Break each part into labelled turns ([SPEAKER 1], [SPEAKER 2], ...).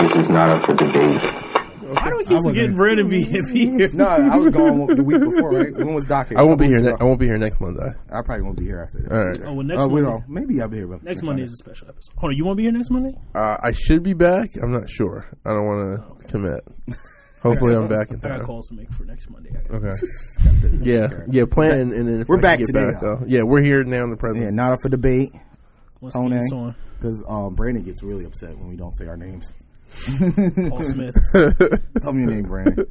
[SPEAKER 1] This is not up for debate.
[SPEAKER 2] Why do we keep forgetting Brandon be here?
[SPEAKER 3] No, I was gone the week before, right? When was Doc? here?
[SPEAKER 4] I won't be
[SPEAKER 3] Couple weeks
[SPEAKER 4] here. Ne- I
[SPEAKER 3] ago.
[SPEAKER 4] won't be here next Monday.
[SPEAKER 3] I probably won't be here after this.
[SPEAKER 4] All right.
[SPEAKER 3] either.
[SPEAKER 2] Oh, well, next
[SPEAKER 3] Uh, we
[SPEAKER 2] Monday-
[SPEAKER 3] don't- Maybe I'll be here. But
[SPEAKER 2] Next Monday is a special episode. Hold on, you want to be here next Monday?
[SPEAKER 4] Uh, I should be back. I'm not sure. I don't want to commit. Hopefully, I'm back in
[SPEAKER 2] I got
[SPEAKER 4] time.
[SPEAKER 2] calls to make for next Monday. I got-
[SPEAKER 4] Okay. Yeah, yeah. Plan and then if
[SPEAKER 3] We're
[SPEAKER 4] I can
[SPEAKER 3] back
[SPEAKER 4] get
[SPEAKER 3] today now.
[SPEAKER 4] I'll- yeah, we're here now in the present.
[SPEAKER 3] Yeah, not up for debate
[SPEAKER 2] Once
[SPEAKER 3] Tone
[SPEAKER 2] again,
[SPEAKER 3] A.
[SPEAKER 2] it's on
[SPEAKER 3] because um, Brandon gets really upset when we don't say our names.
[SPEAKER 2] Paul Smith.
[SPEAKER 3] Tell me your name, Brandon.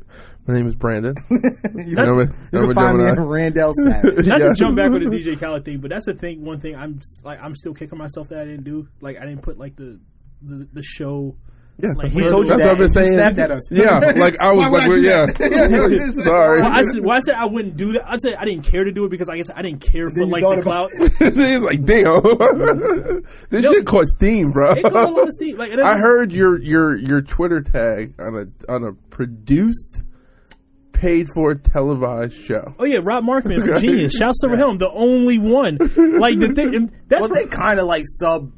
[SPEAKER 4] My name is Brandon.
[SPEAKER 3] you
[SPEAKER 4] know
[SPEAKER 3] you
[SPEAKER 4] what- know
[SPEAKER 3] can
[SPEAKER 4] what
[SPEAKER 3] find me
[SPEAKER 4] Gemini-
[SPEAKER 3] at Randall Savage.
[SPEAKER 2] Not
[SPEAKER 4] Yeah.
[SPEAKER 2] to jump back with the DJ Khaled thing, but that's the thing. One thing I'm s- like, I'm still kicking myself that I didn't do. Like, I didn't put like the the, the show.
[SPEAKER 4] Yeah,
[SPEAKER 2] Like,
[SPEAKER 4] we
[SPEAKER 2] we told you that,
[SPEAKER 4] that's What I've been
[SPEAKER 3] and you
[SPEAKER 4] saying.
[SPEAKER 3] snapped at us.
[SPEAKER 4] Yeah, like I was
[SPEAKER 3] Why would
[SPEAKER 4] like,
[SPEAKER 3] I
[SPEAKER 4] well,
[SPEAKER 3] do
[SPEAKER 4] yeah.
[SPEAKER 3] that? Yeah.
[SPEAKER 4] Sorry.
[SPEAKER 2] Well, I said, well, I said I wouldn't do that. I said I didn't care to do it because I guess I didn't care for
[SPEAKER 3] Then you
[SPEAKER 2] like
[SPEAKER 3] thought
[SPEAKER 2] the
[SPEAKER 3] about-
[SPEAKER 2] clout.
[SPEAKER 4] it's like damn, this
[SPEAKER 2] Yo.
[SPEAKER 4] shit caught steam, bro.
[SPEAKER 2] It caused a lot of steam. Like, and
[SPEAKER 4] I
[SPEAKER 2] that's-
[SPEAKER 4] heard your your your Twitter tag on a on a produced, paid for televised show.
[SPEAKER 2] Oh yeah, Rob Markman, genius. Shouts to him, the only one. Like the thing, and that's
[SPEAKER 3] Well,
[SPEAKER 2] what-
[SPEAKER 3] they kind of like sub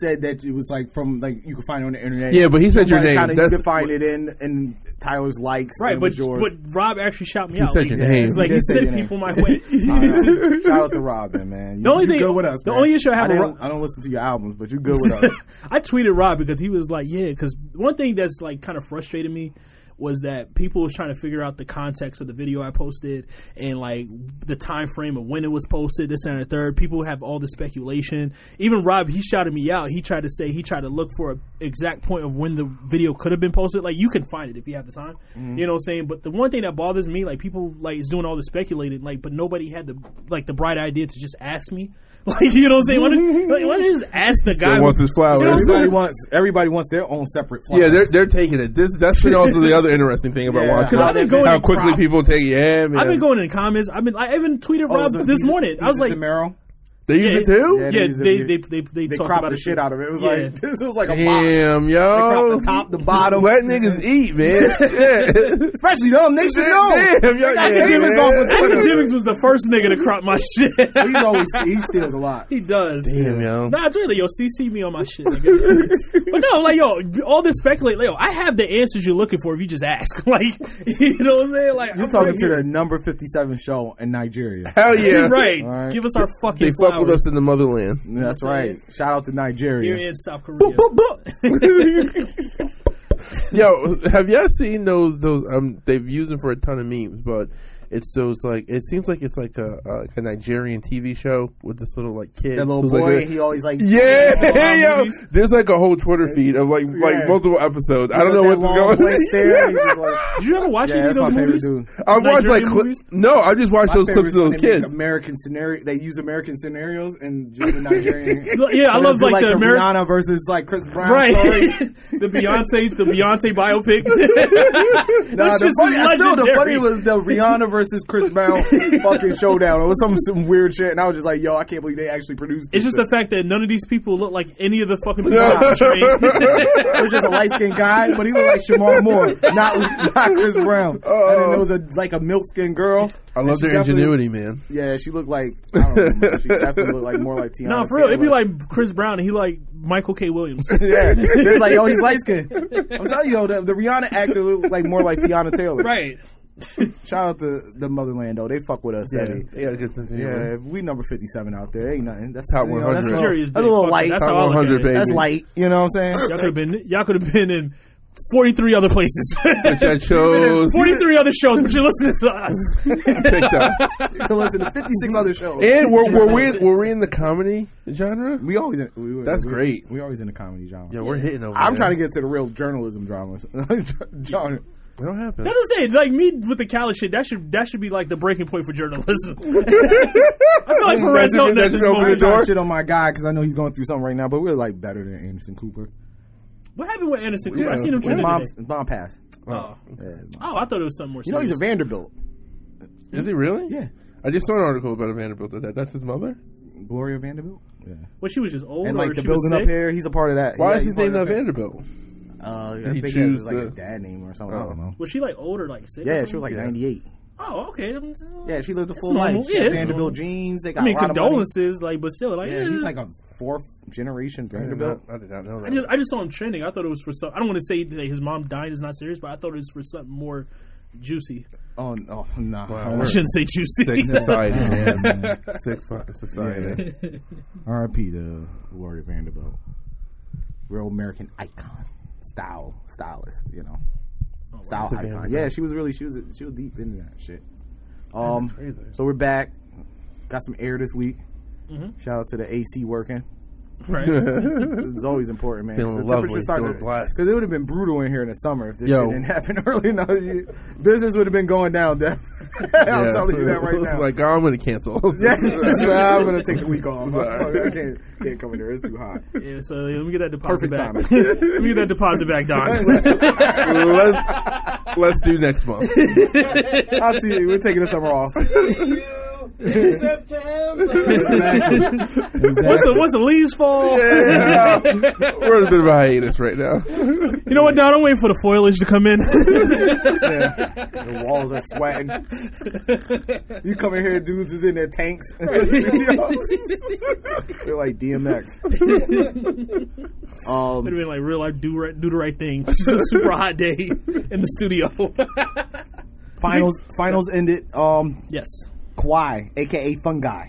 [SPEAKER 3] said that it was like from like you can find it on the internet.
[SPEAKER 4] Yeah, but he said your name.
[SPEAKER 3] Kinda, you
[SPEAKER 4] That's-
[SPEAKER 3] can find it in in Tyler's likes.
[SPEAKER 2] right.
[SPEAKER 3] and it
[SPEAKER 2] But
[SPEAKER 3] was yours.
[SPEAKER 2] but Rob actually shot me out.
[SPEAKER 4] said
[SPEAKER 2] Like,
[SPEAKER 4] your name.
[SPEAKER 2] he's like
[SPEAKER 3] He
[SPEAKER 2] he
[SPEAKER 3] did say your
[SPEAKER 2] sent
[SPEAKER 3] name.
[SPEAKER 2] people my way.
[SPEAKER 3] Uh, shout out to Robin, man. You,
[SPEAKER 2] The only
[SPEAKER 3] you
[SPEAKER 2] thing-
[SPEAKER 3] good with us.
[SPEAKER 2] the
[SPEAKER 3] man.
[SPEAKER 2] only issue I have
[SPEAKER 3] I,
[SPEAKER 2] with
[SPEAKER 3] don't,
[SPEAKER 2] Ro-
[SPEAKER 3] I don't listen to your albums, but you good with us.
[SPEAKER 2] I tweeted Rob because he was like, yeah, because one thing that's like kind of frustrated me was that people was trying to figure out the context of the video I posted and like the time frame of when it was posted, this and the third. People have all the speculation. Even Rob, he shouted me out. He tried to say he tried to look for an exact point of when the video could have been posted. Like you can find it if you have the time. You know what I'm saying? But the one thing that bothers me, like people like is doing all the speculating, like but nobody had the like the bright idea to just ask me. Like you know what I'm saying? Why don't, like, why don't you just ask the guy
[SPEAKER 4] That
[SPEAKER 2] who-
[SPEAKER 4] wants his flowers.
[SPEAKER 2] You know what I'm
[SPEAKER 3] everybody
[SPEAKER 2] saying?
[SPEAKER 3] wants everybody wants their own separate. Flowers.
[SPEAKER 4] Yeah, they're they're taking it. This that's been also the other interesting thing about
[SPEAKER 3] Yeah.
[SPEAKER 4] watching
[SPEAKER 3] Cause
[SPEAKER 4] how,
[SPEAKER 3] I've been going
[SPEAKER 2] in
[SPEAKER 4] quickly
[SPEAKER 2] crop.
[SPEAKER 4] people take. Yeah, man.
[SPEAKER 2] I've been going in the comments. I've been. I even tweeted
[SPEAKER 3] Oh,
[SPEAKER 2] Rob
[SPEAKER 3] so
[SPEAKER 2] this
[SPEAKER 3] he's-
[SPEAKER 2] morning. I was
[SPEAKER 3] he's
[SPEAKER 2] like,
[SPEAKER 3] Camaro.
[SPEAKER 4] They use it too.
[SPEAKER 3] Yeah,
[SPEAKER 2] yeah, they
[SPEAKER 3] they use it.
[SPEAKER 2] they they they,
[SPEAKER 3] They
[SPEAKER 2] talked
[SPEAKER 3] cropped
[SPEAKER 2] about
[SPEAKER 3] the
[SPEAKER 2] it.
[SPEAKER 3] shit out of it. It was
[SPEAKER 2] Yeah.
[SPEAKER 3] like this was like a box.
[SPEAKER 4] Damn, yo.
[SPEAKER 2] Oh.
[SPEAKER 3] crop the top, the bottom.
[SPEAKER 4] Let niggas eat, man. Shit.
[SPEAKER 3] Especially them, they should know.
[SPEAKER 4] Damn, yo,
[SPEAKER 3] got
[SPEAKER 4] yeah,
[SPEAKER 3] demons off of
[SPEAKER 4] man.
[SPEAKER 2] Academics was the first nigga to crop my shit.
[SPEAKER 3] He's always he steals a lot.
[SPEAKER 2] he does.
[SPEAKER 4] Damn, yo.
[SPEAKER 2] Nah, it's really yo. CC me on my shit. nigga. but no, like yo, all this speculate, like, yo. I have the answers you're looking for if you just ask. Like, you know what I'm saying? Like,
[SPEAKER 3] You're
[SPEAKER 2] I'm
[SPEAKER 3] talking
[SPEAKER 2] right
[SPEAKER 3] to
[SPEAKER 2] here.
[SPEAKER 3] the number fifty seven show in Nigeria.
[SPEAKER 4] Hell yeah.
[SPEAKER 2] right.
[SPEAKER 3] Alright.
[SPEAKER 2] Give us our fucking.
[SPEAKER 4] They fuck with
[SPEAKER 2] flowers.
[SPEAKER 4] us in the motherland.
[SPEAKER 3] Yeah, That's right. Shout out to
[SPEAKER 2] Here
[SPEAKER 3] Nigeria.
[SPEAKER 2] in South Korea.
[SPEAKER 3] Boop, boop.
[SPEAKER 4] Yo, have y'all seen those? Those um, they've used them for a ton of memes, but it's those like it seems like it's like a, a, like a Nigerian TV show with this little like kid,
[SPEAKER 3] That little
[SPEAKER 4] who's,
[SPEAKER 3] boy,
[SPEAKER 4] like, a-
[SPEAKER 3] he always like
[SPEAKER 4] yeah,
[SPEAKER 2] Full-on
[SPEAKER 4] yo,
[SPEAKER 2] movies?
[SPEAKER 4] there's like a whole Twitter feed of like
[SPEAKER 3] Yeah.
[SPEAKER 4] like multiple episodes. I don't know
[SPEAKER 3] That long
[SPEAKER 4] what's going.
[SPEAKER 3] blank stare, he's just like-
[SPEAKER 2] Did you ever watch
[SPEAKER 3] Yeah,
[SPEAKER 2] any of
[SPEAKER 3] that's my
[SPEAKER 2] those
[SPEAKER 3] favorite
[SPEAKER 2] movies?
[SPEAKER 3] dude.
[SPEAKER 4] I watched like
[SPEAKER 2] Nigerian
[SPEAKER 4] cli
[SPEAKER 2] movies?
[SPEAKER 4] no, I just watched
[SPEAKER 3] My
[SPEAKER 4] those
[SPEAKER 3] favorite
[SPEAKER 4] clips
[SPEAKER 3] is
[SPEAKER 4] of those
[SPEAKER 3] when they make
[SPEAKER 4] kids.
[SPEAKER 3] American scenario. They use American scenarios and do the Nigerian.
[SPEAKER 2] Yeah, I
[SPEAKER 3] So
[SPEAKER 2] love
[SPEAKER 3] they'll do,
[SPEAKER 2] like, the Ameri-
[SPEAKER 3] Rihanna versus like Chris Brown story.
[SPEAKER 2] Right. the Beyonce, the Beyonce biopic.
[SPEAKER 3] Nah,
[SPEAKER 2] That's
[SPEAKER 3] the
[SPEAKER 2] just
[SPEAKER 3] funny, I still, the
[SPEAKER 2] legendary.
[SPEAKER 3] funny was the Rihanna versus Chris Brown fucking showdown. It was some some weird shit, and I was just like, "Yo, I can't believe they actually produced." This
[SPEAKER 2] It's just the
[SPEAKER 3] shit.
[SPEAKER 2] fact that none of these people look like any of the fucking people on the train.
[SPEAKER 3] it was just a light skinned guy, but he looked like Shamar Moore, not not Chris Brown.
[SPEAKER 2] Oh.
[SPEAKER 3] and then there was a like a milk skinned girl.
[SPEAKER 4] I love
[SPEAKER 3] And she
[SPEAKER 4] their
[SPEAKER 3] definitely-
[SPEAKER 4] ingenuity, man.
[SPEAKER 3] Yeah, she looked like I don't know, man. she definitely looked like more like Tiana.
[SPEAKER 2] no, for real, it'd be
[SPEAKER 3] Taylor.
[SPEAKER 2] like Chris Brown and he like Michael K. Williams.
[SPEAKER 3] Yeah, it's like, yo, he's light skinned. I'm telling you, the, the Rihanna actor looked like more like Tiana Taylor.
[SPEAKER 2] right.
[SPEAKER 3] Shout out to the motherland though; they fuck with us.
[SPEAKER 4] Yeah,
[SPEAKER 3] heavy.
[SPEAKER 4] yeah, good sense of humor.
[SPEAKER 3] Yeah, if Uh, we number fifty seven out there. Ain't nothing. That's
[SPEAKER 4] Top
[SPEAKER 3] you know, That's,
[SPEAKER 4] 100.
[SPEAKER 3] little-
[SPEAKER 2] Nigeria is
[SPEAKER 3] that's a
[SPEAKER 2] big.
[SPEAKER 3] little
[SPEAKER 2] Fuck it,
[SPEAKER 3] light.
[SPEAKER 2] That's
[SPEAKER 3] That's,
[SPEAKER 2] how I
[SPEAKER 4] Top
[SPEAKER 2] look at
[SPEAKER 4] 100,
[SPEAKER 2] it.
[SPEAKER 4] baby.
[SPEAKER 3] light. You know what I'm
[SPEAKER 2] Y'all
[SPEAKER 3] saying?
[SPEAKER 2] could have been y'all could have been in forty three other places.
[SPEAKER 4] That shows
[SPEAKER 2] forty three other shows, but you're listening to us.
[SPEAKER 4] picked up.
[SPEAKER 3] You can listen to fifty six other shows.
[SPEAKER 4] And were, were we were we in the comedy genre?
[SPEAKER 3] we always in, we, we-
[SPEAKER 4] That's
[SPEAKER 3] we-
[SPEAKER 4] great.
[SPEAKER 3] We always in the comedy genre.
[SPEAKER 4] Yeah, we're hitting over.
[SPEAKER 3] I'm
[SPEAKER 4] there.
[SPEAKER 3] trying to get to the real journalism drama genre.
[SPEAKER 4] It don't happen.
[SPEAKER 2] That's what I'm saying. Like me with the Khaled shit, that should that should be like the breaking point for journalism. I feel like Perez
[SPEAKER 4] That's-
[SPEAKER 2] Hilton at
[SPEAKER 4] that's
[SPEAKER 2] this
[SPEAKER 4] no
[SPEAKER 3] I'm
[SPEAKER 2] moment.
[SPEAKER 4] good.
[SPEAKER 3] trying to
[SPEAKER 4] door.
[SPEAKER 3] shit on my guy because I know he's going through something right now, but we're like better than Anderson Cooper.
[SPEAKER 2] What happened with Anderson? Cooper?
[SPEAKER 4] Yeah.
[SPEAKER 2] I seen him
[SPEAKER 3] His
[SPEAKER 2] trending.
[SPEAKER 3] mom's
[SPEAKER 2] today.
[SPEAKER 3] mom passed.
[SPEAKER 2] Oh.
[SPEAKER 3] Yeah, his mom.
[SPEAKER 2] oh, I thought it was something more.
[SPEAKER 3] You know he's a
[SPEAKER 2] serious.
[SPEAKER 3] Vanderbilt.
[SPEAKER 4] Is he really?
[SPEAKER 3] Yeah.
[SPEAKER 4] I just saw an article about a Vanderbilt. That that's his mother.
[SPEAKER 3] Gloria Vanderbilt. Yeah.
[SPEAKER 2] Well, she was just old,
[SPEAKER 3] And
[SPEAKER 2] or
[SPEAKER 3] like the
[SPEAKER 2] she was
[SPEAKER 3] building up
[SPEAKER 2] sick?
[SPEAKER 3] here, he's a part of that.
[SPEAKER 4] Why
[SPEAKER 3] Yeah,
[SPEAKER 4] is
[SPEAKER 3] he's
[SPEAKER 4] his
[SPEAKER 3] part
[SPEAKER 4] name
[SPEAKER 3] of
[SPEAKER 4] not
[SPEAKER 3] that.
[SPEAKER 4] Vanderbilt?
[SPEAKER 3] Uh, I
[SPEAKER 4] He
[SPEAKER 3] think it was
[SPEAKER 4] choose
[SPEAKER 3] like
[SPEAKER 4] the- Oh.
[SPEAKER 3] a dad name or something. I don't know.
[SPEAKER 2] Was she like older, like sick? or
[SPEAKER 3] Yeah, she
[SPEAKER 2] something?
[SPEAKER 3] was like
[SPEAKER 4] Yeah.
[SPEAKER 3] 98.
[SPEAKER 2] Oh, okay.
[SPEAKER 3] Yeah, she lived a
[SPEAKER 2] It's
[SPEAKER 3] full
[SPEAKER 2] normal.
[SPEAKER 3] life. She had
[SPEAKER 2] Yeah, it's
[SPEAKER 3] Vanderbilt
[SPEAKER 2] normal.
[SPEAKER 3] jeans. They got
[SPEAKER 2] I mean,
[SPEAKER 3] a lot of money.
[SPEAKER 2] condolences, like, but still, like,
[SPEAKER 3] Yeah, he's like a fourth generation
[SPEAKER 4] I did,
[SPEAKER 3] Vanderbilt.
[SPEAKER 4] not, I did not know that.
[SPEAKER 2] I just, I just saw him trending. I thought it was for some. I don't want to say that his mom dying is not serious, but I thought it was for something more juicy.
[SPEAKER 3] Oh, no, nah.
[SPEAKER 4] Wow.
[SPEAKER 2] I shouldn't say
[SPEAKER 4] Sick
[SPEAKER 2] juicy.
[SPEAKER 4] society, man. Sick fu- society.
[SPEAKER 3] R.I.P. to Gloria Vanderbilt, real American icon, style stylist, you know,
[SPEAKER 2] Oh,
[SPEAKER 3] style
[SPEAKER 4] That's a
[SPEAKER 3] icon.
[SPEAKER 4] damn
[SPEAKER 3] Yeah,
[SPEAKER 4] nice.
[SPEAKER 3] she was really she was she was deep into that shit. Um,
[SPEAKER 4] crazy.
[SPEAKER 3] so we're back, got some air this week.
[SPEAKER 2] Mm-hmm.
[SPEAKER 3] Shout out to the AC working.
[SPEAKER 2] right.
[SPEAKER 3] It's always important, man. 'cause
[SPEAKER 4] Feeling
[SPEAKER 3] the
[SPEAKER 4] lovely,
[SPEAKER 3] temperature's starting
[SPEAKER 4] feeling
[SPEAKER 3] to
[SPEAKER 4] blessed.
[SPEAKER 3] because it would have been brutal in here in the summer if this
[SPEAKER 4] Yo.
[SPEAKER 3] shit didn't happen early enough. You- Business would have been going down. Def. I'm
[SPEAKER 4] Yeah.
[SPEAKER 3] telling you that right now.
[SPEAKER 4] Like, oh, I'm gonna cancel.
[SPEAKER 3] Yeah, so I'm gonna take the week off. I can't, can't come in here. It's too hot.
[SPEAKER 2] Yeah, so let me get that deposit
[SPEAKER 3] Perfect
[SPEAKER 2] back.
[SPEAKER 3] timing.
[SPEAKER 2] let me get that deposit back, Don.
[SPEAKER 4] let's, let's do next month.
[SPEAKER 3] I'll see you. We're taking the summer off.
[SPEAKER 2] Once the, once the leaves fall,
[SPEAKER 4] Yeah. We're in a bit of a hiatus right now.
[SPEAKER 2] you know what, Don? I'm waiting for the foliage to come in.
[SPEAKER 3] The walls are sweating. You come in here, dudes is in their tanks. in the studio. They're like DMX.
[SPEAKER 2] It'd have
[SPEAKER 3] Um,
[SPEAKER 2] been like real life, do right, do the right thing. It's just a super hot day in the studio.
[SPEAKER 3] finals, finals ended. Um,
[SPEAKER 2] yes,
[SPEAKER 3] Kawhi, aka Fungi,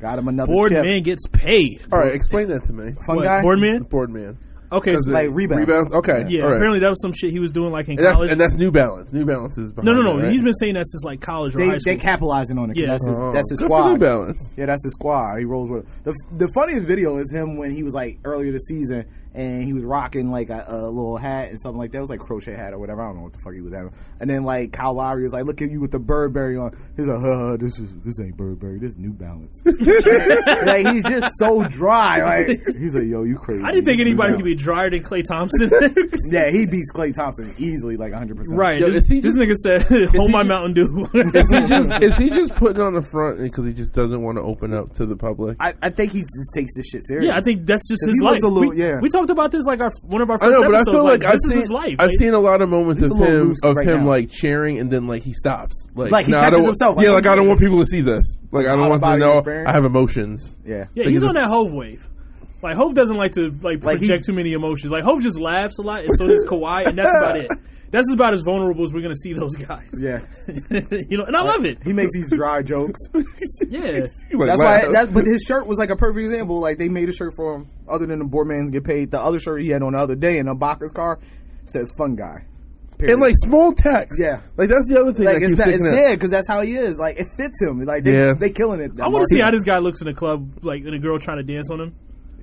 [SPEAKER 3] got him another
[SPEAKER 2] board
[SPEAKER 3] chip.
[SPEAKER 2] man gets paid.
[SPEAKER 4] All right, explain that to me.
[SPEAKER 2] What,
[SPEAKER 3] Fungi,
[SPEAKER 2] board
[SPEAKER 4] The
[SPEAKER 2] man?
[SPEAKER 4] board man.
[SPEAKER 2] Okay, so,
[SPEAKER 3] Like rebound.
[SPEAKER 4] Rebounds? Okay.
[SPEAKER 2] yeah.
[SPEAKER 4] all right.
[SPEAKER 2] Apparently that was some shit he was doing like in
[SPEAKER 4] and that's,
[SPEAKER 2] college.
[SPEAKER 4] and that's New Balance. New Balance is behind
[SPEAKER 2] no, no, no.
[SPEAKER 4] that, right?
[SPEAKER 2] He's been saying that since like college or
[SPEAKER 3] They
[SPEAKER 2] high
[SPEAKER 3] they
[SPEAKER 2] school.
[SPEAKER 3] capitalizing on it. 'cause
[SPEAKER 2] Yeah.
[SPEAKER 3] that's his,
[SPEAKER 4] Oh,
[SPEAKER 3] that's his
[SPEAKER 4] good for
[SPEAKER 3] squad.
[SPEAKER 4] New Balance.
[SPEAKER 3] Yeah, that's his squad. He rolls with the the funniest video is him when he was like earlier this season and he was rocking like a, a little hat and something like that. It was like crochet hat or whatever. I don't know what the fuck he was having. And then like Kyle Lowry was like, "Look at you with the Burberry on." He's like, "Huh, this is this ain't Burberry. This New Balance." like he's just so dry. Like he's like, "Yo, you crazy?"
[SPEAKER 2] I didn't think
[SPEAKER 3] This New
[SPEAKER 2] anybody could
[SPEAKER 3] Balance."
[SPEAKER 2] be drier than Clay Thompson.
[SPEAKER 3] Yeah, he beats Clay Thompson easily, like 100. percent
[SPEAKER 2] right.
[SPEAKER 4] Yo,
[SPEAKER 2] this,
[SPEAKER 4] is he
[SPEAKER 2] this nigga said, "Hold my Mountain Dew."
[SPEAKER 4] He just- is he just putting on the front because he just doesn't want to open up to the public?
[SPEAKER 3] I, I think he just takes this shit serious.
[SPEAKER 2] yeah, I think that's just
[SPEAKER 3] 'Cause
[SPEAKER 2] his
[SPEAKER 3] he
[SPEAKER 2] life.
[SPEAKER 3] looks a little-
[SPEAKER 2] we,
[SPEAKER 3] yeah.
[SPEAKER 2] we talked about this like our one of our
[SPEAKER 4] I
[SPEAKER 2] first
[SPEAKER 4] know, but I
[SPEAKER 2] episodes.
[SPEAKER 4] feel like,
[SPEAKER 2] like,
[SPEAKER 4] I've
[SPEAKER 2] this
[SPEAKER 4] seen
[SPEAKER 2] is his life.
[SPEAKER 4] I've
[SPEAKER 2] Like,
[SPEAKER 4] seen a lot of moments of
[SPEAKER 3] a little
[SPEAKER 4] him
[SPEAKER 3] loose
[SPEAKER 4] of
[SPEAKER 3] right
[SPEAKER 4] him
[SPEAKER 3] now.
[SPEAKER 4] like cheering and then like he stops. Like,
[SPEAKER 3] Like, he
[SPEAKER 4] I don't
[SPEAKER 3] catches
[SPEAKER 4] wa-
[SPEAKER 3] himself,
[SPEAKER 4] yeah,
[SPEAKER 3] like-
[SPEAKER 4] like I don't want people to see this. Like I don't
[SPEAKER 3] Out of
[SPEAKER 4] want them
[SPEAKER 3] body
[SPEAKER 4] to know
[SPEAKER 3] experience.
[SPEAKER 4] I have emotions.
[SPEAKER 3] Yeah.
[SPEAKER 2] Yeah, he's
[SPEAKER 4] Because
[SPEAKER 2] on that Hove wave. Like Hove doesn't like to like
[SPEAKER 3] Like,
[SPEAKER 2] project
[SPEAKER 3] he-
[SPEAKER 2] too many emotions. Like Hove just laughs a lot, and so does Kawhi, and that's about it. That's about as vulnerable as we're gonna see those guys.
[SPEAKER 3] Yeah.
[SPEAKER 2] you know, and I love it.
[SPEAKER 3] He makes these dry jokes.
[SPEAKER 2] Yeah,
[SPEAKER 4] He, like,
[SPEAKER 3] That's
[SPEAKER 4] laugh.
[SPEAKER 3] why. That, but his shirt was like a perfect example. Like they made a shirt for him. Other than the board man's get paid, the other shirt he had on the other day in a Baca's car says "fun guy." Period.
[SPEAKER 4] and like small text.
[SPEAKER 3] Yeah.
[SPEAKER 4] like that's the other thing.
[SPEAKER 3] Like,
[SPEAKER 4] that
[SPEAKER 3] it's
[SPEAKER 4] keeps
[SPEAKER 3] not, it's
[SPEAKER 4] sticking out.
[SPEAKER 3] yeah, because that's how he is. Like it fits him. Like they
[SPEAKER 4] Yeah.
[SPEAKER 3] they killing it.
[SPEAKER 2] I want to see how this guy looks in a club, like in a girl trying to dance on him.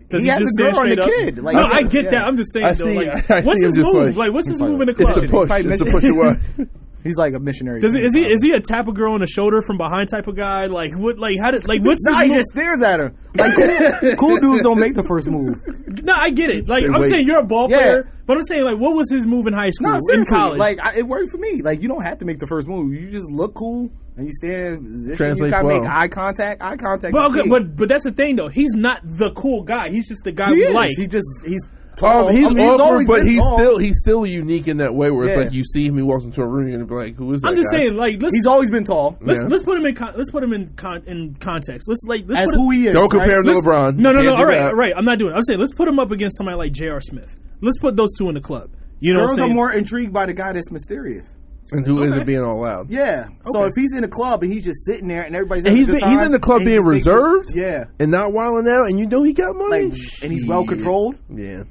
[SPEAKER 2] Does
[SPEAKER 3] He has a
[SPEAKER 2] stand
[SPEAKER 3] girl and a
[SPEAKER 2] straight
[SPEAKER 3] kid, like-
[SPEAKER 2] no, I get
[SPEAKER 3] yeah.
[SPEAKER 2] that. I'm just saying
[SPEAKER 4] I
[SPEAKER 2] though.
[SPEAKER 4] see-
[SPEAKER 2] like,
[SPEAKER 4] I
[SPEAKER 2] what's
[SPEAKER 4] see
[SPEAKER 2] his
[SPEAKER 4] him just,
[SPEAKER 2] move? Like,
[SPEAKER 4] like-
[SPEAKER 2] what's his
[SPEAKER 3] He's
[SPEAKER 2] move in the
[SPEAKER 3] like-
[SPEAKER 2] club?
[SPEAKER 4] It's a push.
[SPEAKER 3] Probably
[SPEAKER 4] It's a
[SPEAKER 3] mentioned-
[SPEAKER 4] push away.
[SPEAKER 3] He's like a missionary.
[SPEAKER 2] Does it, is he is he a tap a girl on the shoulder from behind type of guy? Like what? Like how did like what's
[SPEAKER 3] Nah,
[SPEAKER 2] his
[SPEAKER 3] he
[SPEAKER 2] move?
[SPEAKER 3] just stares at her. Like cool, cool dudes don't make the first move.
[SPEAKER 2] No, I get it. Like
[SPEAKER 4] They
[SPEAKER 2] I'm
[SPEAKER 4] wait.
[SPEAKER 2] saying, you're a ball
[SPEAKER 3] Yeah.
[SPEAKER 2] player, but I'm saying like, what was his move in high school,
[SPEAKER 3] No,
[SPEAKER 2] in
[SPEAKER 3] seriously.
[SPEAKER 2] college?
[SPEAKER 3] Like I, it worked for me. Like you don't have to make the first move. You just look cool and you stand in position. you
[SPEAKER 4] Translates
[SPEAKER 3] gotta make
[SPEAKER 4] well.
[SPEAKER 3] eye contact. Eye contact.
[SPEAKER 2] but
[SPEAKER 3] is
[SPEAKER 2] okay,
[SPEAKER 3] key.
[SPEAKER 2] but but that's the thing though. He's not the cool guy. He's just the guy
[SPEAKER 3] he
[SPEAKER 2] we
[SPEAKER 3] is.
[SPEAKER 2] like.
[SPEAKER 3] He just he's.
[SPEAKER 4] Um,
[SPEAKER 3] tall.
[SPEAKER 4] he's
[SPEAKER 3] Oh, I mean,
[SPEAKER 4] awkward,
[SPEAKER 3] always
[SPEAKER 4] but
[SPEAKER 3] been
[SPEAKER 4] he's
[SPEAKER 3] tall.
[SPEAKER 4] still he's still unique in that way where it's
[SPEAKER 3] Yeah.
[SPEAKER 4] like you see him, he walks into a room, you're gonna be like, "Who is that?"
[SPEAKER 2] I'm just
[SPEAKER 4] guy?
[SPEAKER 2] saying, like let's
[SPEAKER 3] He's always been tall.
[SPEAKER 2] let's
[SPEAKER 4] Yeah.
[SPEAKER 2] let's put him in con- let's put him in con- in context. Let's like let's
[SPEAKER 3] As
[SPEAKER 2] put him-
[SPEAKER 3] who he is.
[SPEAKER 4] Don't compare
[SPEAKER 3] right?
[SPEAKER 4] him to LeBron.
[SPEAKER 2] No, no, no.
[SPEAKER 4] Can't do
[SPEAKER 2] All right,
[SPEAKER 4] that.
[SPEAKER 2] all right. I'm not doing. it. I'm saying let's put him up against somebody like J.R. Smith. Let's put those two in the club. You know, what I'm
[SPEAKER 3] Girls are
[SPEAKER 2] saying?
[SPEAKER 3] more intrigued by the guy that's mysterious.
[SPEAKER 4] And who not being all loud?
[SPEAKER 3] Yeah. So if he's in a club and he's just sitting there and everybody's
[SPEAKER 4] And
[SPEAKER 3] having
[SPEAKER 4] he's
[SPEAKER 3] a good
[SPEAKER 4] been, he's
[SPEAKER 3] time,
[SPEAKER 4] in the club
[SPEAKER 3] and he
[SPEAKER 4] being
[SPEAKER 3] just makes you-
[SPEAKER 4] reserved,
[SPEAKER 3] yeah.
[SPEAKER 4] and not wilding out, and you know he got money,
[SPEAKER 3] Like, and he's well
[SPEAKER 4] Shit.
[SPEAKER 3] controlled.
[SPEAKER 4] Yeah,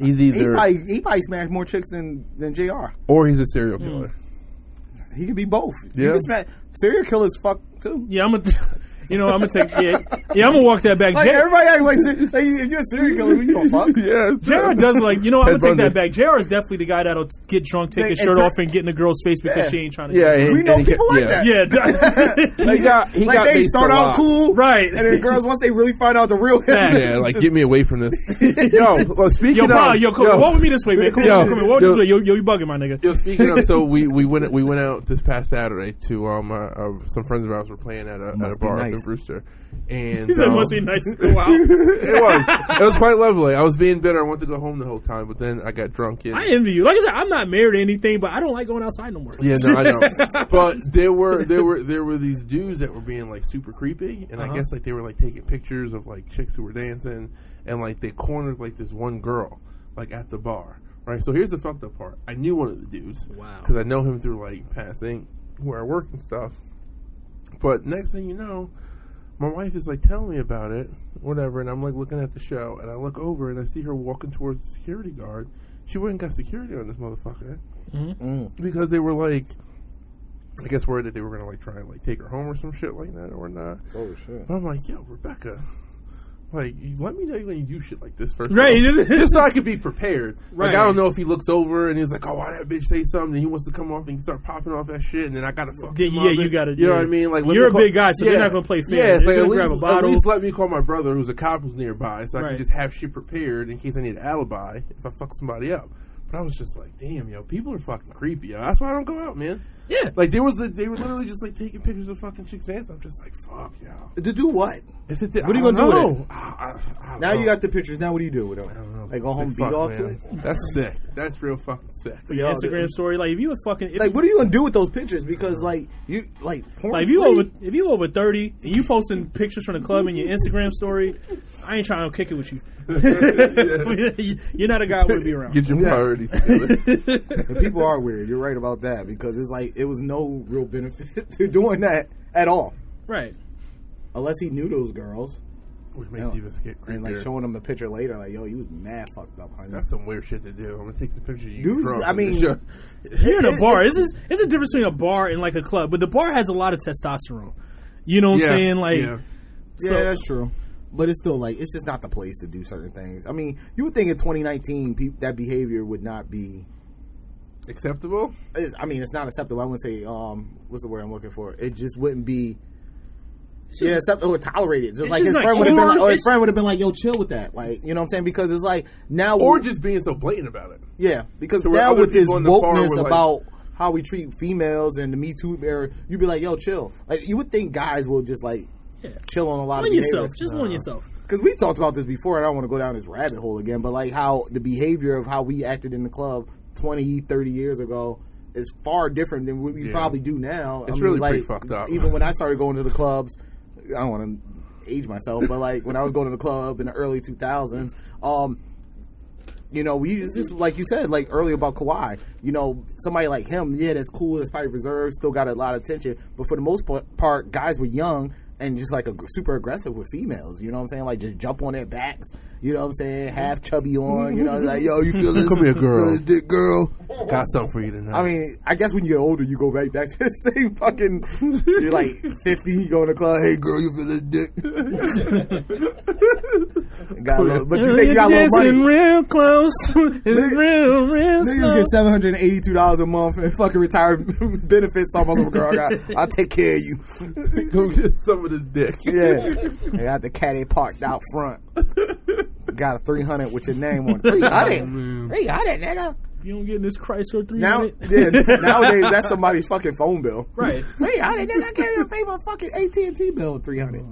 [SPEAKER 4] he's
[SPEAKER 3] He
[SPEAKER 4] either
[SPEAKER 3] probably he probably smashed more chicks than than Jr.
[SPEAKER 4] or he's a serial killer.
[SPEAKER 3] He could be both. He
[SPEAKER 4] Yeah.
[SPEAKER 3] could smash- serial killers fuck too.
[SPEAKER 2] Yeah, I'm gonna. You know, I'm gonna take. Yeah, yeah I'm gonna walk that back.
[SPEAKER 3] Like
[SPEAKER 2] J-
[SPEAKER 3] everybody acts like, se- like, if you're a serial killer, you don't fuck.
[SPEAKER 4] Yeah,
[SPEAKER 2] JR does like you know. I'm gonna
[SPEAKER 4] Ted
[SPEAKER 2] take that
[SPEAKER 4] Bundy.
[SPEAKER 2] back. JR is definitely the guy that'll t- get drunk, take
[SPEAKER 3] They-
[SPEAKER 2] his
[SPEAKER 3] and
[SPEAKER 2] shirt
[SPEAKER 3] tur-
[SPEAKER 2] off, and get in a girl's face because
[SPEAKER 3] Yeah.
[SPEAKER 2] she ain't trying to.
[SPEAKER 4] Yeah,
[SPEAKER 2] dance.
[SPEAKER 4] and-
[SPEAKER 3] We know
[SPEAKER 4] and he
[SPEAKER 3] people
[SPEAKER 4] ca-
[SPEAKER 3] like
[SPEAKER 4] yeah.
[SPEAKER 3] that.
[SPEAKER 2] yeah.
[SPEAKER 4] He got he
[SPEAKER 3] like
[SPEAKER 4] got
[SPEAKER 3] they
[SPEAKER 4] based
[SPEAKER 3] start
[SPEAKER 4] a
[SPEAKER 3] out
[SPEAKER 4] lot.
[SPEAKER 3] cool,
[SPEAKER 2] Right.
[SPEAKER 3] And then girls once they really find out the real him,
[SPEAKER 2] Facts.
[SPEAKER 4] Yeah, like get me away from this. yo, well, speaking
[SPEAKER 2] yo,
[SPEAKER 4] of
[SPEAKER 2] Pa, yo, come
[SPEAKER 4] yo,
[SPEAKER 2] walk with me this way, man. Come
[SPEAKER 4] Yo.
[SPEAKER 2] on, come on, walk
[SPEAKER 4] Yo.
[SPEAKER 2] this way. Yo, yo, you bugging my nigga.
[SPEAKER 4] Yo, speaking of, so we, we went we went out this past Saturday to um uh, uh, some friends of ours were playing at a, at a
[SPEAKER 3] Must be
[SPEAKER 4] bar
[SPEAKER 3] nice.
[SPEAKER 4] and Brewster. And
[SPEAKER 2] He said it
[SPEAKER 4] um,
[SPEAKER 2] must be nice to go out.
[SPEAKER 4] it was. It was quite lovely. I was being bitter. I wanted to go home the whole time, but then I got drunk. And
[SPEAKER 2] I envy you. Like I said, I'm not married to anything, but I don't like going outside no more.
[SPEAKER 4] yeah, no, I know. but there were there were there were these dudes that were being like super creepy, and I guess like they were like taking pictures of like chicks who were dancing, and like they cornered like this one girl like at the bar. Right. So here's the fucked up part. I knew one of the dudes.
[SPEAKER 2] Wow.
[SPEAKER 4] Because I know him through like passing where I work and stuff. But next thing you know, my wife is like telling me about it, whatever, and I'm like looking at the show, and I look over and I see her walking towards the security guard. She went and got security on this motherfucker because they were like, I guess worried that they were gonna like try and like take her home or some shit like that or not.
[SPEAKER 3] Oh shit.
[SPEAKER 4] But I'm like, yo, Rebecca. Like, you let me know when you do shit like this first,
[SPEAKER 2] Right,
[SPEAKER 4] off.
[SPEAKER 2] just-
[SPEAKER 4] Just, so I could be prepared. Like, I
[SPEAKER 2] Right.
[SPEAKER 4] don't know if he looks over and he's like, "Oh, why that bitch say something?" And he wants to come off and he start popping off that shit, and then I gotta fuck.
[SPEAKER 2] Yeah,
[SPEAKER 4] him
[SPEAKER 2] yeah,
[SPEAKER 4] up.
[SPEAKER 2] you gotta-
[SPEAKER 4] You know
[SPEAKER 2] yeah.
[SPEAKER 4] what I mean? Like, let
[SPEAKER 2] You're
[SPEAKER 4] me
[SPEAKER 2] a big guy, so they're not gonna play fair.
[SPEAKER 4] Yeah, it's
[SPEAKER 2] They're
[SPEAKER 4] like, at
[SPEAKER 2] gonna grab
[SPEAKER 4] least,
[SPEAKER 2] a bottle.
[SPEAKER 4] At least let me call my brother, who's a cop, who's nearby, so I
[SPEAKER 2] Right.
[SPEAKER 4] can just have shit prepared in case I need an alibi if I fuck somebody up. But I was just like, damn, yo, people are fucking creepy. Yo. That's why I don't go out, man.
[SPEAKER 2] Yeah.
[SPEAKER 4] Like there was, the, they were literally just like taking pictures of fucking chicks' dancing. I'm just like, fuck, yo.
[SPEAKER 3] To do what?
[SPEAKER 4] Is it the,
[SPEAKER 3] What are you gonna do with it? Now you
[SPEAKER 4] got.
[SPEAKER 3] got the pictures. Now what do you do with them? Like go home and beat off to it?
[SPEAKER 4] That's sick. That's real fucking sick.
[SPEAKER 2] Your
[SPEAKER 3] Yo,
[SPEAKER 2] Instagram
[SPEAKER 3] dude.
[SPEAKER 2] story, like if you a fucking if,
[SPEAKER 3] Like what are you gonna do with those pictures? Because like you like porn
[SPEAKER 2] like if you
[SPEAKER 3] free-
[SPEAKER 2] over if you over thirty and you posting pictures from the club in your Instagram story, I ain't trying to kick it with you. You're not a guy I want to be around.
[SPEAKER 4] Get your priorities together.
[SPEAKER 3] The people are weird. You're right about that because it's like it was no real benefit to doing that at all,
[SPEAKER 2] Right.
[SPEAKER 3] unless he knew those girls
[SPEAKER 4] Which makes it even get
[SPEAKER 3] and like
[SPEAKER 4] creepier.
[SPEAKER 3] showing them a picture later. Like yo, you was mad fucked up, honey.
[SPEAKER 4] That's some weird shit to do. I'm gonna take the picture. of You
[SPEAKER 3] Dudes,
[SPEAKER 4] drunk
[SPEAKER 3] I
[SPEAKER 4] and
[SPEAKER 3] mean-
[SPEAKER 4] just show-
[SPEAKER 2] You're in a
[SPEAKER 3] It-
[SPEAKER 2] bar. This is it's a difference between a bar and like a club, but the bar has a lot of testosterone. You know what
[SPEAKER 4] Yeah,
[SPEAKER 2] I'm saying? Like
[SPEAKER 4] yeah.
[SPEAKER 3] yeah,
[SPEAKER 2] so-
[SPEAKER 3] that's true. But it's still like it's just not the place to do certain things. I mean, you would think in 2019 peop that behavior would not be.
[SPEAKER 4] acceptable.
[SPEAKER 3] It's, I mean, it's not acceptable. I wouldn't say um, what's the word I'm looking for. It just wouldn't be. yeah, acceptable or tolerated. Just like
[SPEAKER 2] just
[SPEAKER 3] his
[SPEAKER 2] not
[SPEAKER 3] friend would have been,
[SPEAKER 2] cool.
[SPEAKER 3] like, or his
[SPEAKER 2] It's-
[SPEAKER 3] friend would have been like, "Yo, chill with that." Like, you know what I'm saying? Because it's like now,
[SPEAKER 4] Or
[SPEAKER 3] we're-
[SPEAKER 4] just being so blatant about it.
[SPEAKER 3] Yeah, because
[SPEAKER 4] To where
[SPEAKER 3] now
[SPEAKER 4] other
[SPEAKER 3] with this
[SPEAKER 4] people in the bar
[SPEAKER 3] wokeness
[SPEAKER 4] were like-
[SPEAKER 3] about how we treat females and the Me Too era, you'd be like, "Yo, chill." Like you would think guys will just like
[SPEAKER 2] Yeah.
[SPEAKER 3] chill on a lot
[SPEAKER 2] Warn
[SPEAKER 3] of
[SPEAKER 2] yourself.
[SPEAKER 3] behaviors.
[SPEAKER 2] Just warn yourself.
[SPEAKER 3] Because we talked about this before, and I don't want to go down this rabbit hole again. But like how the behavior of how we acted in the club 20, 30 years ago is far different than what we
[SPEAKER 4] Yeah.
[SPEAKER 3] probably do now.
[SPEAKER 4] It's really pretty fucked up.
[SPEAKER 3] Even when I started going to the clubs, I don't want to age myself, but like when I was going to the club in the early two thousands, um, you know, we just, just like you said, like earlier about Kawhi. You know, somebody like him, yeah, that's cool. That's probably reserved, still got a lot of attention. But for the most pa- part, guys were young and just like a, super aggressive with females. You know what I'm saying? Like just jump on their backs. You know what I'm saying? Half chubby on. You know, it's like yo, you feel this?
[SPEAKER 4] Come here, girl.
[SPEAKER 3] feel this dick, girl.
[SPEAKER 4] Got something for you tonight.
[SPEAKER 3] I mean, I guess when you get older, you go right back to the same fucking. You're like 50, you go in the club, hey girl, you feel this dick? got a little, but you think you got a little money.
[SPEAKER 2] Dancing real close. It's real, real
[SPEAKER 3] Niggas
[SPEAKER 2] slow.
[SPEAKER 3] get seven hundred and eighty-two dollars a month and fucking retirement benefits. Talking about some girl, I got, I'll take care of you.
[SPEAKER 4] go get some of this dick.
[SPEAKER 3] Yeah, I got the caddy parked out front. Got a three hundred with your name on. Three hundred, three hundred, nigga.
[SPEAKER 2] If you don't get in this Chrysler 3
[SPEAKER 3] Now,
[SPEAKER 2] minute-
[SPEAKER 3] yeah, nowadays that's somebody's fucking phone bill.
[SPEAKER 2] Right.
[SPEAKER 3] Three hundred, nigga. I can't even pay my fucking AT and T bill. Three hundred.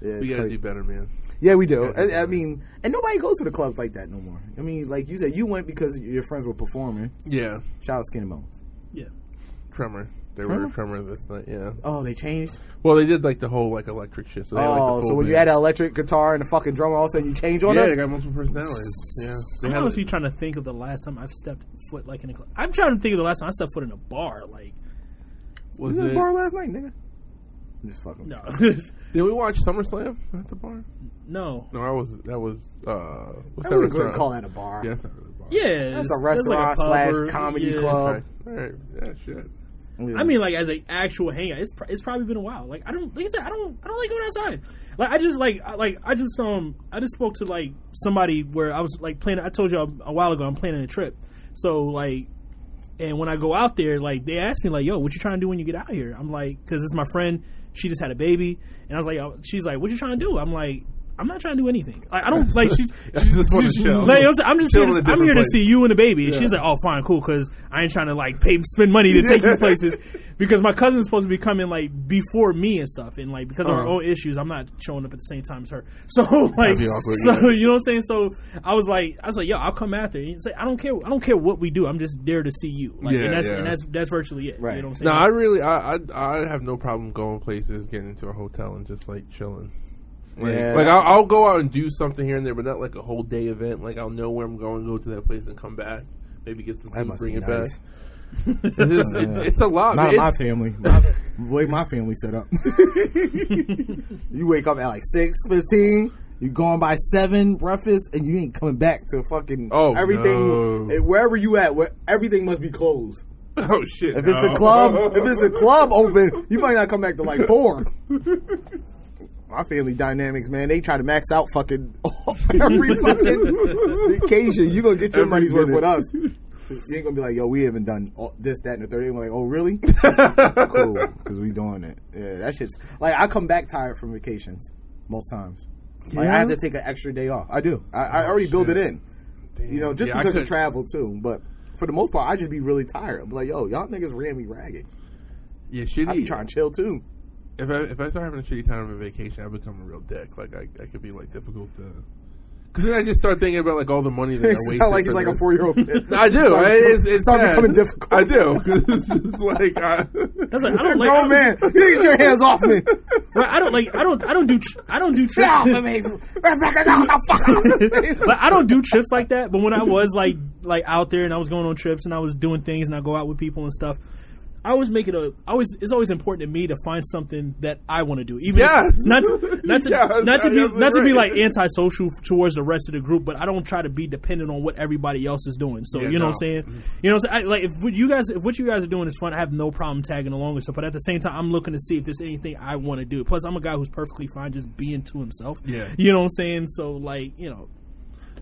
[SPEAKER 3] Yeah,
[SPEAKER 4] We
[SPEAKER 3] it's
[SPEAKER 4] gotta
[SPEAKER 3] crazy.
[SPEAKER 4] do better, man.
[SPEAKER 3] yeah, we do. I, I mean, and nobody goes to the clubs like that no more. I mean, like you said, you went because your friends were performing.
[SPEAKER 4] Yeah,
[SPEAKER 3] Shout out Skinny Bones.
[SPEAKER 2] Yeah.
[SPEAKER 4] tremor. They were
[SPEAKER 3] Tremor?
[SPEAKER 4] a tremor this night. Yeah.
[SPEAKER 3] Oh, they changed.
[SPEAKER 4] Well, they did like the whole like electric shit. So they had, like, the
[SPEAKER 3] Oh,
[SPEAKER 4] full
[SPEAKER 3] so when you
[SPEAKER 4] band.
[SPEAKER 3] add an electric guitar and a fucking drummer, all of a sudden you change on
[SPEAKER 4] yeah,
[SPEAKER 3] us?
[SPEAKER 4] they got multiple personalities. Yeah, they
[SPEAKER 2] I'm
[SPEAKER 4] had
[SPEAKER 2] honestly trying to think of the last time I've stepped foot like in a club. I'm trying to think of the last time I stepped foot in a bar. Like
[SPEAKER 3] You
[SPEAKER 4] was
[SPEAKER 3] was at the
[SPEAKER 4] it?
[SPEAKER 3] bar last night, nigga. I'm Just fucking.
[SPEAKER 2] no,
[SPEAKER 4] Did we watch SummerSlam at the bar?
[SPEAKER 2] no.
[SPEAKER 4] No, I was. That was. uh what's
[SPEAKER 3] I really
[SPEAKER 4] restaurant?
[SPEAKER 3] couldn't call that a bar. Um,
[SPEAKER 4] Yeah, that's not really a bar.
[SPEAKER 2] Yeah,
[SPEAKER 3] That's
[SPEAKER 2] it's- that's
[SPEAKER 3] a
[SPEAKER 2] like
[SPEAKER 3] restaurant
[SPEAKER 2] pub
[SPEAKER 3] slash
[SPEAKER 2] or-
[SPEAKER 3] comedy
[SPEAKER 2] yeah.
[SPEAKER 3] club.
[SPEAKER 4] All right. All right. Yeah. Shit.
[SPEAKER 3] Yeah.
[SPEAKER 2] I mean, like as an actual hangout, it's pr- it's probably been a while. Like I don't, like I, said, I don't, I don't like going outside. Like I just like, I, like I just um, I just spoke to like somebody where I was like planning. I told you a, a while ago I'm planning a trip, so like, and when I go out there, like they asked me like, "Yo, what you trying to do when you get out here?" I'm like, because it's my friend. She just had a baby, and I was like, oh, she's like, "What you trying to do?" I'm like, I'm not trying to do anything. Like I don't like she's.
[SPEAKER 4] She just wanna
[SPEAKER 2] she's-
[SPEAKER 4] chill.
[SPEAKER 2] like, I'm, saying, I'm just
[SPEAKER 4] Chill
[SPEAKER 2] here
[SPEAKER 4] in a
[SPEAKER 2] to, I'm
[SPEAKER 4] different
[SPEAKER 2] here to
[SPEAKER 4] place.
[SPEAKER 2] see you and the baby. And
[SPEAKER 4] Yeah.
[SPEAKER 2] she's like, oh fine, cool, because I ain't trying to like pay spend money to take you places because my cousin's supposed to be coming like before me and stuff, and like because of our
[SPEAKER 4] Uh-huh.
[SPEAKER 2] own issues, I'm not showing up at the same time as her. So like,
[SPEAKER 4] That'd be awkward,
[SPEAKER 2] so you know what I'm saying? So I was like, I was like, yo, I'll come after. And he's like, I don't care, I don't care what we do. I'm just there to see you. Like,
[SPEAKER 4] Yeah,
[SPEAKER 2] and that's
[SPEAKER 4] yeah.
[SPEAKER 2] and that's that's virtually it.
[SPEAKER 3] Right.
[SPEAKER 2] You know what I'm saying?
[SPEAKER 4] No, I really, I, I, I have no problem going places, getting into a hotel, and just like chilling. Like,
[SPEAKER 3] Yeah.
[SPEAKER 4] like I'll, I'll go out and do something here and there, but not like a whole day event. Like I'll know where I'm going, go to that place, and come back. Maybe get some
[SPEAKER 3] That
[SPEAKER 4] food,
[SPEAKER 3] must
[SPEAKER 4] bring
[SPEAKER 3] be
[SPEAKER 4] it
[SPEAKER 3] nice.
[SPEAKER 4] back. It's, just, it- it's a lot.
[SPEAKER 3] Not
[SPEAKER 4] man.
[SPEAKER 3] my
[SPEAKER 4] It-
[SPEAKER 3] family. My, the way my family set up. you wake up at like six fifteen. You gone by seven breakfast, and you ain't coming back to fucking
[SPEAKER 4] Oh,
[SPEAKER 3] everything.
[SPEAKER 4] no.
[SPEAKER 3] Wherever you at, where, everything must be closed.
[SPEAKER 4] oh shit!
[SPEAKER 3] If it's
[SPEAKER 4] no.
[SPEAKER 3] a club, if it's a club open, you might not come back to like four. My family dynamics, man, they try to max out fucking every fucking vacation. You gonna get your
[SPEAKER 4] Every
[SPEAKER 3] money's worth with
[SPEAKER 4] minute.
[SPEAKER 3] us. You ain't gonna be like, yo, we haven't done all, this, that, and the third. They're gonna be like, oh, really? cool, because we doing it. Yeah, that shit's like I come back tired from vacations most times. Like I have
[SPEAKER 4] Yeah?
[SPEAKER 3] to
[SPEAKER 4] Oh,
[SPEAKER 3] take an extra day off. I do. I, I already build it
[SPEAKER 4] shit.
[SPEAKER 3] in. You know, just
[SPEAKER 4] Yeah, I
[SPEAKER 3] because of
[SPEAKER 4] couldn't-
[SPEAKER 3] travel too. But for the most part, I just be really tired. i be like, yo, y'all niggas ran me ragged.
[SPEAKER 4] yeah,
[SPEAKER 3] I be
[SPEAKER 4] shitty.
[SPEAKER 3] trying to chill too.
[SPEAKER 4] If I if I start having a shitty time on vacation, I become a real dick. Like I, I could be like difficult to. Because then I just start thinking about like all the money that I
[SPEAKER 3] It's
[SPEAKER 4] wasted.
[SPEAKER 3] not like he's
[SPEAKER 4] for
[SPEAKER 3] like a
[SPEAKER 4] this.
[SPEAKER 3] four year old
[SPEAKER 4] No, I do.
[SPEAKER 3] Start
[SPEAKER 4] I- it's, it's
[SPEAKER 3] start
[SPEAKER 4] bad.
[SPEAKER 3] becoming difficult.
[SPEAKER 4] I do. 'Cause it's, it's like uh, I,
[SPEAKER 2] That's like, I don't like. I
[SPEAKER 3] grown
[SPEAKER 2] don't-
[SPEAKER 3] man. You get your hands off me.
[SPEAKER 2] Right, I don't like. I don't. I don't do. Tr- I don't do
[SPEAKER 3] Get off
[SPEAKER 2] trips.
[SPEAKER 3] of me. Rebecca, get the fuck off me.
[SPEAKER 2] like, I don't do trips like that. But when I was like like out there and I was going on trips and I was doing things and I go out with people and stuff. I always make it a. I always it's always important to me to find something that I want to do. Even if-
[SPEAKER 4] Yes.
[SPEAKER 2] not to not to
[SPEAKER 4] Yes,
[SPEAKER 2] not to
[SPEAKER 4] yes,
[SPEAKER 2] be not to be like
[SPEAKER 4] right.
[SPEAKER 2] antisocial towards the rest of the group, but I don't try to be dependent on what everybody else is doing. So
[SPEAKER 4] Yeah,
[SPEAKER 2] you know
[SPEAKER 4] no.
[SPEAKER 2] what I'm saying. You know, what I'm saying? I, like if what you guys if what you guys are doing is fun, I have no problem tagging along and stuff. But at the same time, I'm looking to see if there's anything I want to do. Plus, I'm a guy who's perfectly fine just being to himself.
[SPEAKER 4] Yeah.
[SPEAKER 2] you know what I'm saying. So like you know,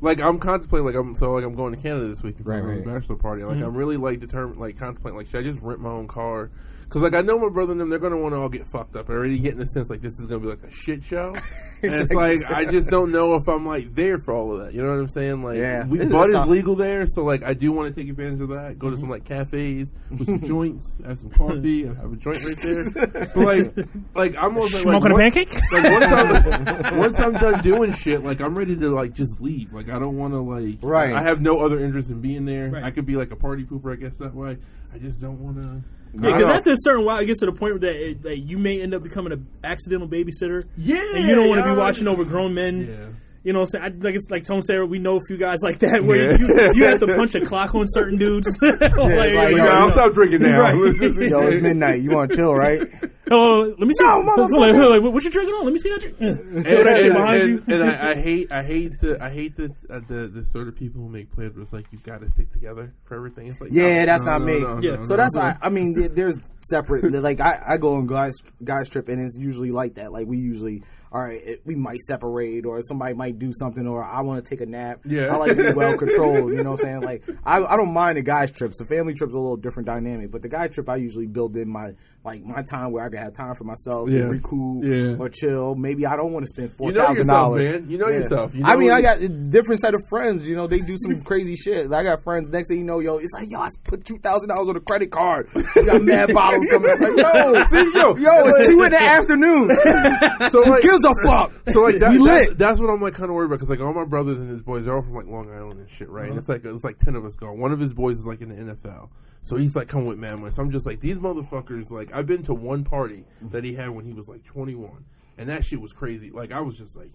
[SPEAKER 4] like I'm contemplating like I'm so like I'm going to Canada this week for
[SPEAKER 3] Right,
[SPEAKER 4] my
[SPEAKER 3] right.
[SPEAKER 4] bachelor party. Like I'm really like determined like contemplating like should I just rent my own car? Because like I know my brother and them they're gonna want to all get fucked up. I already get in the sense like this is gonna be like a shit show. and it's like I just don't know if I'm like there for all of that. You know what I'm saying? Like
[SPEAKER 3] Yeah.
[SPEAKER 4] we
[SPEAKER 3] It's-
[SPEAKER 4] bought
[SPEAKER 3] it's
[SPEAKER 4] is
[SPEAKER 3] not-
[SPEAKER 4] legal there, so like I do want to take advantage of that. Go to some like cafes with some joints, have some coffee, have a joint right there. But like like I'm almost like,
[SPEAKER 2] smoking
[SPEAKER 4] like,
[SPEAKER 2] a
[SPEAKER 4] what-
[SPEAKER 2] pancake.
[SPEAKER 4] like once I'm, once I'm done doing shit, like I'm ready to like just leave. Like I don't want to like.
[SPEAKER 3] Right.
[SPEAKER 4] I have no other interest in being there.
[SPEAKER 2] Right.
[SPEAKER 4] I could be like a party pooper, I guess that way. I just don't want to.
[SPEAKER 2] Yeah, because after a certain while, it gets to the point that it, that you may end up becoming an accidental babysitter.
[SPEAKER 4] Yeah,
[SPEAKER 2] and you don't want to
[SPEAKER 4] yeah.
[SPEAKER 2] be watching over grown men.
[SPEAKER 4] Yeah.
[SPEAKER 2] You know, what I'm saying I, like it's like Tone Sarah. We know a few guys like that where
[SPEAKER 4] Yeah.
[SPEAKER 2] you, you have to punch a clock on certain dudes. Like,
[SPEAKER 3] like,
[SPEAKER 2] you
[SPEAKER 3] yo,
[SPEAKER 4] Yeah, I'll
[SPEAKER 2] know,
[SPEAKER 4] stop drinking now.
[SPEAKER 2] Right.
[SPEAKER 4] Let's just-
[SPEAKER 3] Yo, it's midnight. You want to chill, right?
[SPEAKER 2] "Oh, let me see.
[SPEAKER 3] No, motherfucker.
[SPEAKER 2] Like, like, what, what you drinking on? Let me see that. Drink. Throw that shit
[SPEAKER 4] and,
[SPEAKER 2] behind you.
[SPEAKER 4] and- and I, I hate, I hate the, I hate the, uh, the, the sort of people who make plans where it's like you got to stick together for everything. It's like,
[SPEAKER 3] Yeah,
[SPEAKER 4] no,
[SPEAKER 3] that's
[SPEAKER 4] no,
[SPEAKER 3] not
[SPEAKER 4] no,
[SPEAKER 3] me.
[SPEAKER 4] no,
[SPEAKER 2] Yeah,
[SPEAKER 4] no,
[SPEAKER 3] So
[SPEAKER 4] no.
[SPEAKER 3] that's why I mean there- there's separate. Like I, I go on guys guys trip and it's usually like that. Like we usually all right, it, we might separate or somebody might do something or I want to take a nap.
[SPEAKER 4] Yeah.
[SPEAKER 3] I like to be well controlled. You know what I'm saying? Like I, I don't mind the guys trips. The family trips a little different dynamic, but the guy trip I usually build in my like my time where I can have time for myself
[SPEAKER 4] Yeah.
[SPEAKER 3] to recoup
[SPEAKER 4] Yeah.
[SPEAKER 3] or chill. Maybe I don't want to spend four
[SPEAKER 4] You know
[SPEAKER 3] thousand
[SPEAKER 4] yourself,
[SPEAKER 3] dollars.
[SPEAKER 4] man. You know yourself. You
[SPEAKER 3] I
[SPEAKER 4] know
[SPEAKER 3] mean,
[SPEAKER 4] what
[SPEAKER 3] I got
[SPEAKER 4] you-
[SPEAKER 3] a different set of friends. You know, they do some crazy shit. I got friends. Next thing you know, yo, it's like, yo, I put two thousand dollars on a credit card. You got mad bottles coming. It's like, yo, see, yo, yo, it's two in the afternoon.
[SPEAKER 4] so like,
[SPEAKER 3] Gives a fuck.
[SPEAKER 4] So like that,
[SPEAKER 3] we
[SPEAKER 4] that's,
[SPEAKER 3] lit.
[SPEAKER 4] that's what I'm like kind of worried about because like all my brothers and his boys are all from like Long Island and shit, right? And it's like it's like ten of us gone. One of his boys is like in the NFL, so he's like come with man. So I'm just like these motherfuckers. Like I've been to one party that he had when he was like 21. And that shit was crazy. Like I was just like,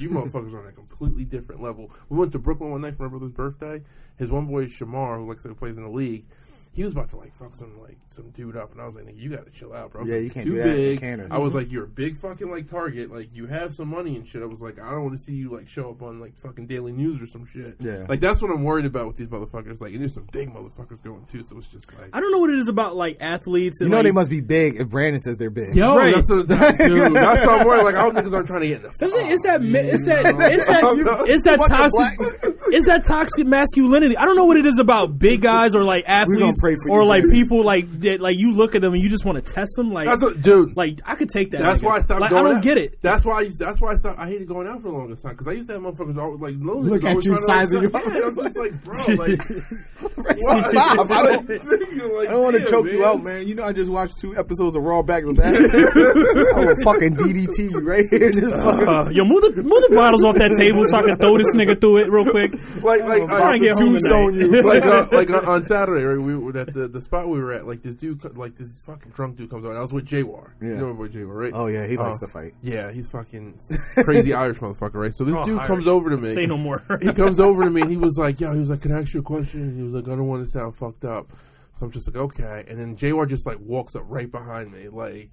[SPEAKER 4] you motherfuckers are on a completely different level. We went to Brooklyn one night for my brother's birthday. His one boy Shamar, who like plays in the league, he was about to like fuck some like some dude up, and I was like, nigga, you gotta chill out, bro. I was
[SPEAKER 3] Yeah,
[SPEAKER 4] like,
[SPEAKER 3] you can't
[SPEAKER 4] too
[SPEAKER 3] do that in
[SPEAKER 4] big.
[SPEAKER 3] Canada.
[SPEAKER 4] I was like, you're a big fucking like target. Like you have some money and shit. I was like, I don't want to see you like show up on like fucking Daily News or some shit.
[SPEAKER 3] Yeah.
[SPEAKER 4] Like that's what I'm worried about with these motherfuckers. Like, and there's some big motherfuckers going too. So it's just like,
[SPEAKER 2] I don't know what it is about like athletes.
[SPEAKER 3] You
[SPEAKER 2] And,
[SPEAKER 3] know
[SPEAKER 2] like,
[SPEAKER 3] they must be big if Brandon says they're big.
[SPEAKER 4] yo,
[SPEAKER 2] Right.
[SPEAKER 4] that's, what, dude, that's what I'm worried. Like, I hope niggas aren't trying to get in the.
[SPEAKER 2] It's that, it's that, ma- it's that, it's that, it's that
[SPEAKER 3] Fucking
[SPEAKER 2] toxic,
[SPEAKER 3] black.
[SPEAKER 2] it's that toxic masculinity. I don't know what it is about big guys or like
[SPEAKER 3] We gonna
[SPEAKER 2] athletes
[SPEAKER 3] pray for
[SPEAKER 2] or
[SPEAKER 3] you,
[SPEAKER 2] like
[SPEAKER 3] dude.
[SPEAKER 2] people like that, like you look at them and you just want to test them. Like,
[SPEAKER 4] That's what, dude.
[SPEAKER 2] like I could take that.
[SPEAKER 4] That's
[SPEAKER 2] nigga.
[SPEAKER 4] why I stopped
[SPEAKER 2] Like,
[SPEAKER 4] going
[SPEAKER 2] I don't
[SPEAKER 4] out.
[SPEAKER 2] get it.
[SPEAKER 4] That's why. I, that's why I stopped. I hated going out for the longest time because I used to have motherfuckers always like lonely.
[SPEAKER 3] Look at
[SPEAKER 4] always
[SPEAKER 3] you,
[SPEAKER 4] trying to,
[SPEAKER 3] sizing
[SPEAKER 4] like,
[SPEAKER 3] you up.
[SPEAKER 4] Yeah, I was just like, bro, like, what?
[SPEAKER 3] Stop. I don't-
[SPEAKER 4] Thinking, like,
[SPEAKER 3] I don't want to
[SPEAKER 4] damn,
[SPEAKER 3] choke you
[SPEAKER 4] man.
[SPEAKER 3] out, man. You know, I just watched two episodes of Raw back to back. I will fucking DDT you right here. Just fucking
[SPEAKER 2] Uh, yo, move the move the bottles off that table so I can throw this nigga through it real quick.
[SPEAKER 4] Like, like,
[SPEAKER 2] I'm trying to get home
[SPEAKER 3] tombstone
[SPEAKER 2] tonight.
[SPEAKER 3] you.
[SPEAKER 4] like uh, like on, on Saturday, right? We were at the, the spot we were at. Like this dude, co- like this fucking drunk dude comes on. I was with Jaywar. You
[SPEAKER 3] Yeah.
[SPEAKER 4] know my boy Jaywar, right? Uh,
[SPEAKER 3] Oh, yeah, he likes to fight.
[SPEAKER 4] Yeah, he's fucking crazy Irish motherfucker, right? So this
[SPEAKER 2] Oh,
[SPEAKER 4] dude
[SPEAKER 2] Irish.
[SPEAKER 4] comes over to me.
[SPEAKER 2] Say no more.
[SPEAKER 4] he comes over to me and he was like, "Yo," he was like, "Can I ask you a question?" And he was like, "I don't want to sound fucked up," so I'm just like, "Okay." And then Jaywar just like walks up right behind me, like,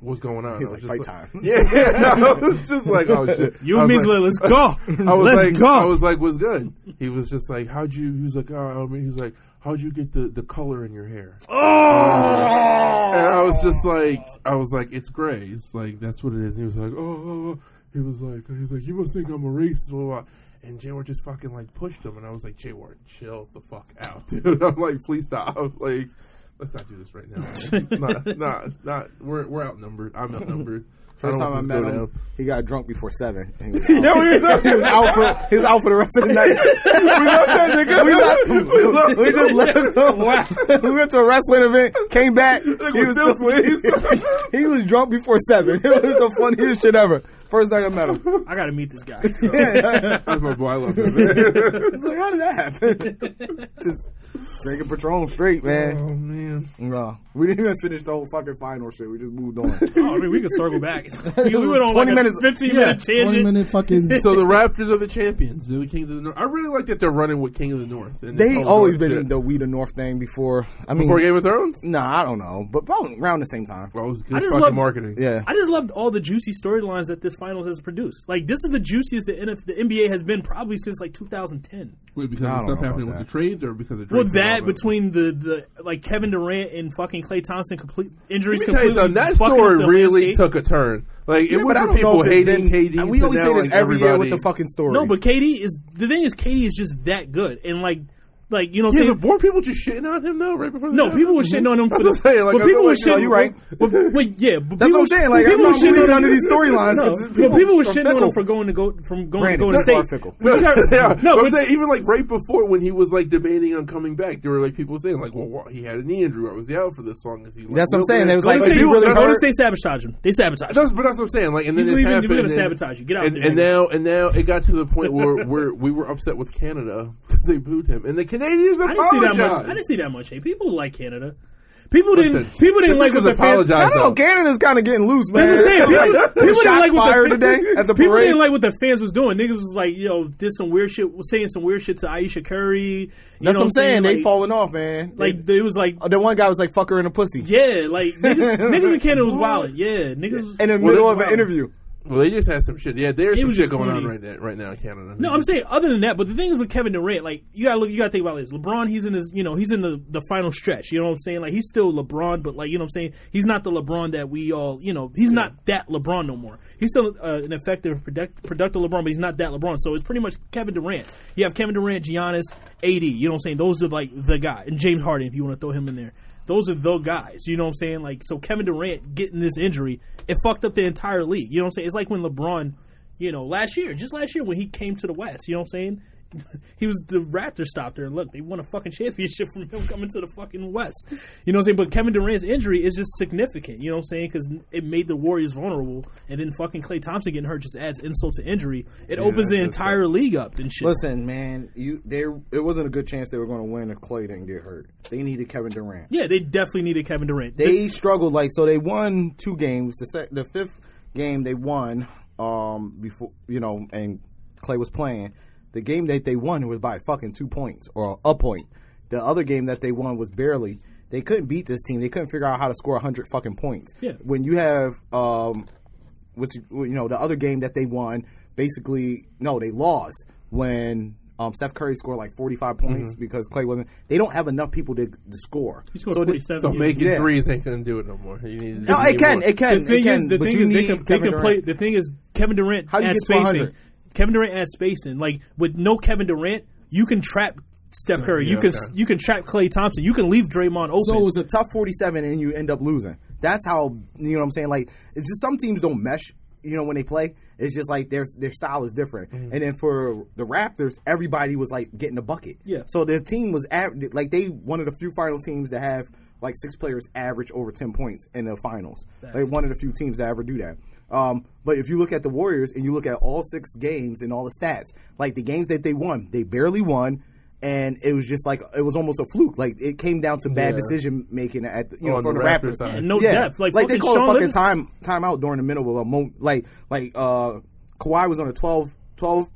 [SPEAKER 4] "What's going on?"
[SPEAKER 3] He's
[SPEAKER 4] I was
[SPEAKER 3] like,
[SPEAKER 4] just
[SPEAKER 3] "Fight time."
[SPEAKER 4] Yeah, yeah. No, I was just like, "Oh shit."
[SPEAKER 2] You
[SPEAKER 4] I
[SPEAKER 2] and
[SPEAKER 4] was
[SPEAKER 2] me,
[SPEAKER 4] like-
[SPEAKER 2] let's go.
[SPEAKER 4] I was
[SPEAKER 2] let's
[SPEAKER 4] like,
[SPEAKER 2] go.
[SPEAKER 4] I was like, "What's good?" He was just like, "How'd you?" He was like, "Oh, I mean," he was like, "How'd you get the the color in your hair?"
[SPEAKER 2] oh,
[SPEAKER 4] And I was just like, I was like, it's gray. It's like that's what it is. And he was like, oh, oh, oh. he was like, he was like, you must think I'm a racist. Blah, blah. blah. And Jayward just fucking like pushed him, and I was like, Jayward, chill the fuck out, dude. I'm like, please stop. I was like, let's not do this right now. not, not, not. We're we're outnumbered. I'm outnumbered.
[SPEAKER 3] First
[SPEAKER 4] I
[SPEAKER 3] time I
[SPEAKER 4] don't want
[SPEAKER 3] met
[SPEAKER 4] this to
[SPEAKER 3] him,
[SPEAKER 4] go down.
[SPEAKER 3] he got drunk before seven. And he was out. he, was out for, he was out for the rest of the night. we left that nigga. We left him. We, just left him. we went to a wrestling event, came back. He was, still, he was drunk before seven. It was the funniest shit ever. First night I met him.
[SPEAKER 2] I gotta meet this guy.
[SPEAKER 4] That's my boy. I love him.
[SPEAKER 3] I was like, how did that happen? just drinking Patron straight, man.
[SPEAKER 4] oh man.
[SPEAKER 3] No, we didn't even finish the whole fucking final shit. We just moved on.
[SPEAKER 2] Oh, I mean, we could circle back. we went on like
[SPEAKER 3] 20
[SPEAKER 2] a
[SPEAKER 3] minutes.
[SPEAKER 2] fifteen
[SPEAKER 3] Yeah,
[SPEAKER 2] minute
[SPEAKER 1] Twenty
[SPEAKER 2] tangent.
[SPEAKER 1] minute fucking.
[SPEAKER 4] So the Raptors are the champions. They're the Kings of the North. I really like that they're running with King of the North. and
[SPEAKER 3] They
[SPEAKER 4] Cold
[SPEAKER 3] always
[SPEAKER 4] War
[SPEAKER 3] been
[SPEAKER 4] shit.
[SPEAKER 3] the we the North thing before. I mean,
[SPEAKER 4] before Game of Thrones.
[SPEAKER 3] nah, I don't know, but probably around the same time.
[SPEAKER 4] Well, it was good
[SPEAKER 2] I just
[SPEAKER 4] fucking
[SPEAKER 2] love-
[SPEAKER 4] marketing.
[SPEAKER 3] Yeah,
[SPEAKER 2] I just loved all the juicy storylines that this finals has produced. Like this is the juiciest the, NF- the NBA has been probably since like 2010.
[SPEAKER 4] Wait, because
[SPEAKER 3] I
[SPEAKER 4] of
[SPEAKER 3] don't
[SPEAKER 4] stuff
[SPEAKER 3] know
[SPEAKER 4] happening
[SPEAKER 3] about
[SPEAKER 4] with
[SPEAKER 3] that.
[SPEAKER 4] the trades or because of
[SPEAKER 2] Well,
[SPEAKER 4] Drake's
[SPEAKER 2] that
[SPEAKER 4] involvement?
[SPEAKER 2] between the, the like Kevin Durant and fucking Clay Thompson complete injuries
[SPEAKER 4] Let me tell
[SPEAKER 2] completely
[SPEAKER 4] you something. That
[SPEAKER 2] fucking
[SPEAKER 4] story
[SPEAKER 2] up the
[SPEAKER 4] really
[SPEAKER 2] landscape.
[SPEAKER 4] took a turn. Like it
[SPEAKER 3] Yeah,
[SPEAKER 4] went
[SPEAKER 3] but I
[SPEAKER 4] from
[SPEAKER 3] don't know
[SPEAKER 4] people
[SPEAKER 3] if it's
[SPEAKER 4] hating
[SPEAKER 3] been- uh,
[SPEAKER 4] KD.
[SPEAKER 3] We
[SPEAKER 4] to
[SPEAKER 3] always
[SPEAKER 4] now,
[SPEAKER 3] say this
[SPEAKER 4] like,
[SPEAKER 3] every year with the
[SPEAKER 4] everybody-
[SPEAKER 3] fucking stories.
[SPEAKER 2] No, but Katie is the thing is Katie is just that good and like like you know what I'm
[SPEAKER 4] Yeah,
[SPEAKER 2] saying.
[SPEAKER 4] but weren't people just shitting on him though? Right before the
[SPEAKER 2] No,
[SPEAKER 4] draft?
[SPEAKER 2] people were shitting on him for
[SPEAKER 4] That's
[SPEAKER 2] the.
[SPEAKER 4] what I'm saying, like,
[SPEAKER 2] but
[SPEAKER 4] I
[SPEAKER 2] people
[SPEAKER 4] feel
[SPEAKER 2] were
[SPEAKER 4] like,
[SPEAKER 2] shitting.
[SPEAKER 4] yo,
[SPEAKER 3] you right.
[SPEAKER 2] But, but yeah, but
[SPEAKER 3] That's
[SPEAKER 2] people,
[SPEAKER 3] what I'm saying. Like,
[SPEAKER 2] people
[SPEAKER 3] I'm
[SPEAKER 2] were
[SPEAKER 3] not
[SPEAKER 2] shitting
[SPEAKER 3] believing
[SPEAKER 2] on
[SPEAKER 3] under these storylines.
[SPEAKER 2] No,
[SPEAKER 3] 'cause
[SPEAKER 2] but people were
[SPEAKER 3] from
[SPEAKER 2] shitting on
[SPEAKER 3] Fickle.
[SPEAKER 2] him for going to go from going going
[SPEAKER 3] Brandon,
[SPEAKER 2] to
[SPEAKER 3] that's
[SPEAKER 2] state.
[SPEAKER 3] our Fickle.
[SPEAKER 2] But you got-
[SPEAKER 4] yeah,
[SPEAKER 2] no,
[SPEAKER 4] but I'm
[SPEAKER 2] but
[SPEAKER 4] saying even like right before when he was like debating on coming back, there were like people saying like, "Well, what, he had a knee injury. Why was he out for this long?" Is he, like,
[SPEAKER 3] That's what I'm
[SPEAKER 4] really-
[SPEAKER 3] saying. It was
[SPEAKER 2] Go to
[SPEAKER 3] Like,
[SPEAKER 2] state,
[SPEAKER 3] he
[SPEAKER 4] people-
[SPEAKER 3] really
[SPEAKER 2] go to
[SPEAKER 3] hurt.
[SPEAKER 2] state sabotage him. They sabotage him.
[SPEAKER 4] That's, but that's what I'm saying. Like, and then
[SPEAKER 2] He's
[SPEAKER 4] this
[SPEAKER 2] leaving. We're
[SPEAKER 4] happened,
[SPEAKER 2] gonna
[SPEAKER 4] and-
[SPEAKER 2] sabotage you. Get out
[SPEAKER 4] and,
[SPEAKER 2] there,
[SPEAKER 4] And
[SPEAKER 2] man.
[SPEAKER 4] now, and now, it got to the point where where we were upset with Canada because they booed him, and the Canadians
[SPEAKER 2] I didn't see
[SPEAKER 4] apologized.
[SPEAKER 2] that much. I didn't see that much. Hey, people like Canada. People didn't.
[SPEAKER 4] Listen,
[SPEAKER 2] people didn't
[SPEAKER 4] the
[SPEAKER 2] like what
[SPEAKER 4] niggas
[SPEAKER 2] the fans.
[SPEAKER 4] apologized.
[SPEAKER 3] I don't know. Canada's kind of getting loose, man.
[SPEAKER 2] That's what I'm saying. People,
[SPEAKER 3] Like,
[SPEAKER 2] people didn't
[SPEAKER 3] shots
[SPEAKER 2] like what
[SPEAKER 3] fired
[SPEAKER 2] the,
[SPEAKER 3] today at the
[SPEAKER 2] people
[SPEAKER 3] parade.
[SPEAKER 2] didn't like what the fans was doing. Niggas was like, yo, did some weird shit, was saying some weird shit to Aisha Curry. You
[SPEAKER 3] That's
[SPEAKER 2] know
[SPEAKER 3] what I'm saying. They
[SPEAKER 2] Like-
[SPEAKER 3] falling off, man.
[SPEAKER 2] Like it was like,
[SPEAKER 3] Oh, the one guy was like, "Fuck her in the pussy,"
[SPEAKER 2] yeah, like niggas, niggas in Canada was wild. Yeah, niggas. Was,
[SPEAKER 3] in the
[SPEAKER 4] Well,
[SPEAKER 3] middle
[SPEAKER 4] they-
[SPEAKER 3] of an interview.
[SPEAKER 4] Well, they just had some shit. Yeah, there's
[SPEAKER 2] It
[SPEAKER 4] some
[SPEAKER 2] was
[SPEAKER 4] shit
[SPEAKER 2] just
[SPEAKER 4] going on
[SPEAKER 2] corny.
[SPEAKER 4] right now, right now in Canada.
[SPEAKER 2] No, I'm saying other than that. But the thing is with Kevin Durant, like you gotta look, you gotta think about this. LeBron, he's in his, you know, he's in the, the final stretch. You know what I'm saying? Like he's still LeBron, but like you know what I'm saying, he's not the LeBron that we all, you know, he's not that LeBron no more. He's still uh, an effective, product, productive LeBron, but he's not that LeBron. So it's pretty much Kevin Durant. You have Kevin Durant, Giannis, AD. You know what I'm saying? Those are like the guy, and James Harden if you want to throw him in there. Those are the guys, you know what I'm saying? Like, so Kevin Durant getting this injury, it fucked up the entire league. You know what I'm saying? It's like when LeBron you know, last year, just last year when he came to the West, you know what I'm saying? He was the Raptors stopped there. Look, they won a fucking championship from him coming to the fucking West. You know what I'm saying? But Kevin Durant's injury is just significant. You know what I'm saying? Because it made the Warriors vulnerable, and then fucking Clay Thompson getting hurt just adds insult to injury. It opens the
[SPEAKER 4] that's
[SPEAKER 2] entire league up and shit.
[SPEAKER 3] Listen, man, you there. It wasn't a good chance they were going to win if Clay didn't get hurt. They needed Kevin Durant.
[SPEAKER 2] yeah, they definitely needed Kevin Durant.
[SPEAKER 3] they struggled like so they won two games the sec- the fifth game they won um before you know and clay was playing the game that they won was by fucking two points or a point the other game that they won was barely they couldn't beat this team they couldn't figure out how to score 100 fucking points
[SPEAKER 2] Yeah.
[SPEAKER 3] when you have um which you know the other game that they won basically no they lost when um, Steph Curry scored like 45 points because Clay wasn't. They don't have enough people to, to score.
[SPEAKER 2] he scored
[SPEAKER 3] So they-
[SPEAKER 2] 47.
[SPEAKER 4] so
[SPEAKER 2] yeah.
[SPEAKER 4] making
[SPEAKER 3] Yeah.
[SPEAKER 4] threes ain't gonna do it no more. You need,
[SPEAKER 3] no,
[SPEAKER 4] you
[SPEAKER 3] it
[SPEAKER 4] need
[SPEAKER 3] can,
[SPEAKER 4] more.
[SPEAKER 3] it can,
[SPEAKER 2] the thing
[SPEAKER 3] it can.
[SPEAKER 2] is, the
[SPEAKER 3] but
[SPEAKER 2] thing
[SPEAKER 3] you
[SPEAKER 2] is, they
[SPEAKER 3] need
[SPEAKER 2] can, they
[SPEAKER 3] Kevin
[SPEAKER 2] can play.
[SPEAKER 3] Durant.
[SPEAKER 2] The thing is, Kevin Durant
[SPEAKER 3] How do you
[SPEAKER 2] adds
[SPEAKER 3] get to 100?
[SPEAKER 2] spacing. Kevin Durant adds spacing. Like with no Kevin Durant, you can trap Steph Curry.
[SPEAKER 4] Yeah,
[SPEAKER 2] you can
[SPEAKER 4] okay.
[SPEAKER 2] you can trap Clay Thompson. You can leave Draymond open.
[SPEAKER 3] So it was a tough 47, and you end up losing. That's how you know what I'm saying. Like it's just some teams don't mesh. You know when they play, it's just like their their style is different.
[SPEAKER 2] Mm-hmm.
[SPEAKER 3] And then for the Raptors, everybody was like getting a bucket.
[SPEAKER 2] Yeah.
[SPEAKER 3] So their team was av- like they one of the few final teams that have like six players average over ten points in the finals. Like one of the few teams that ever do that. Um, but if you look at the Warriors and you look at all six games and all the stats, like the games that they won, they barely won. And it was just like it was almost a fluke. Like it came down to bad
[SPEAKER 4] Yeah.
[SPEAKER 3] decision making at the, you know
[SPEAKER 4] On
[SPEAKER 3] from
[SPEAKER 4] the
[SPEAKER 3] the
[SPEAKER 4] Raptors
[SPEAKER 3] Raptors.
[SPEAKER 4] side.
[SPEAKER 2] And no
[SPEAKER 3] yeah.
[SPEAKER 2] depth. Like,
[SPEAKER 3] they
[SPEAKER 2] fucking
[SPEAKER 3] called
[SPEAKER 2] Sean
[SPEAKER 3] a fucking
[SPEAKER 2] Livingston-
[SPEAKER 3] time time out during the middle of a moment. Like like uh, Kawhi was on a 12, 12,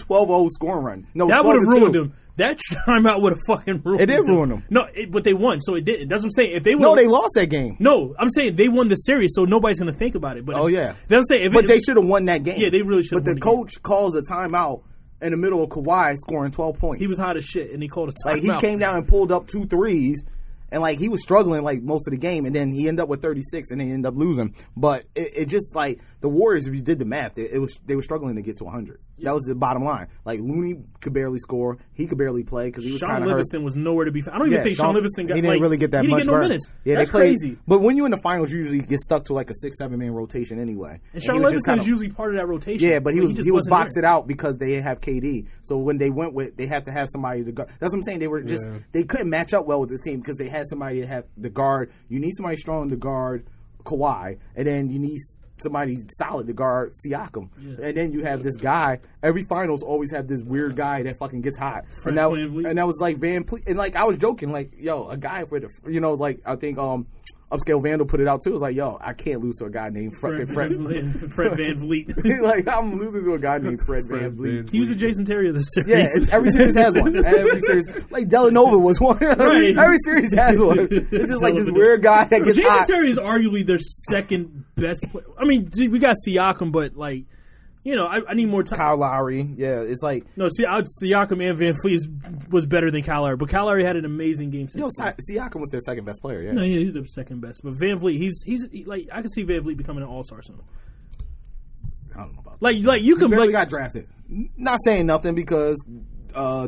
[SPEAKER 3] 12 oh scoring run. No,
[SPEAKER 2] That would have
[SPEAKER 3] 12 to
[SPEAKER 2] ruined
[SPEAKER 3] two.
[SPEAKER 2] them. That timeout would have fucking ruined.
[SPEAKER 3] It did ruin them.
[SPEAKER 2] No, it, but they won, so it didn't. That's what I'm saying. If they
[SPEAKER 3] No,
[SPEAKER 2] would've-
[SPEAKER 3] they lost that game.
[SPEAKER 2] No, I'm saying they won the series, so nobody's gonna think about it. But
[SPEAKER 3] Oh, yeah.
[SPEAKER 2] that's what I'm saying. If
[SPEAKER 3] But
[SPEAKER 2] it-
[SPEAKER 3] they should have won that game.
[SPEAKER 2] Yeah, they really should've
[SPEAKER 3] But the
[SPEAKER 2] won the
[SPEAKER 3] coach calls a timeout in the middle of Kawhi scoring twelve points.
[SPEAKER 2] He was hot as shit, and he called a timeout.
[SPEAKER 3] like he came down and pulled up two threes, and like he was struggling like most of the game, and then he ended up with thirty six, and they ended up losing. But it, it just like the Warriors, if you did the math, it, it was they were struggling to get to hundred. That was the bottom line. Like Looney could barely score, he could barely play because he was
[SPEAKER 2] Sean
[SPEAKER 3] kind of hurt.
[SPEAKER 2] Livingston was nowhere to be found. I don't even think Sean, Livingston got
[SPEAKER 3] He didn't
[SPEAKER 2] like,
[SPEAKER 3] really get that
[SPEAKER 2] he didn't
[SPEAKER 3] much
[SPEAKER 2] get no
[SPEAKER 3] burn.
[SPEAKER 2] minutes.
[SPEAKER 3] Yeah,
[SPEAKER 2] that's
[SPEAKER 3] they played,
[SPEAKER 2] crazy.
[SPEAKER 3] But when you're in the finals, you usually get stuck to like a six, seven man rotation anyway.
[SPEAKER 2] And
[SPEAKER 3] he
[SPEAKER 2] Sean
[SPEAKER 3] was just
[SPEAKER 2] Livingston is
[SPEAKER 3] kinda-
[SPEAKER 2] usually part of that rotation.
[SPEAKER 3] yeah, but he was he,
[SPEAKER 2] just
[SPEAKER 3] was
[SPEAKER 2] wasn't
[SPEAKER 3] boxed
[SPEAKER 2] there.
[SPEAKER 3] it out because they have KD. So when they went with, they have to have somebody to guard. That's what I'm saying. They were just
[SPEAKER 4] Yeah.
[SPEAKER 3] they couldn't match up well with this team because they had somebody to have the guard. You need somebody strong to guard Kawhi, and then you need somebody solid to guard Siakam, and then you have this guy. Every finals always have this weird guy that fucking gets hot. and that
[SPEAKER 2] VanVleet.
[SPEAKER 3] and that was like Van Ple- and like I was joking like yo a guy for the you know like I think um. Upscale Vandal put it out too. It was like, yo, I can't lose to a guy named Fred.
[SPEAKER 2] Fred,
[SPEAKER 3] Fred.
[SPEAKER 2] Fred, Fred Van Vliet.
[SPEAKER 3] like I'm losing to a guy named Fred Van Vliet.
[SPEAKER 2] he was the Jason Terry of the series.
[SPEAKER 3] Yeah, it's, every series has one. Every series, like Delanova was one.
[SPEAKER 2] Right.
[SPEAKER 3] every series has one. It's just like this
[SPEAKER 2] Delanova.
[SPEAKER 3] weird guy that gets
[SPEAKER 2] Jason
[SPEAKER 3] hot.
[SPEAKER 2] Terry is arguably their second best player. I mean, gee, we got Siakam, but like, you know, I, I need more time.
[SPEAKER 3] Kyle Lowry. Yeah, it's like
[SPEAKER 2] No, see, I, would- Siakam and Van Fleet was better than Kyle Lowry, but Kyle Lowry had an amazing game.
[SPEAKER 3] you
[SPEAKER 2] Six.
[SPEAKER 3] know, Si- Siakam was their second best player. Yeah,
[SPEAKER 2] no, yeah, he's the second best. But Van Vliet, he's he's he, like I can see Van Vliet becoming an All Star soon.
[SPEAKER 3] I don't know about that.
[SPEAKER 2] Like like you can
[SPEAKER 3] Barely
[SPEAKER 2] like
[SPEAKER 3] got drafted. Not saying nothing because uh,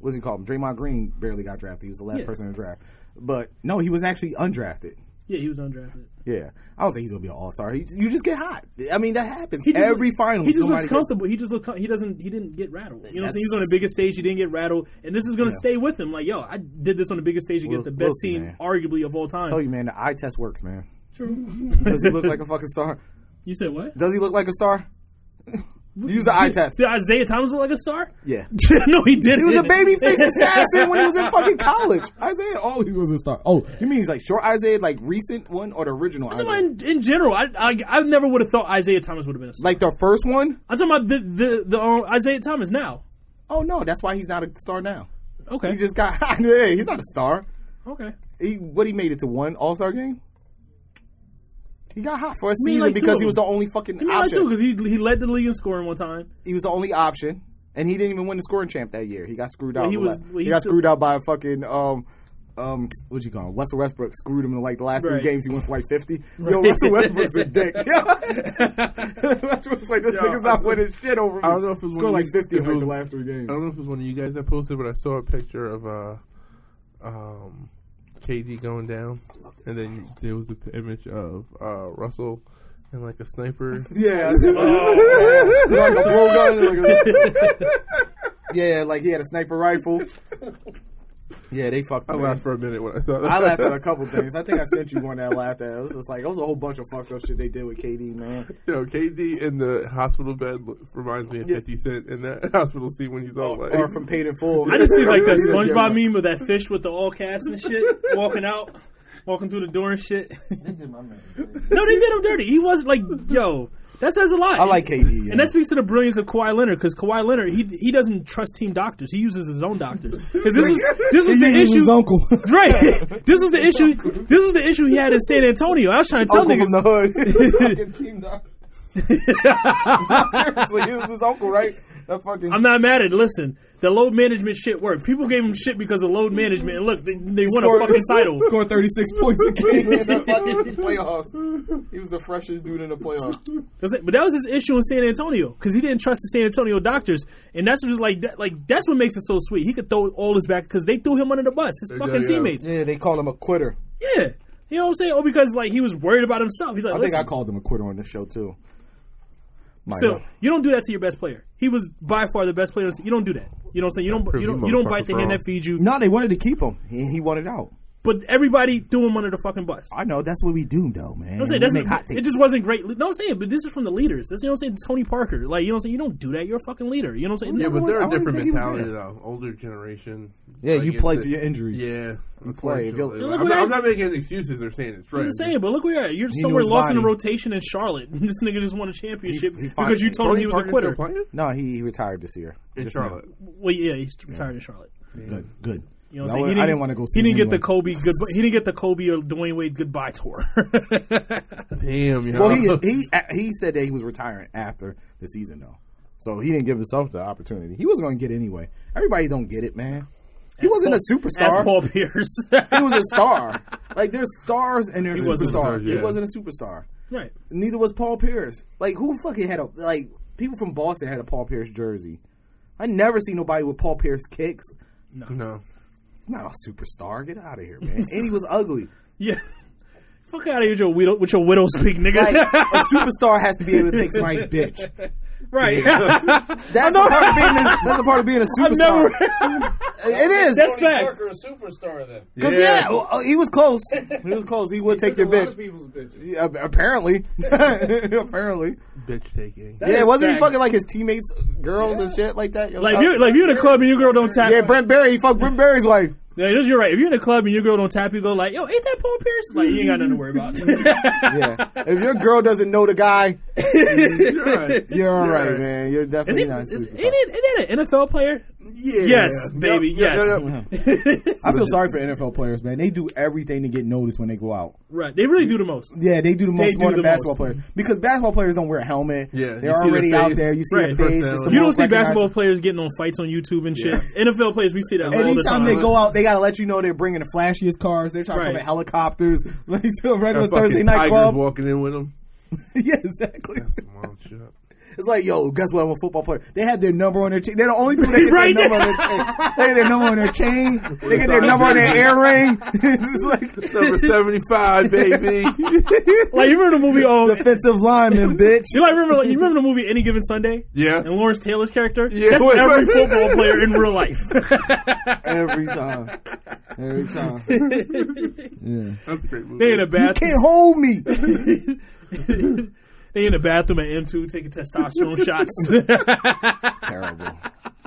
[SPEAKER 3] what's he called? Draymond Green barely got drafted. He was the last
[SPEAKER 2] Yeah.
[SPEAKER 3] person to draft. But no, he was actually undrafted.
[SPEAKER 2] yeah, he was undrafted.
[SPEAKER 3] Yeah, I don't think he's gonna be an all star. You just get hot. I mean, that happens
[SPEAKER 2] He just-
[SPEAKER 3] every final.
[SPEAKER 2] He just looks
[SPEAKER 3] somebody gets-
[SPEAKER 2] comfortable. He just looked. He doesn't. He didn't get rattled. You know, what I'm saying? he was
[SPEAKER 3] That's-
[SPEAKER 2] on the biggest stage. He didn't get rattled, and this is going to
[SPEAKER 3] Yeah.
[SPEAKER 2] stay with him. Like, yo, I did this on the biggest stage against
[SPEAKER 3] We'll-
[SPEAKER 2] the
[SPEAKER 3] we'll
[SPEAKER 2] best
[SPEAKER 3] see,
[SPEAKER 2] team,
[SPEAKER 3] man.
[SPEAKER 2] arguably of all time.
[SPEAKER 3] I tell you, man, the eye test works, man.
[SPEAKER 2] True.
[SPEAKER 3] Does he look like a fucking star?
[SPEAKER 2] You said what?
[SPEAKER 3] Does he look like a star? Use the eye test.
[SPEAKER 2] Did Isaiah Thomas look like a star?
[SPEAKER 3] Yeah.
[SPEAKER 2] no, he didn't.
[SPEAKER 3] He was a baby face assassin when he was in fucking college. Isaiah always was a star. Oh, you mean he's like short Isaiah, like recent one or the original
[SPEAKER 2] I'm
[SPEAKER 3] Isaiah?
[SPEAKER 2] talking about in, in general, I, I I never would have thought Isaiah Thomas would have been a star.
[SPEAKER 3] Like the first one?
[SPEAKER 2] I'm talking about the the, the um, Isaiah Thomas now.
[SPEAKER 3] Oh no, that's why he's not a star now.
[SPEAKER 2] Okay.
[SPEAKER 3] He just got hot. Yeah, he's not a star.
[SPEAKER 2] okay.
[SPEAKER 3] He what he made it to one All Star game. He got hot for a
[SPEAKER 2] mean
[SPEAKER 3] season
[SPEAKER 2] like two of
[SPEAKER 3] because he was
[SPEAKER 2] them.
[SPEAKER 3] the only fucking
[SPEAKER 2] I mean, like
[SPEAKER 3] option.
[SPEAKER 2] too, because he he led the league in scoring one time.
[SPEAKER 3] he was the only option, and he didn't even win the scoring champ that year. He got screwed out.
[SPEAKER 2] he
[SPEAKER 3] the
[SPEAKER 2] was-
[SPEAKER 3] la-
[SPEAKER 2] well,
[SPEAKER 3] he
[SPEAKER 2] he
[SPEAKER 3] got
[SPEAKER 2] still-
[SPEAKER 3] screwed out by a fucking um. Um, what you call him? Russell Westbrook screwed him in like the last
[SPEAKER 2] Right.
[SPEAKER 3] three games. He went for like fifty. Yo, Russell Westbrook's a dick. Westbrook's like this
[SPEAKER 4] Yo,
[SPEAKER 3] nigga's not
[SPEAKER 4] I-
[SPEAKER 3] winning shit over me.
[SPEAKER 4] I don't know if it was
[SPEAKER 3] scored
[SPEAKER 4] one
[SPEAKER 3] like
[SPEAKER 4] of you-
[SPEAKER 3] fifty
[SPEAKER 4] if
[SPEAKER 3] in
[SPEAKER 4] it
[SPEAKER 3] like
[SPEAKER 4] was-
[SPEAKER 3] the last three games.
[SPEAKER 4] I don't know if it was one of you guys that posted, but I saw a picture of uh, um, KD going down, and then there was the p- image of uh, Russell and like a sniper.
[SPEAKER 3] Yeah, I said,
[SPEAKER 2] Oh,
[SPEAKER 3] like a blowgun. Like a- yeah, like he had a sniper rifle. Yeah, they fucked.
[SPEAKER 4] I
[SPEAKER 3] him, man.
[SPEAKER 4] laughed for a minute when I saw that.
[SPEAKER 3] I laughed at a couple things. I think I sent you one that I laughed at. It was just like it was a whole bunch of fucked up shit they did with KD, man.
[SPEAKER 4] Yo, KD in the hospital bed lo- reminds me of
[SPEAKER 3] Yeah.
[SPEAKER 4] 50 Cent in that hospital scene when he's all
[SPEAKER 5] Oh,
[SPEAKER 4] like,
[SPEAKER 3] Or from Paid in Full.
[SPEAKER 2] I just see like that
[SPEAKER 3] Yeah,
[SPEAKER 2] SpongeBob
[SPEAKER 3] yeah.
[SPEAKER 2] meme of that fish with the all cast and shit walking out, walking through the door and shit. no, they did him dirty. He was like, yo, that says a lot.
[SPEAKER 3] I like KD. yeah.
[SPEAKER 2] And that speaks to the brilliance of Kawhi Leonard because Kawhi Leonard he he doesn't trust team doctors. He uses his own doctors. 'Cause this was this was the
[SPEAKER 3] He was
[SPEAKER 2] issue.
[SPEAKER 3] his uncle.
[SPEAKER 2] Right. This was the issue. This was the issue he had in San Antonio. I was trying to tell
[SPEAKER 3] uncle
[SPEAKER 2] niggas.
[SPEAKER 3] from the hood. Fucking team dog. Seriously, he was his uncle, right? That fucking
[SPEAKER 2] I'm not mad at. Listen, the load management shit worked. People gave him shit because of load management. And look, they, they won a fucking title.
[SPEAKER 1] Score 36 points a game.
[SPEAKER 5] in the fucking playoffs. He was the freshest dude in the playoffs.
[SPEAKER 2] That's it. But that was his issue in San Antonio because he didn't trust the San Antonio doctors, and that's just like that, like that's what makes it so sweet. He could throw all his back because they threw him under the bus. His
[SPEAKER 4] They
[SPEAKER 2] fucking
[SPEAKER 4] did, yeah.
[SPEAKER 2] teammates.
[SPEAKER 3] Yeah, they called him a quitter.
[SPEAKER 2] Yeah. You know what I'm saying? Oh, because like he was worried about himself. He's like,
[SPEAKER 3] I think
[SPEAKER 2] listen,
[SPEAKER 3] I called him a quitter on this show too. My
[SPEAKER 2] so
[SPEAKER 3] God.
[SPEAKER 2] you don't do that to your best player. He was by far the best player. You don't do that. You know what I'm saying? You don't.
[SPEAKER 4] Prove
[SPEAKER 2] You
[SPEAKER 4] you
[SPEAKER 2] don't. You don't
[SPEAKER 4] motherfuckers
[SPEAKER 2] bite the hand
[SPEAKER 4] wrong.
[SPEAKER 2] that feeds you.
[SPEAKER 3] no, they wanted to keep him. He, he wanted out.
[SPEAKER 2] But everybody threw him under the fucking bus.
[SPEAKER 3] I know that's what we do, though,
[SPEAKER 2] You
[SPEAKER 3] man.
[SPEAKER 2] know what I'm saying?
[SPEAKER 3] We
[SPEAKER 2] That's-
[SPEAKER 3] make hot takes.
[SPEAKER 2] it just wasn't great. No, I'm saying, but this is from the leaders. That's you know what I'm saying. Tony Parker, like you know what I'm saying. You don't do that. You're a fucking leader. You know what I'm saying.
[SPEAKER 4] Yeah, but
[SPEAKER 3] was-
[SPEAKER 4] they're
[SPEAKER 3] I
[SPEAKER 4] a
[SPEAKER 3] wouldn't
[SPEAKER 4] different
[SPEAKER 3] think he was
[SPEAKER 4] mentality
[SPEAKER 3] there.
[SPEAKER 4] though. Older generation.
[SPEAKER 3] Yeah,
[SPEAKER 4] Like,
[SPEAKER 3] you
[SPEAKER 4] it's
[SPEAKER 3] play
[SPEAKER 4] the-
[SPEAKER 3] through your injuries.
[SPEAKER 4] Yeah, you
[SPEAKER 3] play. If you're-
[SPEAKER 2] Look
[SPEAKER 4] I'm,
[SPEAKER 2] what
[SPEAKER 4] not,
[SPEAKER 2] I-
[SPEAKER 4] I'm not making excuses or saying it's right.
[SPEAKER 2] I'm just saying, but look where you are. You're
[SPEAKER 3] knew
[SPEAKER 2] somewhere
[SPEAKER 3] his
[SPEAKER 2] lost in the
[SPEAKER 3] body.
[SPEAKER 2] rotation in Charlotte. this nigga just won a championship
[SPEAKER 3] He- he fought-
[SPEAKER 2] because you told him
[SPEAKER 4] Tony
[SPEAKER 2] he was
[SPEAKER 4] Parker's
[SPEAKER 2] a quitter.
[SPEAKER 4] still playing
[SPEAKER 3] No, he, he retired this year
[SPEAKER 4] in
[SPEAKER 3] Just now.
[SPEAKER 4] Charlotte.
[SPEAKER 2] Well, yeah, he's retired in Charlotte.
[SPEAKER 3] Good, good.
[SPEAKER 2] You know what I'm
[SPEAKER 3] I,
[SPEAKER 2] saying?
[SPEAKER 3] wa-
[SPEAKER 2] He
[SPEAKER 3] I didn't want to go. See
[SPEAKER 2] He didn't
[SPEAKER 3] him
[SPEAKER 2] get the Kobe
[SPEAKER 3] anyway.
[SPEAKER 2] good. He didn't get the Kobe or Dwayne Wade goodbye tour.
[SPEAKER 4] Damn, yo.
[SPEAKER 3] Well, he he he said that he was retiring after the season though, so he didn't give himself the opportunity. He was going to get it anyway. Everybody don't get it, man. He wasn't a
[SPEAKER 2] That's
[SPEAKER 3] superstar.
[SPEAKER 2] Paul Pierce.
[SPEAKER 3] he was a star. Like there's stars and there's
[SPEAKER 2] He wasn't a
[SPEAKER 4] star,
[SPEAKER 3] superstars.
[SPEAKER 4] yeah.
[SPEAKER 3] He wasn't a superstar.
[SPEAKER 2] right.
[SPEAKER 3] Neither was Paul Pierce. Like who fucking had a like people from Boston had a Paul Pierce jersey. I never see nobody with Paul Pierce kicks.
[SPEAKER 4] no.
[SPEAKER 3] I'm not a superstar. Get out of here, man. and he was ugly.
[SPEAKER 2] Yeah. Fuck out of here with your widow, with your widow's peak, nigga.
[SPEAKER 3] Like a superstar has to be able to take somebody's bitch.
[SPEAKER 2] right.
[SPEAKER 3] That's a part of being a, that's a part of being a superstar. it is.
[SPEAKER 2] That's
[SPEAKER 5] Tony
[SPEAKER 2] facts.
[SPEAKER 5] Parker, a superstar then.
[SPEAKER 3] 'Cause, yeah, well, uh, he was close. He was close. He would take your
[SPEAKER 5] Took a lot of
[SPEAKER 3] bitch.
[SPEAKER 5] people's bitches.
[SPEAKER 3] Yeah, apparently, apparently.
[SPEAKER 4] bitch taking.
[SPEAKER 2] That
[SPEAKER 3] yeah,
[SPEAKER 2] is
[SPEAKER 3] wasn't he
[SPEAKER 2] facts.
[SPEAKER 3] fucking like his teammates, girls and shit like that? Yo,
[SPEAKER 2] Like
[SPEAKER 3] uh,
[SPEAKER 2] if you're like if you're in a club and your girl don't tap.
[SPEAKER 3] yeah, Brent Berry. He fucked Brent Berry's wife.
[SPEAKER 2] Yeah, you're right. If you're in a club and your girl don't tap, you go like, "Yo, ain't that Paul Pierce?" Like, you ain't got nothing to worry about.
[SPEAKER 3] Yeah. if your girl doesn't know the guy, you're all right,
[SPEAKER 4] right.
[SPEAKER 3] man. You're
[SPEAKER 2] is
[SPEAKER 3] definitely
[SPEAKER 2] it,
[SPEAKER 3] not. a
[SPEAKER 2] is, ain't,
[SPEAKER 3] superstar.
[SPEAKER 2] it, ain't that an NFL player?
[SPEAKER 4] Yeah.
[SPEAKER 2] Yes, baby, yes.
[SPEAKER 3] I feel sorry for NFL players, man. They do everything to get noticed when they go out.
[SPEAKER 2] Right. They really do the most.
[SPEAKER 3] Yeah, they do the most
[SPEAKER 2] do
[SPEAKER 3] more than
[SPEAKER 2] the
[SPEAKER 3] basketball
[SPEAKER 2] most.
[SPEAKER 3] players because basketball players don't wear a helmet.
[SPEAKER 4] Yeah,
[SPEAKER 3] they're
[SPEAKER 4] you see their
[SPEAKER 3] already out
[SPEAKER 4] face.
[SPEAKER 3] there. You see
[SPEAKER 2] Right.
[SPEAKER 3] their face. It's the
[SPEAKER 4] Personality.
[SPEAKER 2] You don't
[SPEAKER 3] most
[SPEAKER 2] see basketball
[SPEAKER 3] recognizable-
[SPEAKER 2] players getting on fights on YouTube and shit. NFL players, we see that all the time.
[SPEAKER 3] Anytime they go out, they gotta let you know they're bringing the flashiest cars. They're trying
[SPEAKER 2] Right.
[SPEAKER 3] to come in helicopters, like to a regular
[SPEAKER 4] That
[SPEAKER 3] Thursday
[SPEAKER 4] fucking
[SPEAKER 3] night
[SPEAKER 4] tiger's
[SPEAKER 3] club.
[SPEAKER 4] walking in with him.
[SPEAKER 3] yeah, exactly.
[SPEAKER 4] That's some wild shit.
[SPEAKER 3] It's like, yo, guess what? I'm a football player. They have their number on their chain. They're the only people that get
[SPEAKER 2] Right.
[SPEAKER 3] their number on their chain. They get their number on their chain. They get their number on their earring. it's like
[SPEAKER 4] Number 75, baby.
[SPEAKER 2] Like you remember the movie? Oh,
[SPEAKER 3] defensive lineman, bitch.
[SPEAKER 2] you like remember? Like, you remember the movie Any Given Sunday?
[SPEAKER 4] Yeah.
[SPEAKER 2] And Lawrence Taylor's character.
[SPEAKER 4] Yeah,
[SPEAKER 2] That's
[SPEAKER 4] wait,
[SPEAKER 2] every
[SPEAKER 4] wait.
[SPEAKER 2] football player in real life.
[SPEAKER 3] Every time. Every time.
[SPEAKER 4] That's a great movie.
[SPEAKER 2] they in a bathroom.
[SPEAKER 3] Can't hold me.
[SPEAKER 2] They in the bathroom at M2 taking testosterone shots.
[SPEAKER 3] Terrible.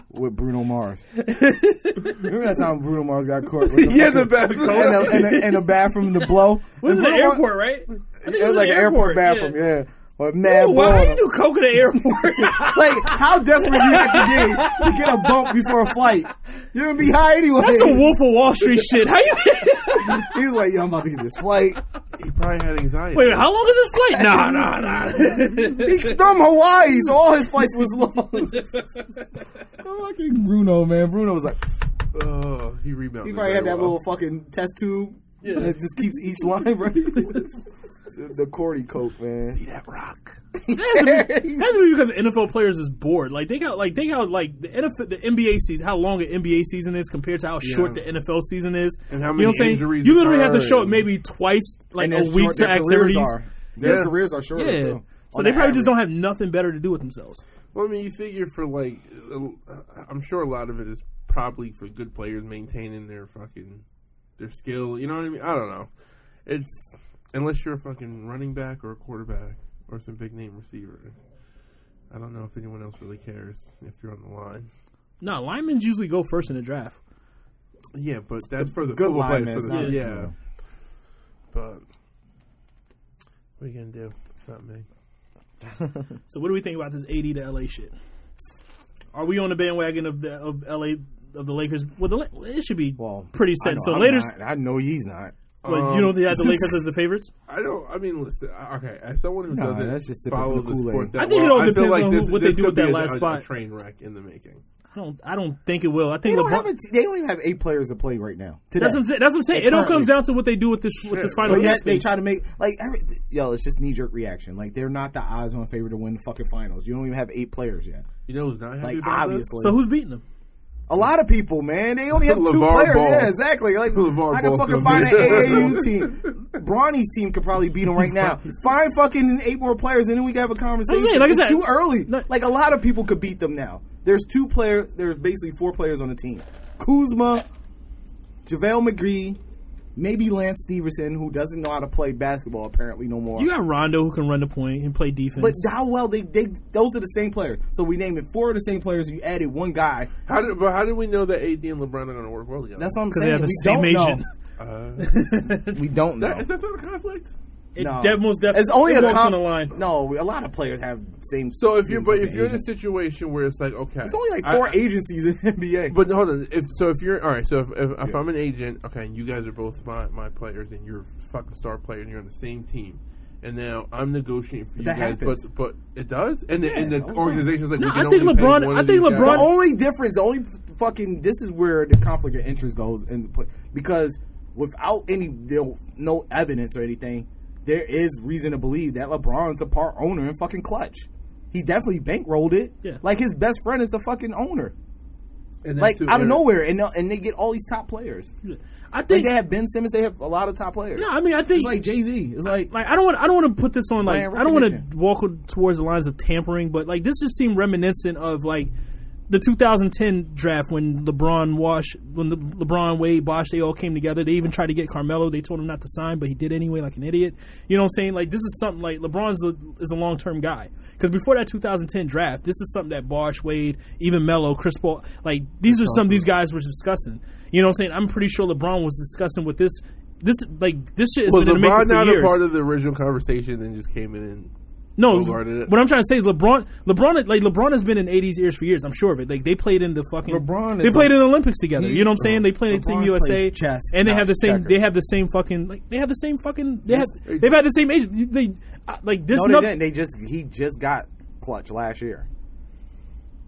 [SPEAKER 3] With Bruno Mars. Remember that time Bruno Mars got caught with the
[SPEAKER 4] yeah, the
[SPEAKER 3] fucking- in
[SPEAKER 4] bathroom.
[SPEAKER 3] the, in the, in the bathroom to blow?
[SPEAKER 2] was it an
[SPEAKER 3] Bruno Mars-
[SPEAKER 2] airport, right? I think
[SPEAKER 3] It was like an airport, bathroom, yeah. With mad
[SPEAKER 2] Yo, why
[SPEAKER 3] blow on
[SPEAKER 2] do you
[SPEAKER 3] him.
[SPEAKER 2] do coke at the airport?
[SPEAKER 3] Like, how desperate you have to be to get a bump before a flight? You're gonna be high anyway.
[SPEAKER 2] That's some Wolf of Wall Street shit. How you?
[SPEAKER 3] He was like, "Yo, I'm about to get this flight."
[SPEAKER 4] He probably had anxiety.
[SPEAKER 2] Wait, how long is this flight? Nah, nah, nah.
[SPEAKER 3] He's from Hawaii, so all his flights was long. fucking Bruno, man. Bruno was like,
[SPEAKER 4] Oh, he rebounded.
[SPEAKER 3] he probably had
[SPEAKER 4] very
[SPEAKER 3] that
[SPEAKER 4] well.
[SPEAKER 3] little fucking test tube that just keeps each line right. the, the Cordy coat, man.
[SPEAKER 4] See that rock.
[SPEAKER 2] That's really because NFL players is bored. Like they got like they got like the NFL, the NBA season. How long an NBA season is compared to how short the NFL season is.
[SPEAKER 4] And how
[SPEAKER 2] you
[SPEAKER 4] many
[SPEAKER 2] know what I'm saying?
[SPEAKER 4] injuries
[SPEAKER 2] You literally have to
[SPEAKER 4] occur
[SPEAKER 2] show it
[SPEAKER 4] and-
[SPEAKER 2] maybe twice, like
[SPEAKER 3] And
[SPEAKER 2] a
[SPEAKER 3] their
[SPEAKER 2] week
[SPEAKER 3] short-
[SPEAKER 2] to
[SPEAKER 3] their careers
[SPEAKER 2] activities.
[SPEAKER 3] are- Their
[SPEAKER 4] Yeah.
[SPEAKER 3] careers are shorter.
[SPEAKER 2] Yeah.
[SPEAKER 3] too,
[SPEAKER 2] So
[SPEAKER 3] on
[SPEAKER 2] they
[SPEAKER 3] the
[SPEAKER 2] probably just
[SPEAKER 3] average.
[SPEAKER 2] don't have nothing better to do with themselves.
[SPEAKER 4] Well, I mean, you figure for like, uh, I'm sure a lot of it is probably for good players maintaining their fucking their skill. You know what I mean? I don't know. It's unless you're a fucking running back or a quarterback or some big name receiver. I don't know if anyone else really cares if you're on the line.
[SPEAKER 2] No, linemen usually go first in the draft.
[SPEAKER 4] Yeah, but that's for the
[SPEAKER 3] good
[SPEAKER 4] football players,
[SPEAKER 3] linemen,
[SPEAKER 4] for the-
[SPEAKER 3] it's not-
[SPEAKER 4] yeah.
[SPEAKER 3] yeah.
[SPEAKER 4] But what are you gonna do? It's not me.
[SPEAKER 2] So what do we think about this AD to LA shit? Are we on the bandwagon of the of LA of the Lakers? Well, the, La- it should be
[SPEAKER 3] Well,
[SPEAKER 2] pretty
[SPEAKER 3] I
[SPEAKER 2] set.
[SPEAKER 3] know
[SPEAKER 2] So
[SPEAKER 3] I'm
[SPEAKER 2] later,
[SPEAKER 3] not. I know he's not.
[SPEAKER 2] Like,
[SPEAKER 4] Um,
[SPEAKER 2] you don't think that the Lakers is the favorites?
[SPEAKER 4] I don't. I mean, listen. I- Okay, as someone who
[SPEAKER 3] No,
[SPEAKER 4] doesn't
[SPEAKER 3] that's just sipping
[SPEAKER 4] follow
[SPEAKER 3] the
[SPEAKER 4] the
[SPEAKER 3] Kool-Aid.
[SPEAKER 4] sport, that
[SPEAKER 2] I think it
[SPEAKER 4] well,
[SPEAKER 2] all
[SPEAKER 4] feel
[SPEAKER 2] depends
[SPEAKER 4] like
[SPEAKER 2] on who-
[SPEAKER 4] this-
[SPEAKER 2] what they
[SPEAKER 4] this
[SPEAKER 2] do
[SPEAKER 4] could
[SPEAKER 2] with that
[SPEAKER 4] be a-
[SPEAKER 2] last
[SPEAKER 4] a-
[SPEAKER 2] spot.
[SPEAKER 4] A train wreck in the making.
[SPEAKER 2] I don't. I don't think it will. I
[SPEAKER 3] They
[SPEAKER 2] think
[SPEAKER 3] don't,
[SPEAKER 2] LeBron.
[SPEAKER 3] have a t- they don't even have eight players to play right now. Today.
[SPEAKER 2] that's, what I'm saying, that's what I'm saying. It all
[SPEAKER 3] Currently.
[SPEAKER 2] comes down to what they do with this with this
[SPEAKER 4] Shit,
[SPEAKER 2] final.
[SPEAKER 3] But yet
[SPEAKER 2] eight
[SPEAKER 3] they
[SPEAKER 2] space.
[SPEAKER 3] try to make like every, yo, it's just knee jerk reaction. Like they're not the odds on favor to win the fucking finals. You don't even have eight players yet.
[SPEAKER 4] You know who's not happy
[SPEAKER 3] Like
[SPEAKER 4] about
[SPEAKER 3] obviously,
[SPEAKER 2] so who's beating them?
[SPEAKER 3] a lot of people, man, they only have two
[SPEAKER 4] LeVar
[SPEAKER 3] players.
[SPEAKER 4] Ball.
[SPEAKER 3] Yeah, exactly. Like
[SPEAKER 4] LeVar
[SPEAKER 3] I can
[SPEAKER 4] Ball
[SPEAKER 3] fucking
[SPEAKER 4] still
[SPEAKER 3] find an
[SPEAKER 4] beat him.
[SPEAKER 3] AAU team. Bronny's team could probably beat them right now. Find fucking eight more players, and then we can have a conversation.
[SPEAKER 2] saying, like I
[SPEAKER 3] it's
[SPEAKER 2] said,
[SPEAKER 3] too early.
[SPEAKER 2] no-
[SPEAKER 3] like a lot of people could beat them now. There's two player. There's basically four players on the team: Kuzma, JaVale McGree. Maybe Lance Stevenson, who doesn't know how to play basketball apparently no more.
[SPEAKER 2] You got Rondo who can run the point and play defense.
[SPEAKER 3] But how well they they those are the same players. So we named it four of the same players. You added one guy.
[SPEAKER 4] this? How did, but how did we know that AD and LeBron are going to work well together?
[SPEAKER 3] That's what I'm
[SPEAKER 2] 'Cause
[SPEAKER 3] saying.
[SPEAKER 2] they have the
[SPEAKER 3] we
[SPEAKER 2] same
[SPEAKER 3] don't
[SPEAKER 2] agent.
[SPEAKER 4] uh,
[SPEAKER 3] know. We don't know.
[SPEAKER 4] that, is that not a conflict?
[SPEAKER 2] It
[SPEAKER 3] No.
[SPEAKER 2] de- most def-
[SPEAKER 3] it's only
[SPEAKER 2] it
[SPEAKER 3] a
[SPEAKER 2] walks
[SPEAKER 3] com-
[SPEAKER 2] on the line.
[SPEAKER 3] No, a lot of players have same.
[SPEAKER 4] So if you're, but
[SPEAKER 3] same
[SPEAKER 4] if you're in a
[SPEAKER 3] agents.
[SPEAKER 4] situation where it's like, okay,
[SPEAKER 3] it's only like
[SPEAKER 4] I-
[SPEAKER 3] four
[SPEAKER 4] I-
[SPEAKER 3] agencies in the NBA.
[SPEAKER 4] But hold on. If so, if you're all right, so if, if, if I'm an agent, okay, and you guys are both my, my players, and you're fucking star players, and you're on the same team, and now I'm negotiating for you
[SPEAKER 3] that
[SPEAKER 4] guys,
[SPEAKER 3] happens.
[SPEAKER 4] but but it does, and the, and
[SPEAKER 3] Yeah,
[SPEAKER 4] the
[SPEAKER 3] all the time.
[SPEAKER 4] organization's like,
[SPEAKER 2] No,
[SPEAKER 4] we can
[SPEAKER 2] I think
[SPEAKER 4] only pay
[SPEAKER 2] LeBron-
[SPEAKER 4] one
[SPEAKER 2] I think
[SPEAKER 4] of these guys.
[SPEAKER 2] LeBron-
[SPEAKER 3] the only difference, the only fucking this is where the conflict of interest goes in the play because without any you know, no evidence or anything, there is reason to believe that LeBron's a part owner in fucking clutch. He definitely bankrolled it.
[SPEAKER 2] Yeah.
[SPEAKER 3] Like his best friend is the fucking owner.
[SPEAKER 4] And that's
[SPEAKER 3] like
[SPEAKER 4] who
[SPEAKER 3] out of
[SPEAKER 4] Eric-
[SPEAKER 3] nowhere, and they'll- and they get all these top players.
[SPEAKER 2] I think.
[SPEAKER 3] Like they have Ben Simmons, they have a lot of top players.
[SPEAKER 2] no, I mean I think
[SPEAKER 3] it's like Jay Z. It's like
[SPEAKER 2] like I don't want I don't want to put this on like
[SPEAKER 3] Brand
[SPEAKER 2] I don't want to
[SPEAKER 3] recognition.
[SPEAKER 2] walk towards the lines of tampering, but like this just seemed reminiscent of like the 2010 draft when LeBron Wash when the LeBron Wade Bosh they all came together. They even tried to get Carmelo. They told him not to sign, but he did anyway, like an idiot. You know what I'm saying? Like this is something like LeBron's a, is a long term guy because before that 2010 draft, this is something that Bosh Wade, even Melo, Chris Paul, like these are some of these guys were discussing. You know what I'm saying? I'm pretty sure LeBron was discussing with this. This like this shit has
[SPEAKER 4] Was
[SPEAKER 2] been in the
[SPEAKER 4] LeBron
[SPEAKER 2] making for
[SPEAKER 4] not a
[SPEAKER 2] years.
[SPEAKER 4] part of the original conversation and just came in and
[SPEAKER 2] No,
[SPEAKER 4] Bogarted it.
[SPEAKER 2] what I'm trying to say is LeBron, LeBron, like LeBron has been in '80s ears for years. I'm sure of it. Like they played in the fucking
[SPEAKER 3] LeBron
[SPEAKER 2] They
[SPEAKER 3] is
[SPEAKER 2] played
[SPEAKER 3] a-
[SPEAKER 2] in the Olympics together. You know what I'm saying? They played in
[SPEAKER 3] LeBron
[SPEAKER 2] Team USA,
[SPEAKER 3] plays chess,
[SPEAKER 2] and they
[SPEAKER 3] not
[SPEAKER 2] have the same.
[SPEAKER 3] checkers.
[SPEAKER 2] They have the same fucking. Like they have the same fucking. They have.
[SPEAKER 4] Yes.
[SPEAKER 2] They've had the same age. They uh, like this.
[SPEAKER 3] no, they
[SPEAKER 2] noth-
[SPEAKER 3] didn't. They just he just got clutch last year.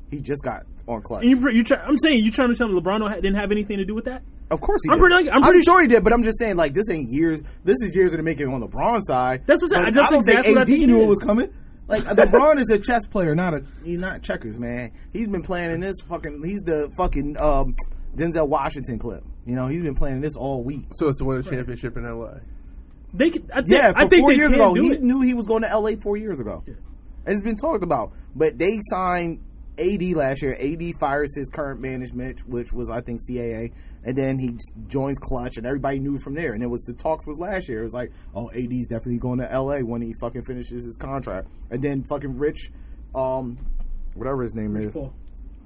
[SPEAKER 3] He just got on clutch.
[SPEAKER 2] and you, you try, I'm saying you trying to tell me LeBron don't ha- didn't have anything to do with that?
[SPEAKER 3] of course, he
[SPEAKER 2] I'm
[SPEAKER 3] did.
[SPEAKER 2] pretty- I'm pretty
[SPEAKER 3] sure he did. But I'm just saying, like this ain't years. This is years in the making on LeBron's side.
[SPEAKER 2] That's what I'm saying.
[SPEAKER 3] But
[SPEAKER 2] That's
[SPEAKER 3] I don't
[SPEAKER 2] exactly
[SPEAKER 3] think
[SPEAKER 2] what I
[SPEAKER 3] AD
[SPEAKER 2] think it
[SPEAKER 3] knew
[SPEAKER 2] is.
[SPEAKER 3] was coming. Like LeBron is a chess player, not a he's not checkers, man. He's been playing in this fucking. He's the fucking um, Denzel Washington clip. You know, he's been playing this all week.
[SPEAKER 4] so it's to win a championship in LA.
[SPEAKER 2] They could, I think,
[SPEAKER 3] Yeah, for
[SPEAKER 2] I think
[SPEAKER 3] four
[SPEAKER 2] they
[SPEAKER 3] years
[SPEAKER 2] can
[SPEAKER 3] ago,
[SPEAKER 2] do
[SPEAKER 3] he
[SPEAKER 2] it.
[SPEAKER 3] knew he was going to LA four years ago. And it's been talked about, but they signed AD last year. AD fires his current management, which was I think CAA, and then he joins Clutch, and everybody knew from there. And it was the talks was last year. It was like, oh, AD's definitely going to LA when he fucking finishes his contract, and then fucking Rich, um, whatever his name is,
[SPEAKER 2] Paul.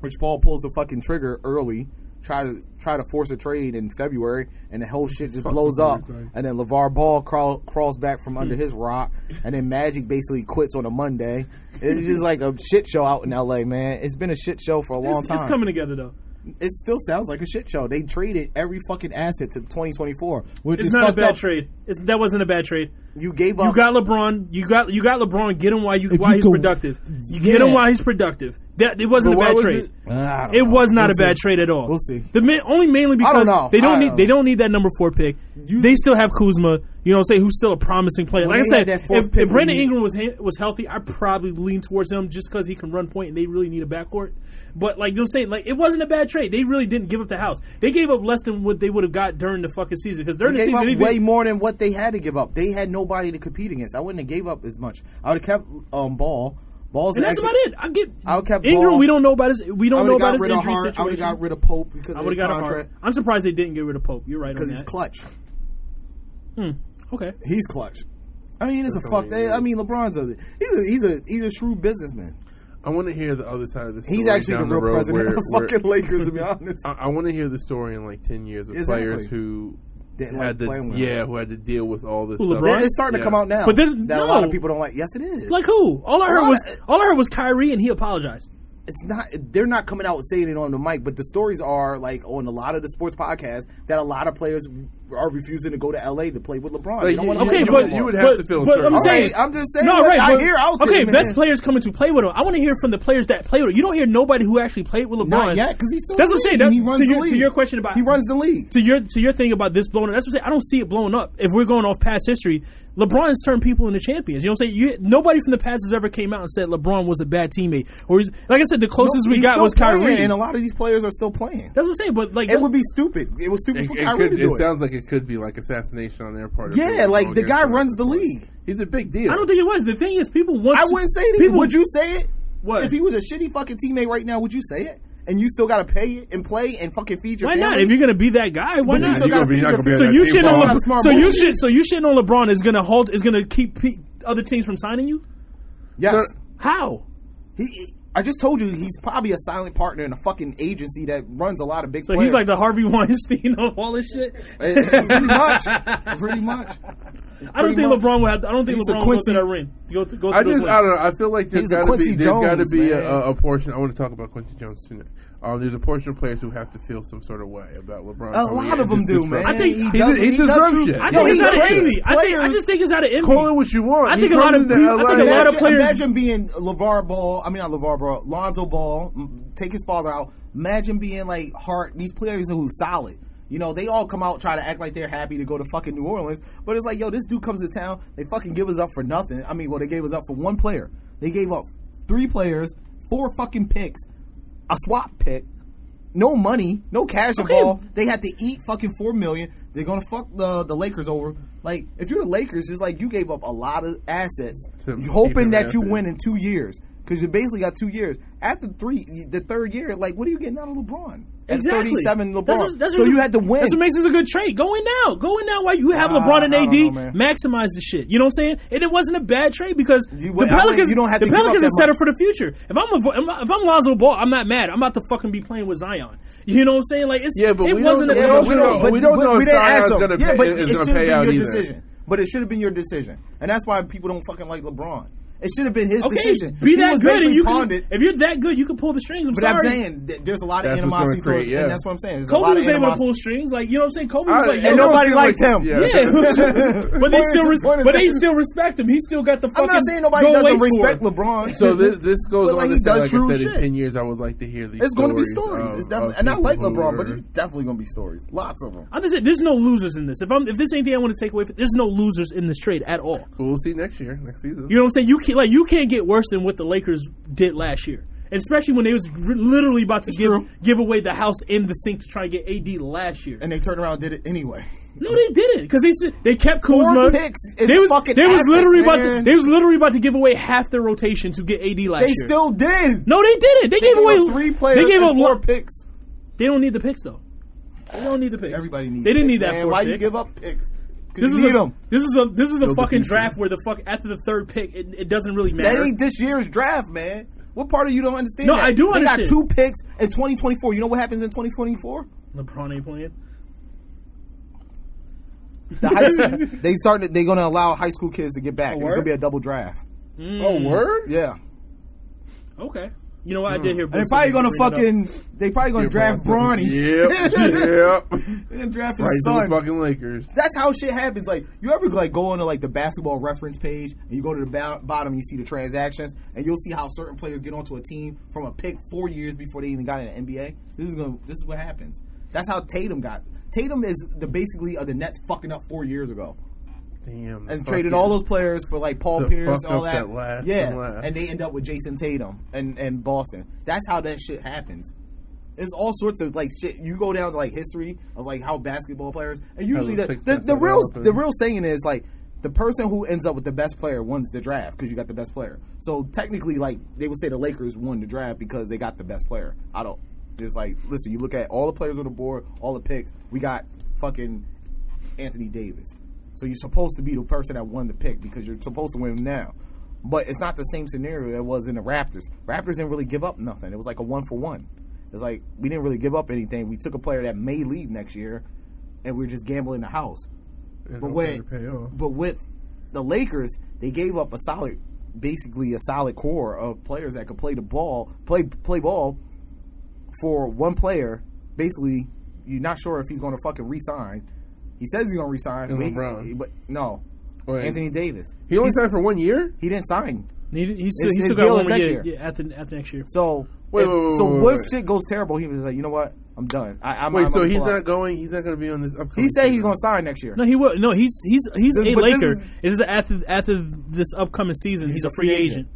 [SPEAKER 3] Rich Paul pulls the fucking trigger early, try to try to force a trade in February, and the whole shit just blows up.
[SPEAKER 4] everything.
[SPEAKER 3] And then LeVar Ball crawl, crawls back from under his rock, and then Magic basically quits on a Monday. It's just like a shit show out in LA, man. It's been a shit show for a long
[SPEAKER 2] It's,
[SPEAKER 3] time.
[SPEAKER 2] it's coming together though.
[SPEAKER 3] It still sounds like a shit show. They traded every fucking asset to 2024, which
[SPEAKER 2] It's
[SPEAKER 3] is
[SPEAKER 2] not a
[SPEAKER 3] fucked
[SPEAKER 2] bad
[SPEAKER 3] up.
[SPEAKER 2] trade. It's, that wasn't a bad trade.
[SPEAKER 3] You gave up.
[SPEAKER 2] You got LeBron. You got you got LeBron. Get him while you while
[SPEAKER 3] you
[SPEAKER 2] he's
[SPEAKER 3] could-
[SPEAKER 2] productive. You get him
[SPEAKER 3] Yeah.
[SPEAKER 2] while he's productive. That it wasn't
[SPEAKER 4] But
[SPEAKER 2] a
[SPEAKER 4] why
[SPEAKER 2] bad
[SPEAKER 4] was
[SPEAKER 2] trade.
[SPEAKER 4] it-
[SPEAKER 3] Uh, I don't
[SPEAKER 2] It
[SPEAKER 3] know.
[SPEAKER 2] was not
[SPEAKER 3] We'll
[SPEAKER 2] a bad
[SPEAKER 3] see.
[SPEAKER 2] trade at all.
[SPEAKER 3] We'll see.
[SPEAKER 2] The ma- only mainly because
[SPEAKER 3] know.
[SPEAKER 2] they don't
[SPEAKER 3] I
[SPEAKER 2] need
[SPEAKER 3] don't
[SPEAKER 2] they
[SPEAKER 3] know.
[SPEAKER 2] don't need that number four pick.
[SPEAKER 3] You-
[SPEAKER 2] they still have Kuzma. You know, what I'm saying who's still a promising player.
[SPEAKER 3] When
[SPEAKER 2] like I
[SPEAKER 3] they
[SPEAKER 2] said,
[SPEAKER 3] had that fourth
[SPEAKER 2] if,
[SPEAKER 3] pick,
[SPEAKER 2] if Brandon
[SPEAKER 3] we-
[SPEAKER 2] Ingram was he- was healthy, I probably lean towards him just because he can run point and they really need a backcourt. But like you know, what I'm saying like it wasn't a bad trade. They really didn't give up the house. They gave up less than what they would have got during the fucking season because during the
[SPEAKER 3] They gave
[SPEAKER 2] season
[SPEAKER 3] up
[SPEAKER 2] they did-
[SPEAKER 3] way more than what they had to give up. They had nobody to compete against. I wouldn't have gave up as much. I would have kept um, Ball. Balls
[SPEAKER 2] And that's about it. I get
[SPEAKER 3] I would've kept
[SPEAKER 2] Ingram.
[SPEAKER 3] Ball.
[SPEAKER 2] We don't know about his. We
[SPEAKER 3] I
[SPEAKER 2] don't
[SPEAKER 3] would
[SPEAKER 2] know
[SPEAKER 3] have
[SPEAKER 2] about
[SPEAKER 3] got
[SPEAKER 2] his
[SPEAKER 3] rid of
[SPEAKER 2] injury
[SPEAKER 3] Hart. I would have
[SPEAKER 2] situation.
[SPEAKER 3] got rid of Pope because
[SPEAKER 2] I
[SPEAKER 3] of
[SPEAKER 2] would
[SPEAKER 3] his
[SPEAKER 2] have got a Hart.
[SPEAKER 3] contract.
[SPEAKER 2] I'm surprised they didn't get rid of Pope. You're right on
[SPEAKER 3] Because he's
[SPEAKER 2] that.
[SPEAKER 3] clutch.
[SPEAKER 2] okay.
[SPEAKER 3] He's clutch. I mean, it's a
[SPEAKER 4] That's
[SPEAKER 3] fuck.
[SPEAKER 4] what I
[SPEAKER 3] I mean,
[SPEAKER 4] mean.
[SPEAKER 3] LeBron's a he's a he's a he's a shrewd businessman.
[SPEAKER 4] I want to hear the other side of the story.
[SPEAKER 3] He's actually the
[SPEAKER 4] down
[SPEAKER 3] real
[SPEAKER 4] road
[SPEAKER 3] president
[SPEAKER 4] where-
[SPEAKER 3] of
[SPEAKER 4] where-
[SPEAKER 3] fucking Lakers. To be honest,
[SPEAKER 4] I, I want to hear the story in like ten years of
[SPEAKER 3] Exactly.
[SPEAKER 4] players who
[SPEAKER 3] Didn't like
[SPEAKER 4] had
[SPEAKER 3] playing
[SPEAKER 4] to,
[SPEAKER 3] with
[SPEAKER 4] yeah, who had to deal with all this.
[SPEAKER 2] Who,
[SPEAKER 4] stuff.
[SPEAKER 2] LeBron?
[SPEAKER 3] it's starting
[SPEAKER 4] Yeah.
[SPEAKER 3] to come out now.
[SPEAKER 2] But there's-
[SPEAKER 3] that a lot
[SPEAKER 2] no.
[SPEAKER 3] of people don't like. Yes, it is.
[SPEAKER 2] Like who? All I
[SPEAKER 3] A
[SPEAKER 2] heard
[SPEAKER 3] lot
[SPEAKER 2] was
[SPEAKER 3] of-
[SPEAKER 2] all I heard was Kyrie, and he apologized.
[SPEAKER 3] it's not they're not coming out saying it on the mic, but the stories are like on a lot of the sports podcasts that a lot of players are refusing to go to LA to play with LeBron.
[SPEAKER 4] Like,
[SPEAKER 3] They don't
[SPEAKER 4] you-
[SPEAKER 3] want to
[SPEAKER 4] you-
[SPEAKER 2] Okay,
[SPEAKER 3] play
[SPEAKER 4] you
[SPEAKER 3] with
[SPEAKER 4] would,
[SPEAKER 2] but-
[SPEAKER 3] LeBron.
[SPEAKER 4] you would
[SPEAKER 2] but-
[SPEAKER 4] have to fill.
[SPEAKER 2] but
[SPEAKER 4] certain-
[SPEAKER 2] I'm
[SPEAKER 3] All right,
[SPEAKER 2] saying-
[SPEAKER 3] I'm just saying.
[SPEAKER 2] No,
[SPEAKER 3] what
[SPEAKER 2] right.
[SPEAKER 3] I
[SPEAKER 2] but-
[SPEAKER 3] hear out
[SPEAKER 2] okay,
[SPEAKER 3] there,
[SPEAKER 2] best
[SPEAKER 3] man.
[SPEAKER 2] players coming to play with him. I want to hear from the players that play with him. You don't hear nobody who actually played with LeBron.
[SPEAKER 3] Not yet, because he's still.
[SPEAKER 2] That's what I'm
[SPEAKER 3] in the
[SPEAKER 2] saying.
[SPEAKER 3] league.
[SPEAKER 2] That-
[SPEAKER 3] he runs
[SPEAKER 2] to
[SPEAKER 3] the
[SPEAKER 2] your- to
[SPEAKER 3] league.
[SPEAKER 2] your question about-
[SPEAKER 3] he runs the league.
[SPEAKER 2] to your to your thing about this blowing up. That's what I'm saying. I don't see it blowing up. If we're going off past history, LeBron has turned people into champions. You know what I'm saying? You, nobody from the past has ever came out and said LeBron was a bad teammate. Or he's, like I said, the closest we
[SPEAKER 3] He's
[SPEAKER 2] got
[SPEAKER 3] still
[SPEAKER 2] was Kyrie.
[SPEAKER 3] playing, and a lot of these players are still playing.
[SPEAKER 2] that's what I'm saying. But like,
[SPEAKER 3] It would be stupid. It was stupid
[SPEAKER 4] It,
[SPEAKER 3] for
[SPEAKER 4] it
[SPEAKER 3] Kyrie
[SPEAKER 4] could,
[SPEAKER 3] to
[SPEAKER 4] it,
[SPEAKER 3] do it.
[SPEAKER 4] sounds like it could be like assassination on their part. if
[SPEAKER 3] Yeah,
[SPEAKER 4] they were
[SPEAKER 3] like,
[SPEAKER 4] going
[SPEAKER 3] the guy
[SPEAKER 4] against him.
[SPEAKER 3] runs the league.
[SPEAKER 4] He's a big deal.
[SPEAKER 2] I don't think it was. The thing is, people want.
[SPEAKER 3] I
[SPEAKER 2] to-
[SPEAKER 3] wouldn't say it.
[SPEAKER 2] People
[SPEAKER 3] would you say it?
[SPEAKER 2] What?
[SPEAKER 3] If he was a shitty fucking teammate right now, would you say it? And you still got to pay it and play and fucking feed your
[SPEAKER 2] Why
[SPEAKER 3] family?
[SPEAKER 2] not? If you're gonna be that guy, why
[SPEAKER 3] But
[SPEAKER 2] not?
[SPEAKER 3] you still
[SPEAKER 4] You're gonna
[SPEAKER 3] gotta
[SPEAKER 4] be-
[SPEAKER 3] feed
[SPEAKER 4] not
[SPEAKER 3] your
[SPEAKER 4] gonna be
[SPEAKER 3] family.
[SPEAKER 2] So
[SPEAKER 4] that
[SPEAKER 2] you
[SPEAKER 4] team
[SPEAKER 2] shitting
[SPEAKER 4] ball.
[SPEAKER 2] on
[SPEAKER 3] Not a
[SPEAKER 2] LeBron.
[SPEAKER 3] smart
[SPEAKER 2] So you
[SPEAKER 3] move.
[SPEAKER 2] shit. So you shitting on LeBron is gonna halt. Is gonna keep pe- other teams from signing you.
[SPEAKER 3] Yes.
[SPEAKER 2] How?
[SPEAKER 3] He, he- I just told you he's probably a silent partner in a fucking agency that runs a lot of big.
[SPEAKER 2] So he's like the Harvey Weinstein of all this shit.
[SPEAKER 3] pretty much, pretty much.
[SPEAKER 2] I don't think
[SPEAKER 3] much.
[SPEAKER 2] LeBron would. Have, I don't think
[SPEAKER 3] He's a
[SPEAKER 2] LeBron will go to
[SPEAKER 3] Quincy-
[SPEAKER 2] that ring. Go, th- go
[SPEAKER 4] I
[SPEAKER 2] through
[SPEAKER 4] just,
[SPEAKER 2] those
[SPEAKER 4] I
[SPEAKER 2] wins.
[SPEAKER 4] don't know. I feel like there's
[SPEAKER 3] He's a
[SPEAKER 4] got to
[SPEAKER 3] Quincy
[SPEAKER 4] be, there's got to
[SPEAKER 3] Jones,
[SPEAKER 4] be a,
[SPEAKER 3] man.
[SPEAKER 4] a, a portion. I want to talk about Quincy Jones soon. Um, there's a portion of players who have to feel some sort of way about LeBron. Oh,
[SPEAKER 3] A
[SPEAKER 4] coming
[SPEAKER 3] lot
[SPEAKER 4] in
[SPEAKER 3] of them
[SPEAKER 4] and
[SPEAKER 3] do,
[SPEAKER 4] disrupt-
[SPEAKER 3] man.
[SPEAKER 2] I think-
[SPEAKER 3] he,
[SPEAKER 2] he
[SPEAKER 3] does,
[SPEAKER 4] did- he
[SPEAKER 3] he does
[SPEAKER 4] deserves
[SPEAKER 3] shoot-
[SPEAKER 4] shit.
[SPEAKER 2] I
[SPEAKER 4] Yo,
[SPEAKER 2] think
[SPEAKER 4] he
[SPEAKER 2] it's out of
[SPEAKER 4] traded
[SPEAKER 2] envy. I think I
[SPEAKER 3] players.
[SPEAKER 2] just think it's out of envy.
[SPEAKER 4] Call it what you want.
[SPEAKER 2] I
[SPEAKER 4] He
[SPEAKER 2] think a
[SPEAKER 4] comes
[SPEAKER 2] lot of
[SPEAKER 4] into
[SPEAKER 2] pe- I think a lot of
[SPEAKER 3] imagine,
[SPEAKER 2] players-
[SPEAKER 3] Imagine being LeVar Ball. I mean, not LeVar Ball. Lonzo Ball. m- Take his father out. Imagine being like Hart. These players who's solid. You know, they all come out try to act like they're happy to go to fucking New Orleans, but it's like, yo, this dude comes to town. They fucking give us up for nothing. I mean, well, they gave us up for one player. They gave up three players, four fucking picks, a swap pick, no money, no cash involved. They had to eat fucking four million. They're gonna fuck the the Lakers over. Like if you're the Lakers, it's like you gave up a lot of assets,
[SPEAKER 4] To keep him
[SPEAKER 3] hoping that you
[SPEAKER 4] happy.
[SPEAKER 3] win in two years because you basically got two years. After three, the third year, like what are you getting out of LeBron? At
[SPEAKER 2] Exactly.
[SPEAKER 3] 37 LeBron.
[SPEAKER 2] That's what- that's
[SPEAKER 3] so
[SPEAKER 2] what-
[SPEAKER 3] you had to win.
[SPEAKER 2] That's what makes this a good trade. Go in now. Go in now while you have LeBron and
[SPEAKER 3] I don't
[SPEAKER 2] AD.
[SPEAKER 3] know, man.
[SPEAKER 2] maximize the shit. You know what I'm saying? And it wasn't a bad trade because
[SPEAKER 3] You-
[SPEAKER 2] the
[SPEAKER 3] I don't-
[SPEAKER 2] Pelicans,
[SPEAKER 3] you don't have
[SPEAKER 2] the
[SPEAKER 3] to give up
[SPEAKER 2] Pelicans
[SPEAKER 3] that
[SPEAKER 2] are set up
[SPEAKER 3] much.
[SPEAKER 2] for the future. If I'm a, if I'm Lonzo Ball, I'm not mad. I'm about to fucking be playing with Zion. You know what I'm saying? Like it's
[SPEAKER 4] Yeah, but
[SPEAKER 2] it
[SPEAKER 4] we
[SPEAKER 2] wasn't
[SPEAKER 4] don't-
[SPEAKER 2] a
[SPEAKER 4] we
[SPEAKER 2] bad
[SPEAKER 4] don't
[SPEAKER 2] trade.
[SPEAKER 4] know-
[SPEAKER 3] but
[SPEAKER 4] we don't
[SPEAKER 3] but
[SPEAKER 4] know
[SPEAKER 3] we
[SPEAKER 4] if
[SPEAKER 3] didn't
[SPEAKER 4] Zion's
[SPEAKER 3] ask them.
[SPEAKER 4] gonna
[SPEAKER 3] yeah,
[SPEAKER 4] pay-
[SPEAKER 3] but
[SPEAKER 4] is
[SPEAKER 3] it
[SPEAKER 4] gonna
[SPEAKER 3] should have
[SPEAKER 4] pay
[SPEAKER 3] been
[SPEAKER 4] out
[SPEAKER 3] your
[SPEAKER 4] either.
[SPEAKER 3] decision. But it should have been your decision, and that's why people don't fucking like LeBron. It should have been his
[SPEAKER 2] Okay,
[SPEAKER 3] decision.
[SPEAKER 2] be
[SPEAKER 3] He
[SPEAKER 2] that
[SPEAKER 3] was
[SPEAKER 2] good, and
[SPEAKER 3] basically
[SPEAKER 2] you
[SPEAKER 3] pawned
[SPEAKER 2] can,
[SPEAKER 3] it.
[SPEAKER 2] if you're that good, you can pull the strings. I'm
[SPEAKER 3] But
[SPEAKER 2] sorry.
[SPEAKER 3] I'm saying th- there's a lot of
[SPEAKER 4] That's what's gonna
[SPEAKER 3] animosity
[SPEAKER 4] create,
[SPEAKER 3] towards,
[SPEAKER 4] yeah.
[SPEAKER 3] and that's what I'm saying. There's a
[SPEAKER 2] Kobe
[SPEAKER 3] lot
[SPEAKER 2] was
[SPEAKER 3] of
[SPEAKER 2] able to
[SPEAKER 3] animosity.
[SPEAKER 2] pull strings, like you know what I'm saying. Kobe
[SPEAKER 4] I-
[SPEAKER 2] was like,
[SPEAKER 4] I
[SPEAKER 2] yo,
[SPEAKER 3] and
[SPEAKER 4] don't
[SPEAKER 3] nobody
[SPEAKER 4] feel
[SPEAKER 3] liked him.
[SPEAKER 4] Yeah.
[SPEAKER 2] Yeah, but they
[SPEAKER 3] What is
[SPEAKER 2] still,
[SPEAKER 3] the
[SPEAKER 2] res-
[SPEAKER 3] point of
[SPEAKER 2] but they
[SPEAKER 3] that?
[SPEAKER 2] still respect him. He still got the fucking.
[SPEAKER 3] I'm not saying nobody
[SPEAKER 2] go
[SPEAKER 3] doesn't
[SPEAKER 2] away
[SPEAKER 3] respect
[SPEAKER 2] score.
[SPEAKER 3] LeBron.
[SPEAKER 4] So this, this goes
[SPEAKER 3] But, like,
[SPEAKER 4] on. to
[SPEAKER 3] he
[SPEAKER 4] say,
[SPEAKER 3] does
[SPEAKER 4] like I
[SPEAKER 3] true
[SPEAKER 4] said, in
[SPEAKER 3] shit.
[SPEAKER 4] ten years, I would like to hear these.
[SPEAKER 3] It's
[SPEAKER 4] going to
[SPEAKER 3] be stories. it's definitely, and I like LeBron, but there's definitely going to be stories. Lots of them.
[SPEAKER 2] I'm just saying, there's no losers in this. If I'm, if this ain't the thing I want to take away, from, there's no losers in this trade at all.
[SPEAKER 4] but we'll see next year, next season.
[SPEAKER 2] You know what I'm saying? You can't, like, you can't get worse than what the Lakers did last year, especially when they was r- literally about to give
[SPEAKER 3] true.
[SPEAKER 2] give away the house in the sink to try and get AD last year.
[SPEAKER 3] And they turned around and did it anyway.
[SPEAKER 2] No, they didn't because they said they kept
[SPEAKER 3] Four
[SPEAKER 2] Kuzma.
[SPEAKER 3] picks is
[SPEAKER 2] they was
[SPEAKER 3] fucking
[SPEAKER 2] they was
[SPEAKER 3] assets,
[SPEAKER 2] literally about to,
[SPEAKER 3] man.
[SPEAKER 2] they was literally about to give away half their rotation to get AD last
[SPEAKER 3] They
[SPEAKER 2] year.
[SPEAKER 3] still did.
[SPEAKER 2] no, they didn't. They, gave
[SPEAKER 3] They
[SPEAKER 2] away
[SPEAKER 3] were three players
[SPEAKER 2] They gave
[SPEAKER 3] and
[SPEAKER 2] up
[SPEAKER 3] four
[SPEAKER 2] one-
[SPEAKER 3] picks.
[SPEAKER 2] They don't need the picks though. They don't need the picks.
[SPEAKER 3] Everybody needs
[SPEAKER 2] They didn't
[SPEAKER 3] picks,
[SPEAKER 2] need that
[SPEAKER 3] man.
[SPEAKER 2] fourth
[SPEAKER 3] Why you
[SPEAKER 2] pick.
[SPEAKER 3] give up picks? 'Cause
[SPEAKER 2] This
[SPEAKER 3] you
[SPEAKER 2] is
[SPEAKER 3] need
[SPEAKER 2] a
[SPEAKER 3] 'em.
[SPEAKER 2] this is a this is a
[SPEAKER 4] Build the
[SPEAKER 2] fucking
[SPEAKER 4] future.
[SPEAKER 2] draft where the fuck after the third pick it, it doesn't really
[SPEAKER 3] That
[SPEAKER 2] matter.
[SPEAKER 3] ain't this year's draft, man. What part of you don't understand?
[SPEAKER 2] No,
[SPEAKER 3] that?
[SPEAKER 2] I do
[SPEAKER 3] They
[SPEAKER 2] understand.
[SPEAKER 3] got two picks in 2024. You know what happens in 2024?
[SPEAKER 2] LeBron ain't playing.
[SPEAKER 3] The high school, they starting. They're going to allow high school kids to get back. and it's
[SPEAKER 2] word?
[SPEAKER 3] going to be a double draft.
[SPEAKER 4] oh, word.
[SPEAKER 3] Yeah.
[SPEAKER 2] Okay, you know what I did here.
[SPEAKER 3] Hmm. And they're probably gonna fucking. They probably gonna draft Bronny.
[SPEAKER 4] Yep. Yep.
[SPEAKER 3] and draft his
[SPEAKER 4] Right to the
[SPEAKER 3] son.
[SPEAKER 4] fucking Lakers.
[SPEAKER 3] That's how shit happens. Like you ever like go onto like the basketball reference page and you go to the bo- bottom and you see the transactions and you'll see how certain players get onto a team from a pick four years before they even got in the NBA. This is gonna. This is what happens. That's how Tatum got. Tatum is the basically of the Nets fucking up four years ago and
[SPEAKER 4] Damn. Mm, fuck
[SPEAKER 3] traded
[SPEAKER 4] yeah.
[SPEAKER 3] all those players for like Paul
[SPEAKER 4] The
[SPEAKER 3] Pierce,
[SPEAKER 4] fuck
[SPEAKER 3] all
[SPEAKER 4] up
[SPEAKER 3] that.
[SPEAKER 4] that last
[SPEAKER 3] yeah,
[SPEAKER 4] and last.
[SPEAKER 3] and they end up with Jason Tatum and and Boston. That's how that shit happens. It's all sorts of like shit. You go down to like history of like how basketball players, and usually
[SPEAKER 4] those
[SPEAKER 3] the
[SPEAKER 4] picks
[SPEAKER 3] the,
[SPEAKER 4] that
[SPEAKER 3] the
[SPEAKER 4] they
[SPEAKER 3] real
[SPEAKER 4] develop and-
[SPEAKER 3] the real saying is like the person who ends up with the best player wins the draft because you got the best player. So technically, like they would say the Lakers won the draft because they got the best player. I don't. Just like listen, you look at all the players on the board, all the picks. We got fucking Anthony Davis. So you're supposed to be the person that won the pick because you're supposed to win now. But it's not the same scenario that was in the Raptors. Raptors didn't really give up nothing. It was like a one for one. It's like we didn't really give up anything. We took a player that may leave next year, and we were just gambling the house.
[SPEAKER 4] And
[SPEAKER 3] But
[SPEAKER 4] hoping
[SPEAKER 3] with,
[SPEAKER 4] to pay off.
[SPEAKER 3] but with the Lakers, they gave up a solid, basically a solid core of players that could play the ball, play play ball, for one player. Basically, you're not sure if he's going to fucking resign, He says he's gonna resign.
[SPEAKER 4] And
[SPEAKER 3] but he-
[SPEAKER 4] LeBron.
[SPEAKER 3] but no,
[SPEAKER 4] Wait.
[SPEAKER 3] Anthony Davis.
[SPEAKER 4] He only signed for one year.
[SPEAKER 3] He didn't sign.
[SPEAKER 2] He, he still,
[SPEAKER 3] His-
[SPEAKER 2] he
[SPEAKER 3] his
[SPEAKER 2] still
[SPEAKER 3] deal
[SPEAKER 2] got
[SPEAKER 3] is
[SPEAKER 2] one more
[SPEAKER 3] next
[SPEAKER 2] year.
[SPEAKER 3] year.
[SPEAKER 2] Yeah, after, after next year.
[SPEAKER 3] So
[SPEAKER 4] Wait,
[SPEAKER 3] if-
[SPEAKER 4] wait, wait,
[SPEAKER 3] so
[SPEAKER 4] wait,
[SPEAKER 3] what
[SPEAKER 4] wait.
[SPEAKER 3] if shit goes terrible? He was like, you know what? I'm done. I, I'm,
[SPEAKER 4] Wait,
[SPEAKER 3] I'm
[SPEAKER 4] so
[SPEAKER 3] gonna
[SPEAKER 4] he's
[SPEAKER 3] pull out.
[SPEAKER 4] not going. He's not going to be on this upcoming.
[SPEAKER 3] He said he's
[SPEAKER 4] season.
[SPEAKER 3] gonna sign next year.
[SPEAKER 2] No, he will. No, he's he's he's
[SPEAKER 3] This-
[SPEAKER 2] a
[SPEAKER 3] but this
[SPEAKER 2] Laker.
[SPEAKER 3] is-
[SPEAKER 2] it's just that after after this upcoming season, he's, a free agent,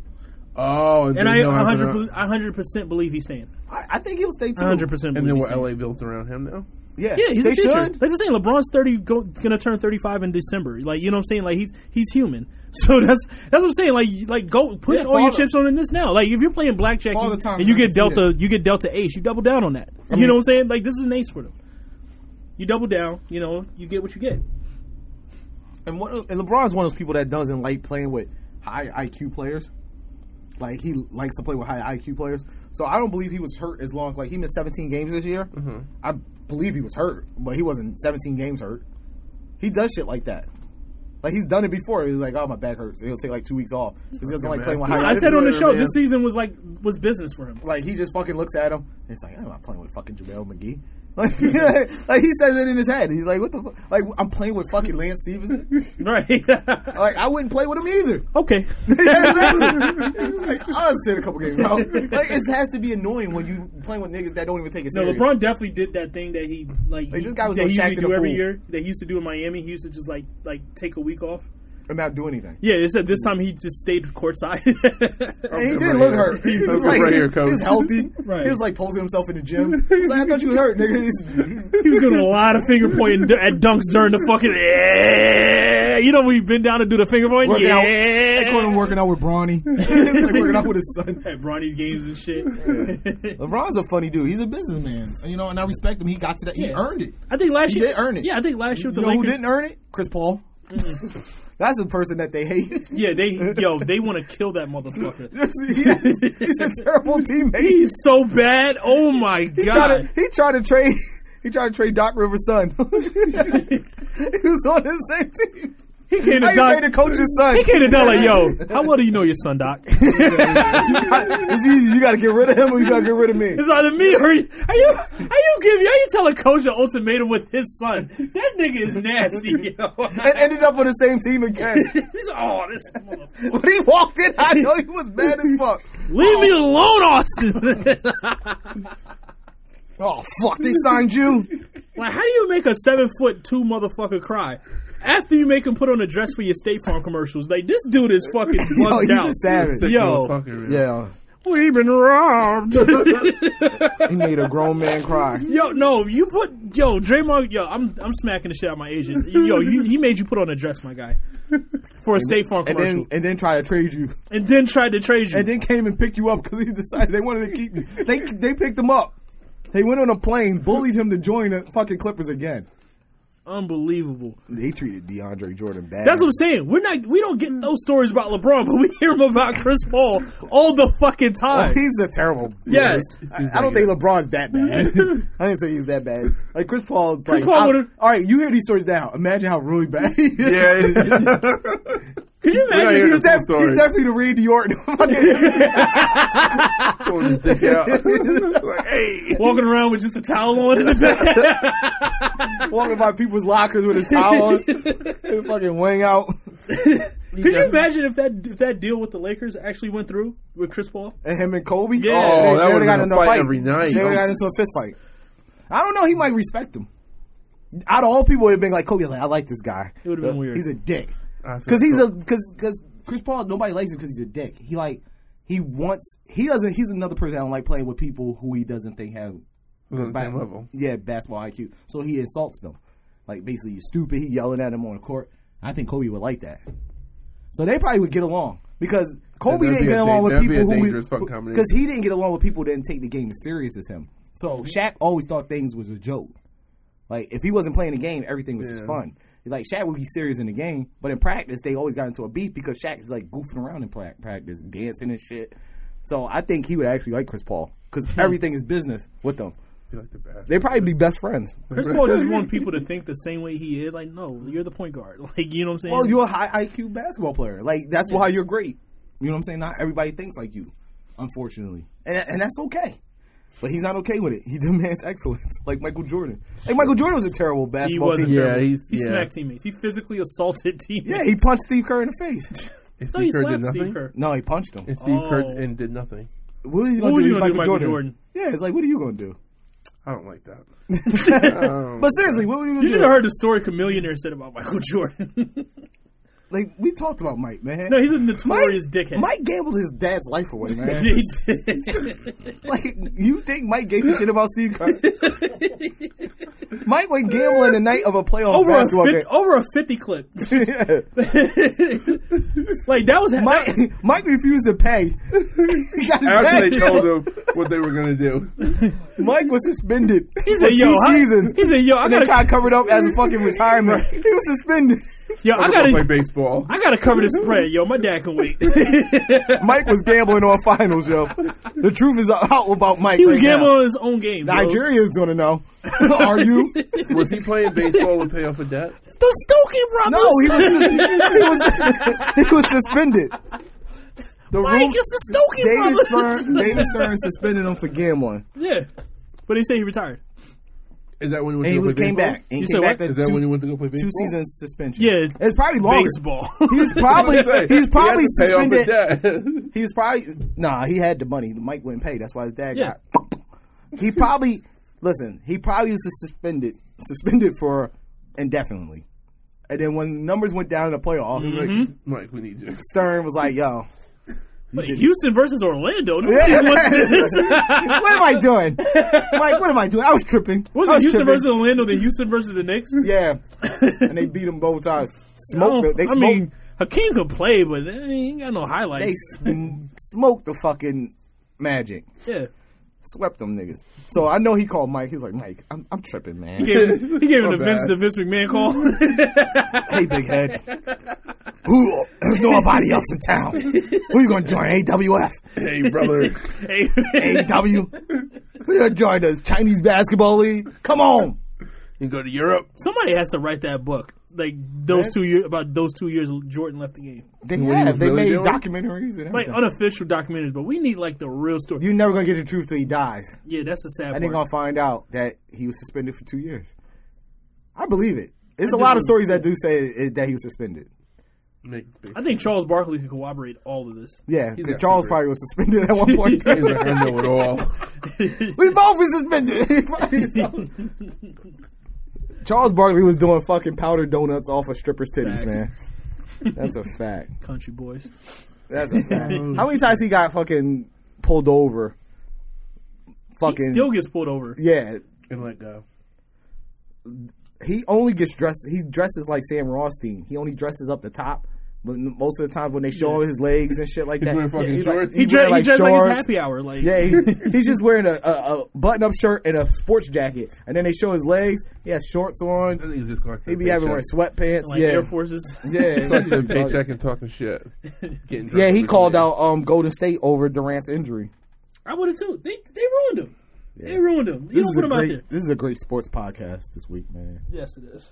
[SPEAKER 4] Oh, and,
[SPEAKER 2] and
[SPEAKER 4] then
[SPEAKER 2] I
[SPEAKER 4] they'll have to know-
[SPEAKER 2] 100 100 percent believe he's staying.
[SPEAKER 3] uh, I, I think he'll stay too.
[SPEAKER 2] 100 percent.
[SPEAKER 4] And then what? LA built around him now.
[SPEAKER 3] Yeah,
[SPEAKER 2] Yeah, he's
[SPEAKER 3] they
[SPEAKER 2] a future.
[SPEAKER 3] should.
[SPEAKER 2] That's the thing. LeBron's thirty, go, gonna turn thirty-five in December. Like you know what I'm saying. Like he's he's human. So that's that's what I'm saying. Like you- like go push
[SPEAKER 3] Yeah,
[SPEAKER 2] all your
[SPEAKER 3] father.
[SPEAKER 2] chips on in this now. Like if you're playing blackjack
[SPEAKER 3] All
[SPEAKER 2] you-
[SPEAKER 3] the time,
[SPEAKER 2] and you
[SPEAKER 3] man,
[SPEAKER 2] get
[SPEAKER 3] I see
[SPEAKER 2] Delta, you get Delta Ace. You double down on that. you know what I'm saying? Like this is an ace for them. You double down. You know you get what you get.
[SPEAKER 3] And, one, and LeBron's one of those people that doesn't like playing with high IQ players. Like he likes to play with high IQ players. So I don't believe he was hurt as long. Like he missed 17 games this year. I believe he was hurt, but he wasn't 17 games hurt. He does shit like that. Like he's done it before. He's like, oh my back hurts. And he'll take like two weeks off 'Cause he doesn't like playing with
[SPEAKER 4] Fucking
[SPEAKER 3] high.
[SPEAKER 2] I
[SPEAKER 4] nasty.
[SPEAKER 3] IQ
[SPEAKER 2] said on the
[SPEAKER 4] Yeah,
[SPEAKER 2] show
[SPEAKER 4] man.
[SPEAKER 2] this season was like was business for him.
[SPEAKER 3] Like he just fucking looks at him. And it's like I'm not playing with fucking JaVale McGee. Like, like he says it in his head. He's like, what the fuck? Like I'm playing with fucking Lance Stevenson.
[SPEAKER 2] Right.
[SPEAKER 3] like I wouldn't play with him either.
[SPEAKER 2] okay.
[SPEAKER 3] yeah, exactly. It's just like, I'll sit a couple games out. Like it has to be annoying when you playing with niggas that don't even take it
[SPEAKER 2] No,
[SPEAKER 3] serious.
[SPEAKER 2] LeBron definitely did that thing that he like,
[SPEAKER 3] Like,
[SPEAKER 2] he-
[SPEAKER 3] this guy was
[SPEAKER 2] that
[SPEAKER 3] on
[SPEAKER 2] he
[SPEAKER 3] Shaq
[SPEAKER 2] used
[SPEAKER 3] to
[SPEAKER 2] to
[SPEAKER 3] the
[SPEAKER 2] do every
[SPEAKER 3] Fool.
[SPEAKER 2] year. That he used to do in Miami. He used to just like like take a week off.
[SPEAKER 3] and not do anything.
[SPEAKER 2] Yeah, they said this time he just stayed courtside.
[SPEAKER 3] And he
[SPEAKER 4] good
[SPEAKER 3] didn't
[SPEAKER 4] right
[SPEAKER 3] look
[SPEAKER 4] here.
[SPEAKER 3] hurt. He
[SPEAKER 4] I'm
[SPEAKER 3] was
[SPEAKER 4] good
[SPEAKER 3] like,
[SPEAKER 4] right
[SPEAKER 3] he-
[SPEAKER 4] here, coach.
[SPEAKER 3] he was healthy.
[SPEAKER 2] Right.
[SPEAKER 3] He was like posing himself in the gym. He's like, I thought you was hurt, nigga. He's-
[SPEAKER 2] he was doing a lot of finger pointing dur- at dunks during the fucking. Yeah, you know when you bend down to do the finger point.
[SPEAKER 3] Working out-
[SPEAKER 2] yeah,
[SPEAKER 3] I caught him working out with Bronny. He's like working out with his son.
[SPEAKER 2] at Bronny's games and shit.
[SPEAKER 3] LeBron's a funny dude. He's a businessman, and, you know, and I respect him. He got to that. He
[SPEAKER 2] Yeah.
[SPEAKER 3] earned it.
[SPEAKER 2] I think last
[SPEAKER 3] He
[SPEAKER 2] year
[SPEAKER 3] did earn it.
[SPEAKER 2] Yeah, I think last year with the
[SPEAKER 3] you know
[SPEAKER 2] Lakers. Mm.
[SPEAKER 3] who didn't earn it? Chris Paul. That's the person that they hate.
[SPEAKER 2] Yeah, they yo they want to kill that motherfucker.
[SPEAKER 3] he's, he's a terrible teammate.
[SPEAKER 2] He's so bad. Oh my
[SPEAKER 3] He tried
[SPEAKER 2] god.
[SPEAKER 3] to he tried to trade he tried to trade Doc Rivers' son. he was on the same team.
[SPEAKER 2] He came
[SPEAKER 3] How
[SPEAKER 2] to
[SPEAKER 3] you
[SPEAKER 2] Doc.
[SPEAKER 3] trade the coach's son?
[SPEAKER 2] He came to Doc like, yo, how well do you know your son, Doc?
[SPEAKER 3] it's easy. You got to get rid of him, or you got to get rid of me.
[SPEAKER 2] It's either me or you. Are you? Are you giving? Are you telling Coach an ultimatum with his son? That nigga is nasty. Yo.
[SPEAKER 3] And ended up on the same team again.
[SPEAKER 2] He's oh, this. motherfucker.
[SPEAKER 3] When he walked in, I know he was mad as fuck.
[SPEAKER 2] Leave me alone, Austin.
[SPEAKER 3] Oh fuck! They signed you.
[SPEAKER 2] like, how do you make a seven foot two motherfucker cry after you make him put on a dress for your State Farm commercials? Like, this dude is fucking
[SPEAKER 3] Yo,
[SPEAKER 2] bugged
[SPEAKER 3] he's
[SPEAKER 2] out.
[SPEAKER 3] a savage.
[SPEAKER 4] Sick
[SPEAKER 2] Yo.
[SPEAKER 4] motherfucker, man.
[SPEAKER 3] Yeah,
[SPEAKER 2] We've been robbed.
[SPEAKER 3] he made a grown man cry.
[SPEAKER 2] yo, no, you put yo Draymond. Yo, I'm I'm smacking the shit out of my agent. Yo, you, he made you put on a dress, my guy, for a State Farm
[SPEAKER 3] And
[SPEAKER 2] commercial,
[SPEAKER 3] then and then try to trade you,
[SPEAKER 2] and then tried to trade you.
[SPEAKER 3] and then came and picked you up because he decided they wanted to keep you. They they picked him up. They went on a plane, bullied him to join the fucking Clippers again.
[SPEAKER 2] Unbelievable.
[SPEAKER 3] They treated DeAndre Jordan bad.
[SPEAKER 2] That's what I'm saying. We're not. We don't get those stories about LeBron, but we hear them about Chris Paul all the fucking
[SPEAKER 3] Oh,
[SPEAKER 2] time.
[SPEAKER 3] he's a terrible.
[SPEAKER 2] Yes.
[SPEAKER 3] I, I don't think LeBron's that bad. I didn't say he was that bad. Like Chris Paul. Like,
[SPEAKER 2] Paul
[SPEAKER 3] I-
[SPEAKER 2] would've-
[SPEAKER 3] all right, you hear these stories now. Imagine how really bad. He is.
[SPEAKER 4] Yeah,
[SPEAKER 2] Could you
[SPEAKER 4] gotta
[SPEAKER 2] imagine?
[SPEAKER 4] hear
[SPEAKER 3] He's,
[SPEAKER 2] He's,
[SPEAKER 4] this.
[SPEAKER 3] def-
[SPEAKER 4] Story.
[SPEAKER 3] he's definitely the Randy Orton. Fucking-
[SPEAKER 4] pulling his dick out. like, hey,
[SPEAKER 2] Walking around with just a towel on in the back.
[SPEAKER 3] walking by people's lockers with his towel on, and fucking wing out.
[SPEAKER 2] Could you imagine if that if that deal with the Lakers actually went through with Chris Paul?
[SPEAKER 3] And him and Kobe.
[SPEAKER 2] Yeah.
[SPEAKER 3] Oh,
[SPEAKER 2] Oh,
[SPEAKER 3] they-
[SPEAKER 4] that
[SPEAKER 3] they,
[SPEAKER 4] would've
[SPEAKER 3] got
[SPEAKER 4] been a
[SPEAKER 3] into
[SPEAKER 4] fight every night.
[SPEAKER 3] They would've got into a fist fight. I don't know. He might respect him. Out of all people, it'd been like Kobe. Like I like this guy. It
[SPEAKER 2] would've been weird.
[SPEAKER 3] He's a dick.
[SPEAKER 4] I feel
[SPEAKER 3] Because he's
[SPEAKER 4] so-
[SPEAKER 3] a because because Chris Paul nobody likes him because he's a dick. He like he wants he doesn't he's another person that don't like playing with people who he doesn't think have
[SPEAKER 4] He's on the
[SPEAKER 3] ba-
[SPEAKER 4] same level.
[SPEAKER 3] yeah basketball IQ. So he insults them, like basically you stupid. He yelling at him on the court. I think Kobe would like that. So they probably would get along because Kobe
[SPEAKER 4] That'd
[SPEAKER 3] didn't
[SPEAKER 4] be a
[SPEAKER 3] get along
[SPEAKER 4] da-
[SPEAKER 3] with
[SPEAKER 4] that'd be
[SPEAKER 3] people
[SPEAKER 4] a
[SPEAKER 3] who
[SPEAKER 4] dangerous fucking combination.
[SPEAKER 3] because he didn't get along with people that didn't take the game as serious as him. So Shaq always thought things was a joke. Like if he wasn't playing the game, everything was just
[SPEAKER 4] Yeah.
[SPEAKER 3] fun. It's Like Shaq would be serious in the game, but in practice they always got into a beef because Shaq is like goofing around in pra- practice, dancing and shit. So I think he would actually like Chris Paul because
[SPEAKER 4] Hmm.
[SPEAKER 3] everything is business with them.
[SPEAKER 4] Be like the bad.
[SPEAKER 3] They'd probably be best friends.
[SPEAKER 2] Chris Paul just want people to think the same way he is. Like, no, you're the point guard. Like, you know what I'm saying?
[SPEAKER 3] Well, you're a high IQ basketball player. Like that's why you're great. You know what I'm saying? Not everybody thinks like you, unfortunately, and and that's okay. But he's not okay with it. He demands excellence, like Michael Jordan. Like Michael Jordan was a terrible basketball
[SPEAKER 2] was a
[SPEAKER 3] team.
[SPEAKER 2] terrible-
[SPEAKER 3] Yeah.
[SPEAKER 4] Yeah, he's
[SPEAKER 2] He
[SPEAKER 4] yeah.
[SPEAKER 2] smacked teammates. He physically assaulted teammates.
[SPEAKER 3] he punched Steve Kerr in the face.
[SPEAKER 4] If
[SPEAKER 2] no, he
[SPEAKER 4] Steve Kerr did
[SPEAKER 2] slapped
[SPEAKER 4] nothing,
[SPEAKER 2] Steve Kerr.
[SPEAKER 3] no, he punched him.
[SPEAKER 4] and Steve Kerr
[SPEAKER 2] Oh.
[SPEAKER 4] and did nothing,
[SPEAKER 3] What was he
[SPEAKER 2] What
[SPEAKER 3] going
[SPEAKER 2] was
[SPEAKER 3] to
[SPEAKER 2] you
[SPEAKER 3] do?
[SPEAKER 2] gonna do
[SPEAKER 3] with Michael
[SPEAKER 2] to Michael
[SPEAKER 3] Jordan?
[SPEAKER 2] Jordan?
[SPEAKER 3] Yeah, it's like, what are you going to do?
[SPEAKER 4] I don't like that.
[SPEAKER 3] But seriously, what were you
[SPEAKER 2] Oh, You
[SPEAKER 3] going to do?
[SPEAKER 2] should have heard the story Chameleonaire said about Michael Jordan.
[SPEAKER 3] Like we talked about Mike, man.
[SPEAKER 2] no, he's a notorious
[SPEAKER 3] Mike,
[SPEAKER 2] dickhead.
[SPEAKER 3] Mike gambled his dad's life away, man.
[SPEAKER 2] Yeah, he did.
[SPEAKER 3] Like, you think Mike gave a shit about Steve Kerr? Mike went gambling the night of a playoff
[SPEAKER 2] over a
[SPEAKER 3] basketball
[SPEAKER 2] 50, over a fifty clip.
[SPEAKER 3] game.
[SPEAKER 2] like that was
[SPEAKER 3] Mike, Mike refused to pay. He got his
[SPEAKER 4] After
[SPEAKER 3] head
[SPEAKER 4] they told him what they were going to do,
[SPEAKER 3] Mike was suspended
[SPEAKER 2] He
[SPEAKER 3] for
[SPEAKER 2] said, "Yo,
[SPEAKER 3] two
[SPEAKER 2] I-
[SPEAKER 3] seasons.
[SPEAKER 2] he said, "Yo, I
[SPEAKER 3] and they
[SPEAKER 2] gotta-
[SPEAKER 3] tried to cover it up as a fucking retirement. He was suspended.
[SPEAKER 2] yo, I
[SPEAKER 4] I'm going to play
[SPEAKER 2] gotta
[SPEAKER 4] baseball.
[SPEAKER 2] I gotta cover this spread, yo. My dad can wait.
[SPEAKER 3] Mike was gambling on finals, yo. The truth is out about Mike.
[SPEAKER 2] he was
[SPEAKER 3] right
[SPEAKER 2] gambling
[SPEAKER 3] now.
[SPEAKER 2] on his own game. yo.
[SPEAKER 3] Nigeria is gonna know. Are you?
[SPEAKER 4] Was he playing baseball to pay off a debt?
[SPEAKER 2] the Stokey brothers.
[SPEAKER 3] No, he was sus- he was he was suspended. The room,
[SPEAKER 2] it's the Stokey
[SPEAKER 3] David Stern David Stern suspended him for gambling,
[SPEAKER 2] Yeah, but they say he retired.
[SPEAKER 4] Is that when he,
[SPEAKER 3] and
[SPEAKER 4] went to
[SPEAKER 3] he
[SPEAKER 4] go
[SPEAKER 3] was,
[SPEAKER 4] play
[SPEAKER 3] came
[SPEAKER 4] baseball?
[SPEAKER 3] back. And
[SPEAKER 2] You
[SPEAKER 3] he
[SPEAKER 2] said
[SPEAKER 3] came back
[SPEAKER 2] what?
[SPEAKER 3] to
[SPEAKER 4] Is that
[SPEAKER 3] two,
[SPEAKER 4] when he went to go play baseball?
[SPEAKER 3] two seasons suspension.
[SPEAKER 2] Yeah,
[SPEAKER 3] it's probably longer.
[SPEAKER 2] Baseball.
[SPEAKER 3] He was probably he was probably
[SPEAKER 4] he had to
[SPEAKER 3] suspended.
[SPEAKER 4] pay off the debt.
[SPEAKER 3] He was probably nah. He had the money. Mike wouldn't pay. That's why his dad
[SPEAKER 2] Yeah.
[SPEAKER 3] got. He probably listen. He probably was suspended suspended for indefinitely, and then when numbers went down in the playoff,
[SPEAKER 4] Like, Mike, we need you.
[SPEAKER 3] Stern was like, "Yo,
[SPEAKER 2] But Houston versus Orlando. No
[SPEAKER 3] Yeah.
[SPEAKER 2] one wants this.
[SPEAKER 3] what am I doing? Mike, what am I doing? I was tripping.
[SPEAKER 2] Was
[SPEAKER 3] I
[SPEAKER 2] it
[SPEAKER 3] was
[SPEAKER 2] Houston
[SPEAKER 3] tripping.
[SPEAKER 2] versus Orlando? Then Houston versus the Knicks.
[SPEAKER 3] Yeah, and they beat them both times.
[SPEAKER 2] I don't-
[SPEAKER 3] Smoked. it. They
[SPEAKER 2] I
[SPEAKER 3] smoked.
[SPEAKER 2] mean, Hakeem could play, but eh, he ain't got no
[SPEAKER 3] they
[SPEAKER 2] highlights.
[SPEAKER 3] sm- smoked the fucking magic.
[SPEAKER 2] yeah.
[SPEAKER 3] Swept them niggas. So I know he called Mike. He was like, Mike, I'm, I'm tripping, man.
[SPEAKER 2] He gave, he gave him the
[SPEAKER 4] bad.
[SPEAKER 2] Vince, the Vince McMahon call.
[SPEAKER 3] hey, big head. Who? There's nobody else in town. Who you gonna join? AWF,
[SPEAKER 4] Hey, brother.
[SPEAKER 2] hey,
[SPEAKER 3] AW. E Who you gonna join? The Chinese Basketball League. Come on.
[SPEAKER 4] You go to Europe.
[SPEAKER 2] somebody has to write that book. Like those two years about those two years Jordan left the game.
[SPEAKER 3] They
[SPEAKER 4] What he
[SPEAKER 3] have.
[SPEAKER 4] was
[SPEAKER 3] They
[SPEAKER 4] really
[SPEAKER 3] made
[SPEAKER 4] doing?
[SPEAKER 3] documentaries and everything.
[SPEAKER 2] Like unofficial documentaries, but we need like the real story.
[SPEAKER 3] You're never gonna get the truth till he dies.
[SPEAKER 2] yeah, that's the sad
[SPEAKER 3] And they're
[SPEAKER 2] part.
[SPEAKER 3] gonna find out that he was suspended for two years. I believe it. There's a lot of stories that do say it, that he was suspended.
[SPEAKER 4] Make it big.
[SPEAKER 2] I think Charles Barkley can corroborate all of this.
[SPEAKER 3] Yeah,
[SPEAKER 4] He's
[SPEAKER 3] because
[SPEAKER 4] got
[SPEAKER 3] Charles
[SPEAKER 4] secrets.
[SPEAKER 3] probably was suspended at one point.
[SPEAKER 4] He's like, I know it all.
[SPEAKER 3] we both were suspended. Charles Barkley was doing fucking powder donuts off of strippers' titties,
[SPEAKER 2] Facts.
[SPEAKER 3] man. That's a fact.
[SPEAKER 2] Country boys.
[SPEAKER 3] That's a fact. How many times he got fucking pulled over?
[SPEAKER 2] He
[SPEAKER 3] Fucking
[SPEAKER 2] still gets pulled over.
[SPEAKER 3] yeah.
[SPEAKER 4] And let go.
[SPEAKER 3] he only gets dressed. He dresses like Sam Rothstein. He only dresses up the top, but n- most of the time when they show him his legs and shit like that,
[SPEAKER 4] wearing fucking
[SPEAKER 3] he's like-
[SPEAKER 4] shorts?
[SPEAKER 2] He,
[SPEAKER 3] he's
[SPEAKER 2] dre-
[SPEAKER 3] wearing,
[SPEAKER 2] he dressed like
[SPEAKER 3] shorts.
[SPEAKER 2] his happy hour. Like
[SPEAKER 3] Yeah, he, he's just wearing a, a, a button-up shirt and a sports jacket, and then they show his legs. He has shorts
[SPEAKER 4] I
[SPEAKER 3] on.
[SPEAKER 4] think he's just going to
[SPEAKER 3] He be having wearing sweatpants.
[SPEAKER 2] like
[SPEAKER 3] yeah,
[SPEAKER 2] Air Forces.
[SPEAKER 3] yeah,
[SPEAKER 4] Collecting a paycheck and talking shit. Getting drunk
[SPEAKER 3] yeah. He
[SPEAKER 4] with
[SPEAKER 3] called
[SPEAKER 4] me.
[SPEAKER 3] out um, Golden State over Durant's injury.
[SPEAKER 2] I would have too. They they ruined him. They ruined him. You don't
[SPEAKER 3] is a
[SPEAKER 2] put him out
[SPEAKER 3] great.
[SPEAKER 2] there.
[SPEAKER 3] This is a great sports podcast this week, man.
[SPEAKER 2] Yes, it is.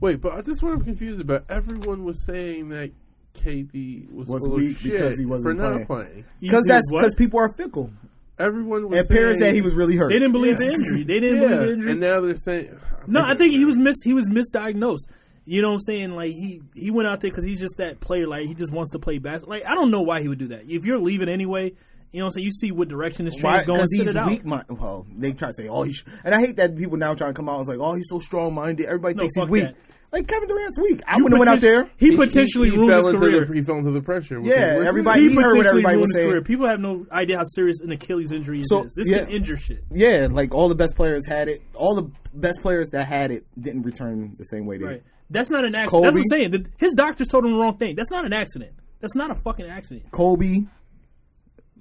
[SPEAKER 4] Wait, but that's what I'm confused about. Everyone was saying that KD was,
[SPEAKER 3] Was
[SPEAKER 4] full of
[SPEAKER 3] weak
[SPEAKER 4] shit
[SPEAKER 3] because he wasn't
[SPEAKER 4] for not
[SPEAKER 3] playing.
[SPEAKER 4] playing.
[SPEAKER 3] Because
[SPEAKER 2] He-
[SPEAKER 3] that's
[SPEAKER 2] what?
[SPEAKER 3] because people are fickle.
[SPEAKER 4] Everyone was
[SPEAKER 3] It appears
[SPEAKER 4] saying-
[SPEAKER 3] that he was really hurt.
[SPEAKER 2] They didn't believe the injury. They didn't believe
[SPEAKER 4] Yeah,
[SPEAKER 2] the injury.
[SPEAKER 4] and now they're saying.
[SPEAKER 2] No, I think he was mis he was misdiagnosed. You know what I'm saying? Like he he went out there because he's just that player. Like he just wants to play basketball. Like I don't know why he would do that. If you're leaving anyway, you know what I'm saying. You see what direction this train
[SPEAKER 3] Why?
[SPEAKER 2] is going.
[SPEAKER 3] Because
[SPEAKER 2] Sit
[SPEAKER 3] he's
[SPEAKER 2] it out.
[SPEAKER 3] weak minded. Well, they try to say, oh, he's. And I hate that people now trying to come out and like, oh, he's so strong minded. Everybody
[SPEAKER 2] No,
[SPEAKER 3] thinks
[SPEAKER 2] fuck
[SPEAKER 3] he's weak.
[SPEAKER 2] that.
[SPEAKER 3] Like Kevin Durant's weak. I
[SPEAKER 2] You
[SPEAKER 3] wouldn't have went out
[SPEAKER 2] poten-
[SPEAKER 3] there.
[SPEAKER 2] He potentially
[SPEAKER 4] he,
[SPEAKER 2] ruined
[SPEAKER 4] fell
[SPEAKER 2] his
[SPEAKER 4] into
[SPEAKER 2] career.
[SPEAKER 4] The, he fell into the pressure. which
[SPEAKER 3] Yeah,
[SPEAKER 4] is worse.
[SPEAKER 3] everybody-
[SPEAKER 2] he
[SPEAKER 3] he heard what
[SPEAKER 2] potentially
[SPEAKER 3] everybody
[SPEAKER 2] ruined
[SPEAKER 3] was
[SPEAKER 2] his
[SPEAKER 3] saying.
[SPEAKER 2] career. People have no idea how serious an Achilles injury
[SPEAKER 3] So,
[SPEAKER 2] is. This can
[SPEAKER 3] yeah.
[SPEAKER 2] injure shit.
[SPEAKER 3] Yeah, like all the best players had it. All the best players that had it didn't return the same way they.
[SPEAKER 2] Right. That's not an accident. That's what I'm
[SPEAKER 3] Kobe?
[SPEAKER 2] saying. The- his doctors told him the wrong thing. That's not an accident. That's not a fucking accident.
[SPEAKER 3] Kobe.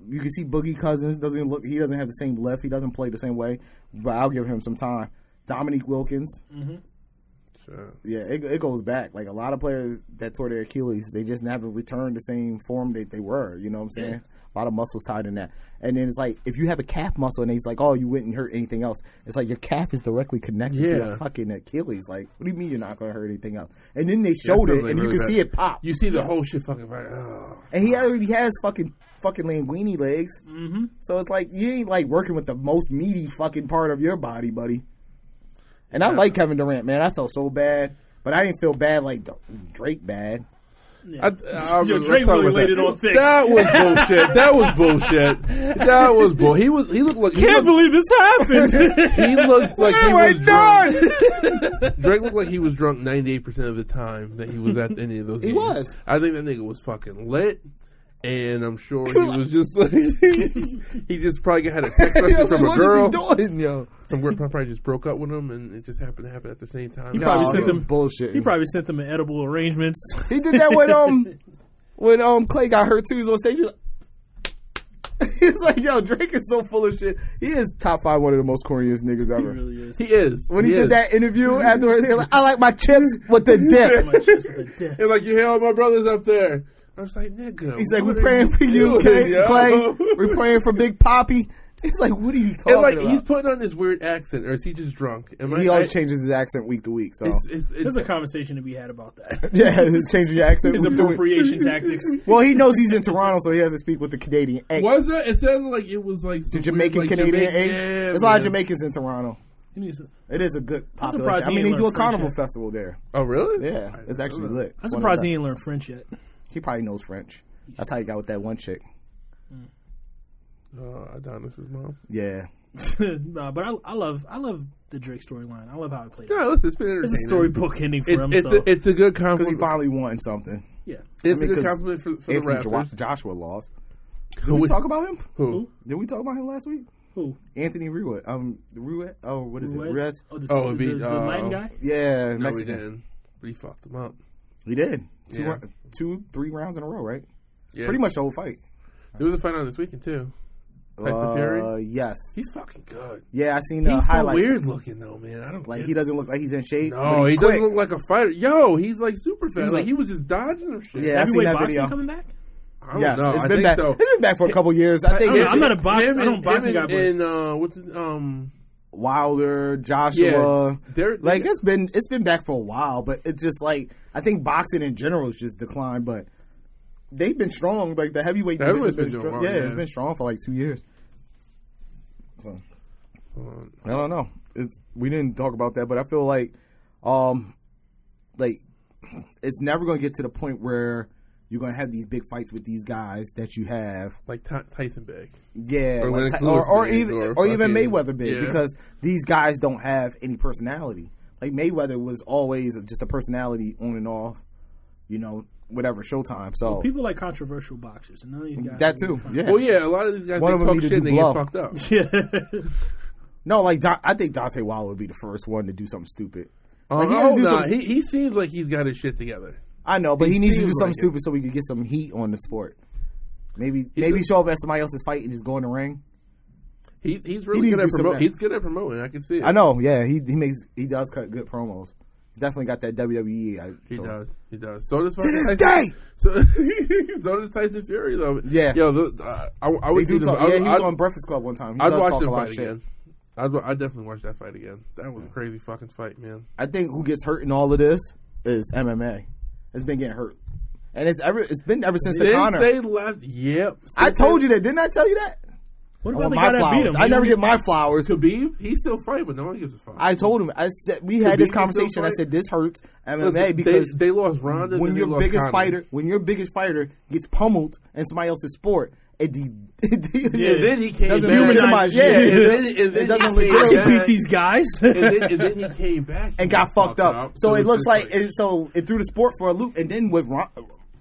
[SPEAKER 3] You can see Boogie Cousins doesn't even look. He doesn't have the same left. He doesn't play the same way. But I'll give him some time. Dominique Wilkins.
[SPEAKER 4] Sure.
[SPEAKER 3] Yeah, it, it goes back. Like a lot of players that tore their Achilles, they just never returned the same form that they were. You know what I'm saying? A lot of muscles tied in that. And then it's like if you have a calf muscle and it's like, oh, you wouldn't hurt anything else. It's like your calf is directly connected to
[SPEAKER 4] Yeah.
[SPEAKER 3] your fucking Achilles. Like, what do you mean you're not going to hurt anything else? And then they showed
[SPEAKER 4] That
[SPEAKER 3] it,
[SPEAKER 4] sounds like
[SPEAKER 3] and you
[SPEAKER 4] really
[SPEAKER 3] can
[SPEAKER 4] bad.
[SPEAKER 3] see it pop.
[SPEAKER 4] You see the whole shit fucking. Like, oh.
[SPEAKER 3] and he already has fucking fucking linguine legs. Mm-hmm. So it's like you ain't like working with the most meaty fucking part of your body, buddy. And I like Kevin Durant, man. I felt so bad, but I didn't feel bad like D- Drake bad.
[SPEAKER 4] I, I,
[SPEAKER 2] Yo,
[SPEAKER 4] let's
[SPEAKER 2] Drake
[SPEAKER 4] talk
[SPEAKER 2] really
[SPEAKER 4] about
[SPEAKER 2] laid
[SPEAKER 4] that.
[SPEAKER 2] it on thick.
[SPEAKER 4] That was bullshit. That was bullshit. That was bull. He was. He looked like. He
[SPEAKER 2] Can't
[SPEAKER 4] looked,
[SPEAKER 2] believe this happened.
[SPEAKER 4] he looked like he
[SPEAKER 3] Where
[SPEAKER 4] was
[SPEAKER 3] we
[SPEAKER 4] drunk. Drake looked like he was drunk ninety eight percent of the time that he was at any of those. He
[SPEAKER 3] was.
[SPEAKER 4] I think that nigga was fucking lit. And I'm sure he was just like he just probably had a text
[SPEAKER 3] I
[SPEAKER 4] message
[SPEAKER 3] was
[SPEAKER 4] from
[SPEAKER 3] like, what
[SPEAKER 4] a girl.
[SPEAKER 3] is he doing, yo?
[SPEAKER 4] Some girl probably just broke up with him, and it just happened to happen at the same time.
[SPEAKER 2] No. probably
[SPEAKER 3] Nah,
[SPEAKER 2] sent
[SPEAKER 3] this
[SPEAKER 2] them-
[SPEAKER 3] is bullshit.
[SPEAKER 2] he probably sent them an edible arrangements.
[SPEAKER 3] He did that when um when um Clay got hurt too. He was on stage. He was, he was like, "Yo, Drake is so full of shit. He is top five, one of the most corniest niggas
[SPEAKER 2] He
[SPEAKER 3] ever."
[SPEAKER 2] really is.
[SPEAKER 4] He is.
[SPEAKER 3] When he, did
[SPEAKER 4] is.
[SPEAKER 3] that interview afterwards, he was like, "I like my chips with the dip."
[SPEAKER 2] Like, just with the dick.
[SPEAKER 4] And like you hear all my brothers up there. I was like, nigga.
[SPEAKER 3] He's like,
[SPEAKER 4] what
[SPEAKER 3] "We're
[SPEAKER 4] are
[SPEAKER 3] praying for you,
[SPEAKER 4] doing,
[SPEAKER 3] Clay.
[SPEAKER 4] yo?"
[SPEAKER 3] Clay. We're praying for Big Poppy." He's like, "What are you talking
[SPEAKER 4] And like he's
[SPEAKER 3] about?"
[SPEAKER 4] putting on this weird accent, or is he just drunk? Am
[SPEAKER 3] He
[SPEAKER 4] I-
[SPEAKER 3] always
[SPEAKER 4] I-
[SPEAKER 3] changes his accent week to week. So
[SPEAKER 4] It's, it's, it's,
[SPEAKER 2] There's a conversation to be had about that.
[SPEAKER 3] yeah, he's changing your accent.
[SPEAKER 2] His
[SPEAKER 3] week to week.
[SPEAKER 2] appropriation tactics.
[SPEAKER 3] Well, he knows he's in Toronto, so he has to speak with the Canadian. accent.
[SPEAKER 4] was that? It sounded like it was like
[SPEAKER 3] The Jamaican Canadian egg. There's a lot of Jamaicans in Toronto.
[SPEAKER 2] He needs to-
[SPEAKER 3] It is a good population.
[SPEAKER 2] surprised
[SPEAKER 3] I
[SPEAKER 2] he
[SPEAKER 3] mean, they
[SPEAKER 2] ain't
[SPEAKER 3] do a
[SPEAKER 2] learned French
[SPEAKER 3] carnival
[SPEAKER 2] yet.
[SPEAKER 3] festival there.
[SPEAKER 4] Oh really?
[SPEAKER 3] Yeah, it's actually lit.
[SPEAKER 2] I'm
[SPEAKER 3] One of
[SPEAKER 2] surprised
[SPEAKER 3] the-
[SPEAKER 2] he ain't learned French yet.
[SPEAKER 3] He probably knows French. That's how he got with that one chick.
[SPEAKER 4] Oh, Adonis's mom.
[SPEAKER 3] Yeah,
[SPEAKER 2] nah, but I, I love I love the Drake storyline. I love how it played. out.
[SPEAKER 4] No, listen, it's been
[SPEAKER 2] It's
[SPEAKER 4] entertaining.
[SPEAKER 2] a storybook ending for
[SPEAKER 4] It's
[SPEAKER 2] him.
[SPEAKER 4] it's
[SPEAKER 2] so
[SPEAKER 4] a, it's a good
[SPEAKER 3] because he
[SPEAKER 4] compliment.
[SPEAKER 3] finally won something.
[SPEAKER 2] yeah,
[SPEAKER 4] it's
[SPEAKER 3] I mean,
[SPEAKER 4] a good
[SPEAKER 3] 'cause
[SPEAKER 4] compliment for, for the
[SPEAKER 3] Anthony Jo-
[SPEAKER 4] rappers.
[SPEAKER 3] Joshua lost.
[SPEAKER 4] Who
[SPEAKER 3] Did we
[SPEAKER 4] was-
[SPEAKER 3] talk about him?
[SPEAKER 4] who?
[SPEAKER 3] Did we talk about him last week?
[SPEAKER 2] who?
[SPEAKER 3] Anthony Ruiz. Um, Ruiz. Oh, what is it? Ruiz.
[SPEAKER 2] Oh, the,
[SPEAKER 4] Oh,
[SPEAKER 2] the,
[SPEAKER 4] it'd be,
[SPEAKER 2] the, the
[SPEAKER 4] uh,
[SPEAKER 2] Latin guy.
[SPEAKER 3] Yeah,
[SPEAKER 4] No, we
[SPEAKER 3] Mexican.
[SPEAKER 4] didn't. But he fucked him up.
[SPEAKER 3] He did. Two,
[SPEAKER 4] Yeah.
[SPEAKER 3] rou- two, three rounds in a row, right?
[SPEAKER 4] Yeah.
[SPEAKER 3] Pretty much the whole fight.
[SPEAKER 4] There was a fight on this weekend too. Tyson
[SPEAKER 3] uh,
[SPEAKER 4] Fury?
[SPEAKER 3] Yes.
[SPEAKER 4] He's fucking good.
[SPEAKER 3] Yeah, I seen the
[SPEAKER 4] He's so
[SPEAKER 3] highlight.
[SPEAKER 4] weird looking though, man. I don't
[SPEAKER 3] Like
[SPEAKER 4] get
[SPEAKER 3] he doesn't look like he's in shape.
[SPEAKER 4] No,
[SPEAKER 3] but
[SPEAKER 4] he
[SPEAKER 3] he's quick.
[SPEAKER 4] doesn't look like a fighter. Yo, he's like super fast.
[SPEAKER 3] He's
[SPEAKER 4] like,
[SPEAKER 3] like-
[SPEAKER 4] he was just dodging them shit.
[SPEAKER 3] Yeah, I seen
[SPEAKER 2] Heavyweight
[SPEAKER 3] that
[SPEAKER 2] boxing
[SPEAKER 3] video.
[SPEAKER 2] coming back.
[SPEAKER 4] I don't
[SPEAKER 3] Yes,
[SPEAKER 4] know.
[SPEAKER 3] it's
[SPEAKER 4] I
[SPEAKER 3] been
[SPEAKER 4] think
[SPEAKER 3] back.
[SPEAKER 4] so.
[SPEAKER 3] It's been back for a couple years. I think
[SPEAKER 2] don't
[SPEAKER 3] it's
[SPEAKER 2] know. I'm not a boxer.
[SPEAKER 4] Him
[SPEAKER 2] I
[SPEAKER 4] and-
[SPEAKER 2] don't boxing
[SPEAKER 4] him
[SPEAKER 2] guy,
[SPEAKER 4] And,
[SPEAKER 2] but-
[SPEAKER 4] and, uh, what's his, um?
[SPEAKER 3] Wilder,
[SPEAKER 4] Yeah,
[SPEAKER 3] Joshua.
[SPEAKER 4] they're
[SPEAKER 3] Like it's been it's been back for a while, but it's just like I think boxing in general has just declined, but they've been strong. Like the heavyweight division's
[SPEAKER 4] Everyone's
[SPEAKER 3] been,
[SPEAKER 4] been doing
[SPEAKER 3] strong.
[SPEAKER 4] well,
[SPEAKER 3] yeah,
[SPEAKER 4] yeah.
[SPEAKER 3] it's been strong for like two years. So
[SPEAKER 4] Hold
[SPEAKER 3] I don't know. It's we didn't talk about that, but I feel like um like it's never gonna get to the point where you're gonna have these big fights with these guys that you have
[SPEAKER 4] like Ty- Tyson big.
[SPEAKER 3] yeah,
[SPEAKER 4] Or
[SPEAKER 3] like
[SPEAKER 4] Lennox
[SPEAKER 3] Ty-
[SPEAKER 4] Lewis
[SPEAKER 3] or, or
[SPEAKER 4] big,
[SPEAKER 3] even
[SPEAKER 4] or
[SPEAKER 3] or, even
[SPEAKER 4] fucking-
[SPEAKER 3] Mayweather big
[SPEAKER 4] yeah.
[SPEAKER 3] because these guys don't have any personality. Like Mayweather was always just a personality on and off, you know, whatever Showtime. So
[SPEAKER 2] People like controversial boxers, and none of these guys.
[SPEAKER 3] that too, yeah.
[SPEAKER 4] Well, yeah, a lot of these guys
[SPEAKER 3] One
[SPEAKER 4] they
[SPEAKER 3] of them
[SPEAKER 4] talk
[SPEAKER 3] need to
[SPEAKER 4] shit and
[SPEAKER 3] do
[SPEAKER 4] they
[SPEAKER 3] blow.
[SPEAKER 4] get fucked up.
[SPEAKER 2] Yeah.
[SPEAKER 3] No, like Da- I think Dante Wilder would be the first one to do something stupid.
[SPEAKER 4] Uh,
[SPEAKER 3] Like, he
[SPEAKER 4] oh,
[SPEAKER 3] has to do
[SPEAKER 4] nah,
[SPEAKER 3] some-
[SPEAKER 4] he he seems like he's got his shit together.
[SPEAKER 3] I know, but he, needs to do
[SPEAKER 4] seems
[SPEAKER 3] something
[SPEAKER 4] like it.
[SPEAKER 3] stupid so we can get some heat on the sport. Maybe maybe
[SPEAKER 4] a-
[SPEAKER 3] show up at somebody else's fight and just go in the ring.
[SPEAKER 4] He he's really
[SPEAKER 3] needs
[SPEAKER 4] good
[SPEAKER 3] to do some
[SPEAKER 4] at
[SPEAKER 3] of
[SPEAKER 4] promoting.
[SPEAKER 3] that.
[SPEAKER 4] He's good at promoting. I can see it.
[SPEAKER 3] I know, yeah, he he makes he does cut good promos. He's definitely got that WWE. I,
[SPEAKER 4] He
[SPEAKER 3] so-
[SPEAKER 4] does. He does. So does to
[SPEAKER 3] this day!
[SPEAKER 4] So, so does Tyson Fury though.
[SPEAKER 3] Yeah.
[SPEAKER 4] Yo, the, uh, I, I
[SPEAKER 3] They
[SPEAKER 4] would
[SPEAKER 3] do
[SPEAKER 4] see
[SPEAKER 3] talk.
[SPEAKER 4] them.
[SPEAKER 3] yeah,
[SPEAKER 4] I,
[SPEAKER 3] he was
[SPEAKER 4] I,
[SPEAKER 3] on Breakfast Club one time. He
[SPEAKER 4] I'd
[SPEAKER 3] does
[SPEAKER 4] watch
[SPEAKER 3] talk a
[SPEAKER 4] the
[SPEAKER 3] lot
[SPEAKER 4] fight
[SPEAKER 3] of shit.
[SPEAKER 4] again. I'd, wa- I'd definitely watch that fight again. That was a crazy fucking fight, man.
[SPEAKER 3] I think who gets hurt in all of this is MMA. It's been getting hurt, and it's ever it's been ever since the
[SPEAKER 4] Since
[SPEAKER 3] Connor.
[SPEAKER 4] they left, yep.
[SPEAKER 3] I told you that, didn't I tell you that?
[SPEAKER 2] What
[SPEAKER 3] I
[SPEAKER 2] about
[SPEAKER 3] want
[SPEAKER 2] the
[SPEAKER 3] my
[SPEAKER 2] guy that beat
[SPEAKER 3] flowers.
[SPEAKER 2] him?
[SPEAKER 3] I
[SPEAKER 2] He
[SPEAKER 3] never
[SPEAKER 2] don't
[SPEAKER 3] get my flowers.
[SPEAKER 4] Khabib, he's still fighting, but no one gives a fuck.
[SPEAKER 3] I told him. I said we had
[SPEAKER 4] Khabib
[SPEAKER 3] this
[SPEAKER 4] is
[SPEAKER 3] conversation.
[SPEAKER 4] still
[SPEAKER 3] I
[SPEAKER 4] fight-
[SPEAKER 3] said this hurts MMA
[SPEAKER 4] Listen,
[SPEAKER 3] because
[SPEAKER 4] they, they lost Ronda.
[SPEAKER 3] when
[SPEAKER 4] then
[SPEAKER 3] your
[SPEAKER 4] they lost
[SPEAKER 3] biggest
[SPEAKER 4] Conor.
[SPEAKER 3] fighter, when your biggest fighter gets pummeled in somebody else's sport, it, de- it, de-
[SPEAKER 4] and then he came
[SPEAKER 3] doesn't
[SPEAKER 4] back.
[SPEAKER 3] humanize you.
[SPEAKER 4] Yeah,
[SPEAKER 3] Yeah,
[SPEAKER 4] and then, and then
[SPEAKER 3] it doesn't
[SPEAKER 4] he came
[SPEAKER 2] I
[SPEAKER 3] legitimize-
[SPEAKER 2] can
[SPEAKER 4] back,
[SPEAKER 2] beat these guys.
[SPEAKER 4] And then, and then he came back
[SPEAKER 3] and got fucked up. So it
[SPEAKER 4] it's
[SPEAKER 3] looks
[SPEAKER 4] just
[SPEAKER 3] like it, so it threw the sport for a loop. And then with Ron,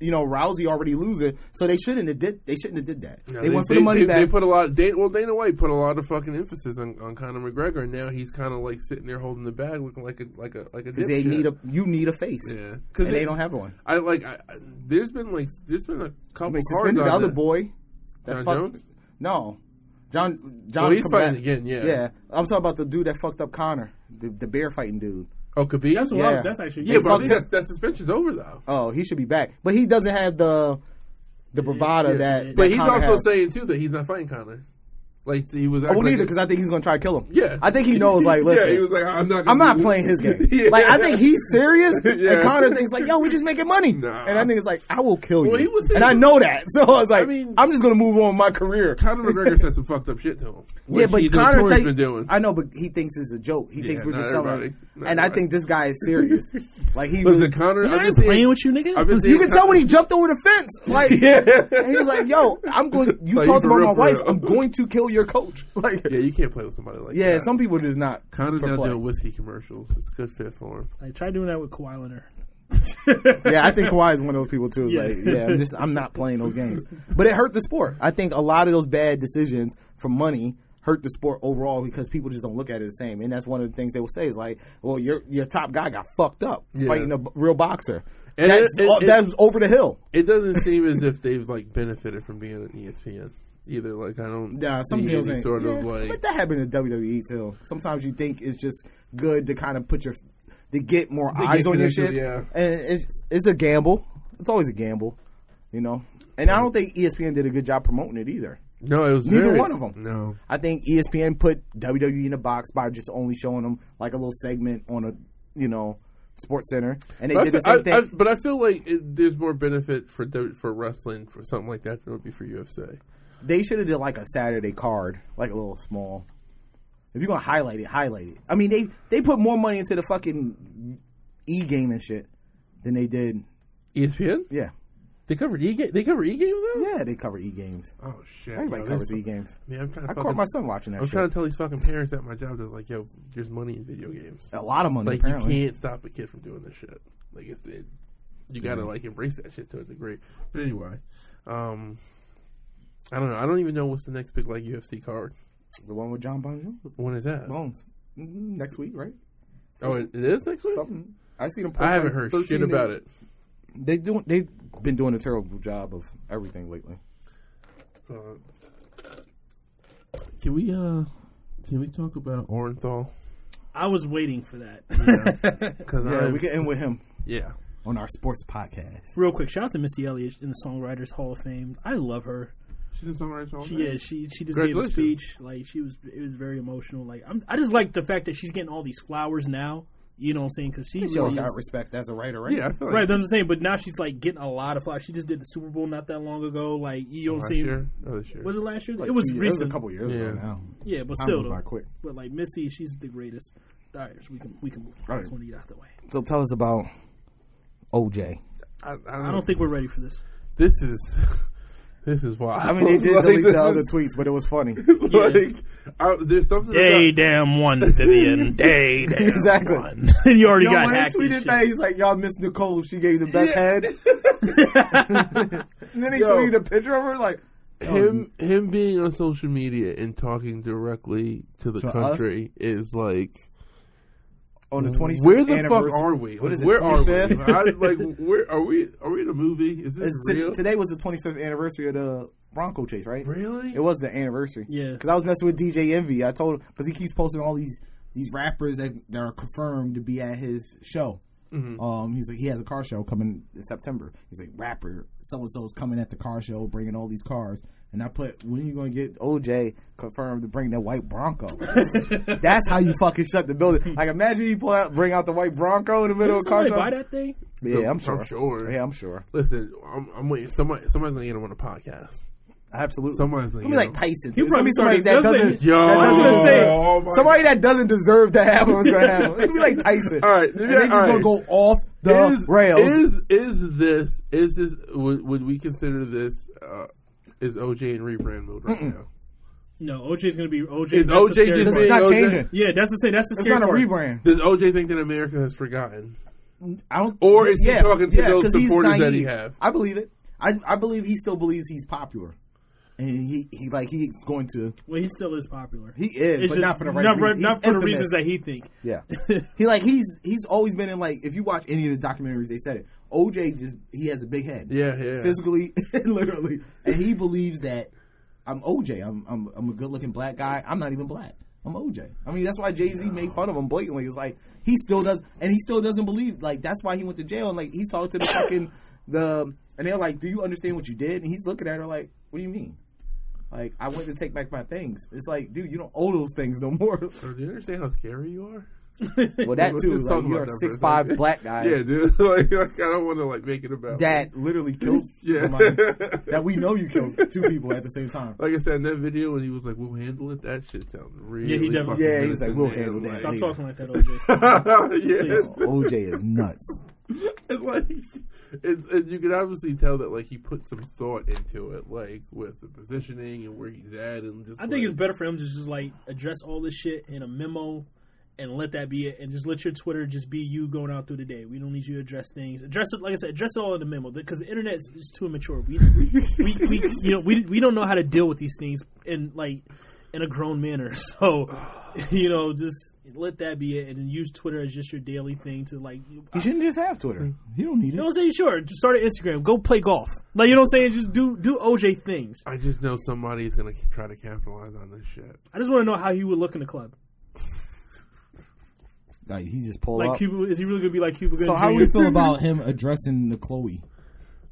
[SPEAKER 3] you know Rousey already losing, so they shouldn't have did they shouldn't have did that.
[SPEAKER 4] Yeah,
[SPEAKER 3] they, went for the money
[SPEAKER 4] they,
[SPEAKER 3] back.
[SPEAKER 4] They put a lot. Dana, well, Dana White put a lot of fucking emphasis on, on Conor McGregor, and now he's kind of like sitting there holding the bag, looking like a like a like a.
[SPEAKER 3] because they
[SPEAKER 4] dipshit.
[SPEAKER 3] need a you need a face,
[SPEAKER 4] yeah,
[SPEAKER 3] and
[SPEAKER 4] because
[SPEAKER 3] they, don't have one.
[SPEAKER 4] I like. I, I- there's been like there's been a couple
[SPEAKER 3] They
[SPEAKER 4] cards on
[SPEAKER 3] suspended the other
[SPEAKER 4] that.
[SPEAKER 3] boy. That
[SPEAKER 4] John
[SPEAKER 3] fucked-
[SPEAKER 4] Jones?
[SPEAKER 3] No, John. John.
[SPEAKER 4] he's fighting again, yeah.
[SPEAKER 3] Yeah, I'm talking about the dude that fucked up Connor, the, the bear fighting dude.
[SPEAKER 4] Oh, Khabib.
[SPEAKER 2] That's what
[SPEAKER 3] Yeah.
[SPEAKER 2] I was, that's actually.
[SPEAKER 4] yeah, but I
[SPEAKER 3] fucked
[SPEAKER 4] think
[SPEAKER 3] him.
[SPEAKER 4] that's, that suspension's over though.
[SPEAKER 3] Oh, he should be back, but he doesn't have the the bravado
[SPEAKER 2] Yeah,
[SPEAKER 3] that.
[SPEAKER 2] yeah.
[SPEAKER 3] that
[SPEAKER 4] But he's
[SPEAKER 3] Conor
[SPEAKER 4] also
[SPEAKER 3] has.
[SPEAKER 4] saying too that he's not fighting Conor. Like he was.
[SPEAKER 3] I
[SPEAKER 4] acting
[SPEAKER 3] won't
[SPEAKER 4] like
[SPEAKER 3] either
[SPEAKER 4] a-
[SPEAKER 3] because I think he's gonna try to kill him.
[SPEAKER 4] Yeah.
[SPEAKER 3] I think he knows. Like, listen,
[SPEAKER 4] yeah, he was like, I'm not. gonna
[SPEAKER 3] I'm not
[SPEAKER 4] do
[SPEAKER 3] playing his
[SPEAKER 4] this.
[SPEAKER 3] game.
[SPEAKER 4] Yeah.
[SPEAKER 3] Like, I think he's serious.
[SPEAKER 4] Yeah.
[SPEAKER 3] And Connor thinks like, yo, we just making money.
[SPEAKER 4] Nah.
[SPEAKER 3] And that nigga's like, I will kill you.
[SPEAKER 4] Well, he was
[SPEAKER 3] and I
[SPEAKER 4] thinking-
[SPEAKER 3] know that. So I was like, I
[SPEAKER 4] mean-
[SPEAKER 3] am just gonna move on with my career.
[SPEAKER 4] Conor McGregor said some fucked up shit to him.
[SPEAKER 3] Yeah,
[SPEAKER 4] Which
[SPEAKER 3] but
[SPEAKER 4] he- the
[SPEAKER 3] Connor
[SPEAKER 4] tour's
[SPEAKER 3] thinks
[SPEAKER 4] been doing.
[SPEAKER 3] I know, but he thinks it's a joke. He
[SPEAKER 4] Yeah,
[SPEAKER 3] thinks we're
[SPEAKER 4] not
[SPEAKER 3] just selling.
[SPEAKER 4] everybody.
[SPEAKER 3] it.
[SPEAKER 4] Not
[SPEAKER 3] And I
[SPEAKER 4] everybody.
[SPEAKER 3] think this guy is serious. like he, really,
[SPEAKER 4] Listen,
[SPEAKER 2] I
[SPEAKER 4] Connor, I've been
[SPEAKER 2] ain't
[SPEAKER 4] seeing-
[SPEAKER 2] playing with you, nigga.
[SPEAKER 4] I've been
[SPEAKER 3] you
[SPEAKER 4] seeing
[SPEAKER 3] can
[SPEAKER 4] Con-
[SPEAKER 3] tell when he jumped over the fence. Like and he was like, yo, I'm going. You
[SPEAKER 4] Like,
[SPEAKER 3] talked
[SPEAKER 4] for
[SPEAKER 3] about
[SPEAKER 4] real,
[SPEAKER 3] my
[SPEAKER 4] for
[SPEAKER 3] wife.
[SPEAKER 4] real.
[SPEAKER 3] I'm going to kill your coach. Like,
[SPEAKER 4] Yeah, you can't play with somebody like
[SPEAKER 3] yeah,
[SPEAKER 4] that.
[SPEAKER 3] some people just not.
[SPEAKER 4] Connor's
[SPEAKER 3] for
[SPEAKER 4] now
[SPEAKER 3] play.
[SPEAKER 4] doing whiskey commercials. It's a good fit for him.
[SPEAKER 2] Like, try doing that with Kawhi Leonard.
[SPEAKER 3] yeah, I think Kawhi is one of those people too. It's
[SPEAKER 2] Yeah.
[SPEAKER 3] Like, yeah, I'm just I'm not playing those games. But it hurt the sport. I think a lot of those bad decisions for money hurt the sport overall because people just don't look at it the same. And that's one of the things they will say is like, well, your your top guy got fucked up
[SPEAKER 4] Yeah.
[SPEAKER 3] fighting a b- real boxer.
[SPEAKER 4] And
[SPEAKER 3] that's
[SPEAKER 4] it- it-
[SPEAKER 3] that's over the hill.
[SPEAKER 4] It doesn't seem as if they've like benefited from being on E ESPN either. Like I don't.
[SPEAKER 3] Yeah, some
[SPEAKER 4] see
[SPEAKER 3] deals
[SPEAKER 4] any
[SPEAKER 3] ain't.
[SPEAKER 4] sort of
[SPEAKER 3] yeah,
[SPEAKER 4] like.
[SPEAKER 3] but that happened in WWE too. Sometimes you think it's just good to kind of put your to get more
[SPEAKER 4] get
[SPEAKER 3] eyes on your shit,
[SPEAKER 4] connected, yeah.
[SPEAKER 3] and it's it's a gamble. It's always a gamble, you know. And I don't think E ESPN did a good job promoting it either.
[SPEAKER 4] no, it was
[SPEAKER 3] Neither
[SPEAKER 4] very-
[SPEAKER 3] one of 'em.
[SPEAKER 4] No,
[SPEAKER 3] I think E ESPN put WWE in a box by just only showing them like a little segment on a you know Sports Center, and they
[SPEAKER 4] But I
[SPEAKER 3] did the
[SPEAKER 4] feel-
[SPEAKER 3] same
[SPEAKER 4] I-
[SPEAKER 3] thing.
[SPEAKER 4] I- but I feel like it, there's more benefit for W- for wrestling for something like that than would be for UFC.
[SPEAKER 3] they should have did like a Saturday card, like a little small. If you're gonna highlight it, highlight it. I mean, they they put more money into the fucking e game and shit than they did.
[SPEAKER 4] ESPN
[SPEAKER 3] Yeah,
[SPEAKER 4] they covered e game. They cover e game though.
[SPEAKER 3] yeah, they cover e games.
[SPEAKER 4] Oh shit!
[SPEAKER 3] Everybody
[SPEAKER 4] yo,
[SPEAKER 3] covers
[SPEAKER 4] this-
[SPEAKER 3] e games.
[SPEAKER 4] Man, I'm trying to
[SPEAKER 3] I
[SPEAKER 4] fucking-
[SPEAKER 3] caught my son watching that
[SPEAKER 4] I'm
[SPEAKER 3] shit.
[SPEAKER 4] trying to tell these fucking parents at my job that like, yo, there's money in video games.
[SPEAKER 3] a lot of money.
[SPEAKER 4] Like
[SPEAKER 3] apparently.
[SPEAKER 4] you can't stop a kid from doing this shit. Like it's it, you gotta like embrace that shit to a degree. But anyway, um, I don't know. I don't even know what's the next big like UFC card.
[SPEAKER 3] The one with John Bon Jovi,
[SPEAKER 4] When is that?
[SPEAKER 3] Bones Mm, next week, right?
[SPEAKER 4] Oh, it, it is next week.
[SPEAKER 3] Something. I see them. Post
[SPEAKER 4] I haven't
[SPEAKER 3] like
[SPEAKER 4] heard
[SPEAKER 3] 13
[SPEAKER 4] shit
[SPEAKER 3] and-
[SPEAKER 4] about it.
[SPEAKER 3] They doing. They've been doing a terrible job of everything lately.
[SPEAKER 4] Uh, can we uh can we talk about Orenthal?
[SPEAKER 2] I was waiting for that.
[SPEAKER 4] Because
[SPEAKER 3] Yeah, we can end with him
[SPEAKER 4] yeah.
[SPEAKER 3] on our sports podcast.
[SPEAKER 2] Real quick, shout out to Missy Elliott in the Songwriters Hall of Fame. I love her.
[SPEAKER 4] She's in songwriting. Hall of
[SPEAKER 2] She,
[SPEAKER 4] Fame?
[SPEAKER 2] yeah, she she just gave a
[SPEAKER 4] Congratulations.
[SPEAKER 2] speech. Like she was, it was very emotional. Like I'm, I just like the fact that she's getting all these flowers now. You know what I'm saying? Because she
[SPEAKER 3] She always
[SPEAKER 2] really
[SPEAKER 3] got
[SPEAKER 2] is-
[SPEAKER 3] respect as a writer, right?
[SPEAKER 4] Yeah, I feel like
[SPEAKER 2] Right, that's what I'm saying. But now she's like getting a lot of flowers. She just did the Super Bowl not that long ago. Like you know what I'm
[SPEAKER 4] last
[SPEAKER 2] saying?
[SPEAKER 4] year or this year.
[SPEAKER 2] Was it last year?
[SPEAKER 3] Like
[SPEAKER 2] it was
[SPEAKER 3] two years-
[SPEAKER 2] recent.
[SPEAKER 3] a couple years
[SPEAKER 4] Yeah.
[SPEAKER 3] ago now.
[SPEAKER 2] Yeah, but
[SPEAKER 3] Time
[SPEAKER 2] still,
[SPEAKER 3] goes by
[SPEAKER 2] though.
[SPEAKER 3] quick.
[SPEAKER 2] But like Missy, she's the greatest. All right, so we can we can move. I just
[SPEAKER 3] right.
[SPEAKER 2] want to get out the way.
[SPEAKER 3] So tell us about OJ.
[SPEAKER 4] I, I, don't
[SPEAKER 2] I
[SPEAKER 4] know.
[SPEAKER 2] don't think we're ready for this.
[SPEAKER 4] this is this is wild.
[SPEAKER 3] I mean, they did
[SPEAKER 4] Like,
[SPEAKER 3] delete
[SPEAKER 4] this
[SPEAKER 3] the other
[SPEAKER 4] is-
[SPEAKER 3] tweets, but it was funny.
[SPEAKER 4] like I, there's something
[SPEAKER 2] Day
[SPEAKER 4] about,
[SPEAKER 2] damn one, Vivian. Day damn
[SPEAKER 3] Exactly.
[SPEAKER 2] one. you already
[SPEAKER 3] Yo,
[SPEAKER 2] got
[SPEAKER 3] when he
[SPEAKER 2] hacked. and
[SPEAKER 3] tweeted
[SPEAKER 2] shit.
[SPEAKER 3] that, he's like, "Y'all miss Nicole. She gave the best head." and then he
[SPEAKER 4] Yo.
[SPEAKER 3] tweeted a picture of her, like,
[SPEAKER 4] him him being on social media and talking directly to the
[SPEAKER 3] To us?
[SPEAKER 4] country is like
[SPEAKER 3] on the 25th
[SPEAKER 4] where the fuck
[SPEAKER 3] anniversary.
[SPEAKER 4] are we? Like,
[SPEAKER 3] What is it,
[SPEAKER 4] where are we?
[SPEAKER 3] 25th?
[SPEAKER 4] I, like where are we? Are we in a movie? Is this
[SPEAKER 3] It's to-
[SPEAKER 4] real?
[SPEAKER 3] today was the 25th anniversary of the Bronco chase, right?
[SPEAKER 4] Really?
[SPEAKER 3] It was the anniversary.
[SPEAKER 2] Yeah.
[SPEAKER 3] Because I was messing with DJ Envy. I told him because he keeps posting all these these rappers that that are confirmed to be at his show.
[SPEAKER 2] Mm-hmm.
[SPEAKER 3] Um, he's like he has a car show coming in September. He's like rapper so and so's coming at the car show, bringing all these cars. And I put when are you gonna get OJ confirmed to bring that white Bronco? That's how you fucking shut the building. Like imagine you pull out, bring out the white Bronco in the middle
[SPEAKER 2] Did
[SPEAKER 3] of a car
[SPEAKER 2] somebody
[SPEAKER 3] show.
[SPEAKER 2] buy that thing?
[SPEAKER 3] Yeah, I'm sure.
[SPEAKER 4] I'm sure.
[SPEAKER 3] Yeah, I'm sure.
[SPEAKER 4] Listen, I'm, I'm waiting. Somebody, somebody's gonna get him on a podcast.
[SPEAKER 3] Absolutely.
[SPEAKER 4] Somebody's
[SPEAKER 3] It's
[SPEAKER 4] gonna
[SPEAKER 3] gonna be
[SPEAKER 4] get
[SPEAKER 3] like
[SPEAKER 4] him.
[SPEAKER 3] Tyson. Too. It's gonna
[SPEAKER 2] probably
[SPEAKER 3] be somebody that
[SPEAKER 2] started-
[SPEAKER 3] doesn't.
[SPEAKER 2] that's
[SPEAKER 4] Yo,
[SPEAKER 3] That doesn't
[SPEAKER 4] Oh,
[SPEAKER 3] say-
[SPEAKER 4] my
[SPEAKER 3] somebody that doesn't deserve to happen what's going to happen. It's gonna be like Tyson.
[SPEAKER 4] All right,
[SPEAKER 3] and
[SPEAKER 4] yeah,
[SPEAKER 3] they just
[SPEAKER 4] all
[SPEAKER 3] gonna
[SPEAKER 4] right.
[SPEAKER 3] go off the
[SPEAKER 4] is,
[SPEAKER 3] rails.
[SPEAKER 4] Is is this is this would, would we consider this uh, is OJ in rebrand mode right now?
[SPEAKER 2] No, OJ's gonna be OJ.
[SPEAKER 4] Is
[SPEAKER 2] That's the
[SPEAKER 4] OJ
[SPEAKER 2] scary
[SPEAKER 4] just
[SPEAKER 2] part.
[SPEAKER 3] It's
[SPEAKER 4] being
[SPEAKER 3] not
[SPEAKER 4] OJ?
[SPEAKER 3] changing.
[SPEAKER 2] Yeah, that's the same. That's the
[SPEAKER 3] It's
[SPEAKER 2] scary
[SPEAKER 3] not a
[SPEAKER 2] part.
[SPEAKER 3] rebrand.
[SPEAKER 4] Does OJ think that America has forgotten?
[SPEAKER 3] I don't.
[SPEAKER 4] Or is he talking to those
[SPEAKER 3] 'cause he's
[SPEAKER 4] supporters that
[SPEAKER 3] naive.
[SPEAKER 4] he have?
[SPEAKER 3] I believe it. I I believe he still believes he's popular, and he he like he's going to.
[SPEAKER 2] Well, he still is popular.
[SPEAKER 3] He is,
[SPEAKER 2] It's just
[SPEAKER 3] but not for the right
[SPEAKER 2] not,
[SPEAKER 3] reasons.
[SPEAKER 2] not
[SPEAKER 3] He's
[SPEAKER 2] for the
[SPEAKER 3] infamous.
[SPEAKER 2] reasons that he think.
[SPEAKER 3] Yeah, he like he's he's always been in like if you watch any of the documentaries they said it. OJ just he has a big head.
[SPEAKER 4] Yeah, yeah.
[SPEAKER 3] physically, literally, and he believes that I'm OJ. I'm I'm, I'm a good looking black guy. I'm not even black. I'm OJ. I mean, that's why Jay Z made fun of him blatantly. It's like he still does, and he still doesn't believe. Like that's why he went to jail. And like he's talking to the fucking the, and they're like, "Do you understand what you did?" And he's looking at her like, "What do you mean?" Like I went to take back my things. It's like, dude, you don't owe those things no more.
[SPEAKER 4] Bro, do you understand how scary you are?
[SPEAKER 3] Well, that
[SPEAKER 4] Let's
[SPEAKER 3] too.
[SPEAKER 4] just
[SPEAKER 3] Like,
[SPEAKER 4] talk
[SPEAKER 3] you're
[SPEAKER 4] about
[SPEAKER 3] a
[SPEAKER 4] that for a
[SPEAKER 3] six five
[SPEAKER 4] second.
[SPEAKER 3] black guy
[SPEAKER 4] yeah, dude. like, like, I don't want to like make it about
[SPEAKER 3] that literally killed
[SPEAKER 4] Yeah.
[SPEAKER 3] somebody. That we know you killed two people at the same time.
[SPEAKER 4] Like I said in that video, when he was like, "We'll handle it," that shit sounds really.
[SPEAKER 2] definitely-
[SPEAKER 4] fucking
[SPEAKER 3] Yeah, he was like, "We'll
[SPEAKER 4] innocent,
[SPEAKER 3] handle
[SPEAKER 4] man."
[SPEAKER 3] that.
[SPEAKER 2] Stop
[SPEAKER 3] Later.
[SPEAKER 2] talking like that, OJ.
[SPEAKER 4] Like, yeah,
[SPEAKER 2] Please.
[SPEAKER 3] OJ is nuts.
[SPEAKER 4] and like, and, and you can obviously tell that like he put some thought into it, like with the positioning and where he's at, and just.
[SPEAKER 2] I think it's
[SPEAKER 4] like,
[SPEAKER 2] better for him to just like address all this shit in a memo and let that be it and just let your Twitter just be you going out through the day. We don't need you to address things. Address it like I said, address it all in the memo because the internet is just too immature. We, we, we, we you know we we don't know how to deal with these things in like in a grown manner. So you know just let that be it and then use Twitter as just your daily thing to like you
[SPEAKER 3] He shouldn't just have Twitter. He don't need
[SPEAKER 2] know
[SPEAKER 3] it.
[SPEAKER 2] what I'm saying? Sure, just start an Instagram, go play golf. Like you know what I'm saying? Just do do OJ things.
[SPEAKER 4] I just know somebody's gonna try to capitalize on this shit.
[SPEAKER 2] I just want to know how he would look in the club.
[SPEAKER 3] Like he just pulled
[SPEAKER 2] Like
[SPEAKER 3] up.
[SPEAKER 2] Cuba, is he really gonna be like Cuba?
[SPEAKER 3] So
[SPEAKER 2] Gooding
[SPEAKER 3] how
[SPEAKER 2] Jr.?
[SPEAKER 6] How
[SPEAKER 3] we
[SPEAKER 6] do you feel about him addressing the Chloe?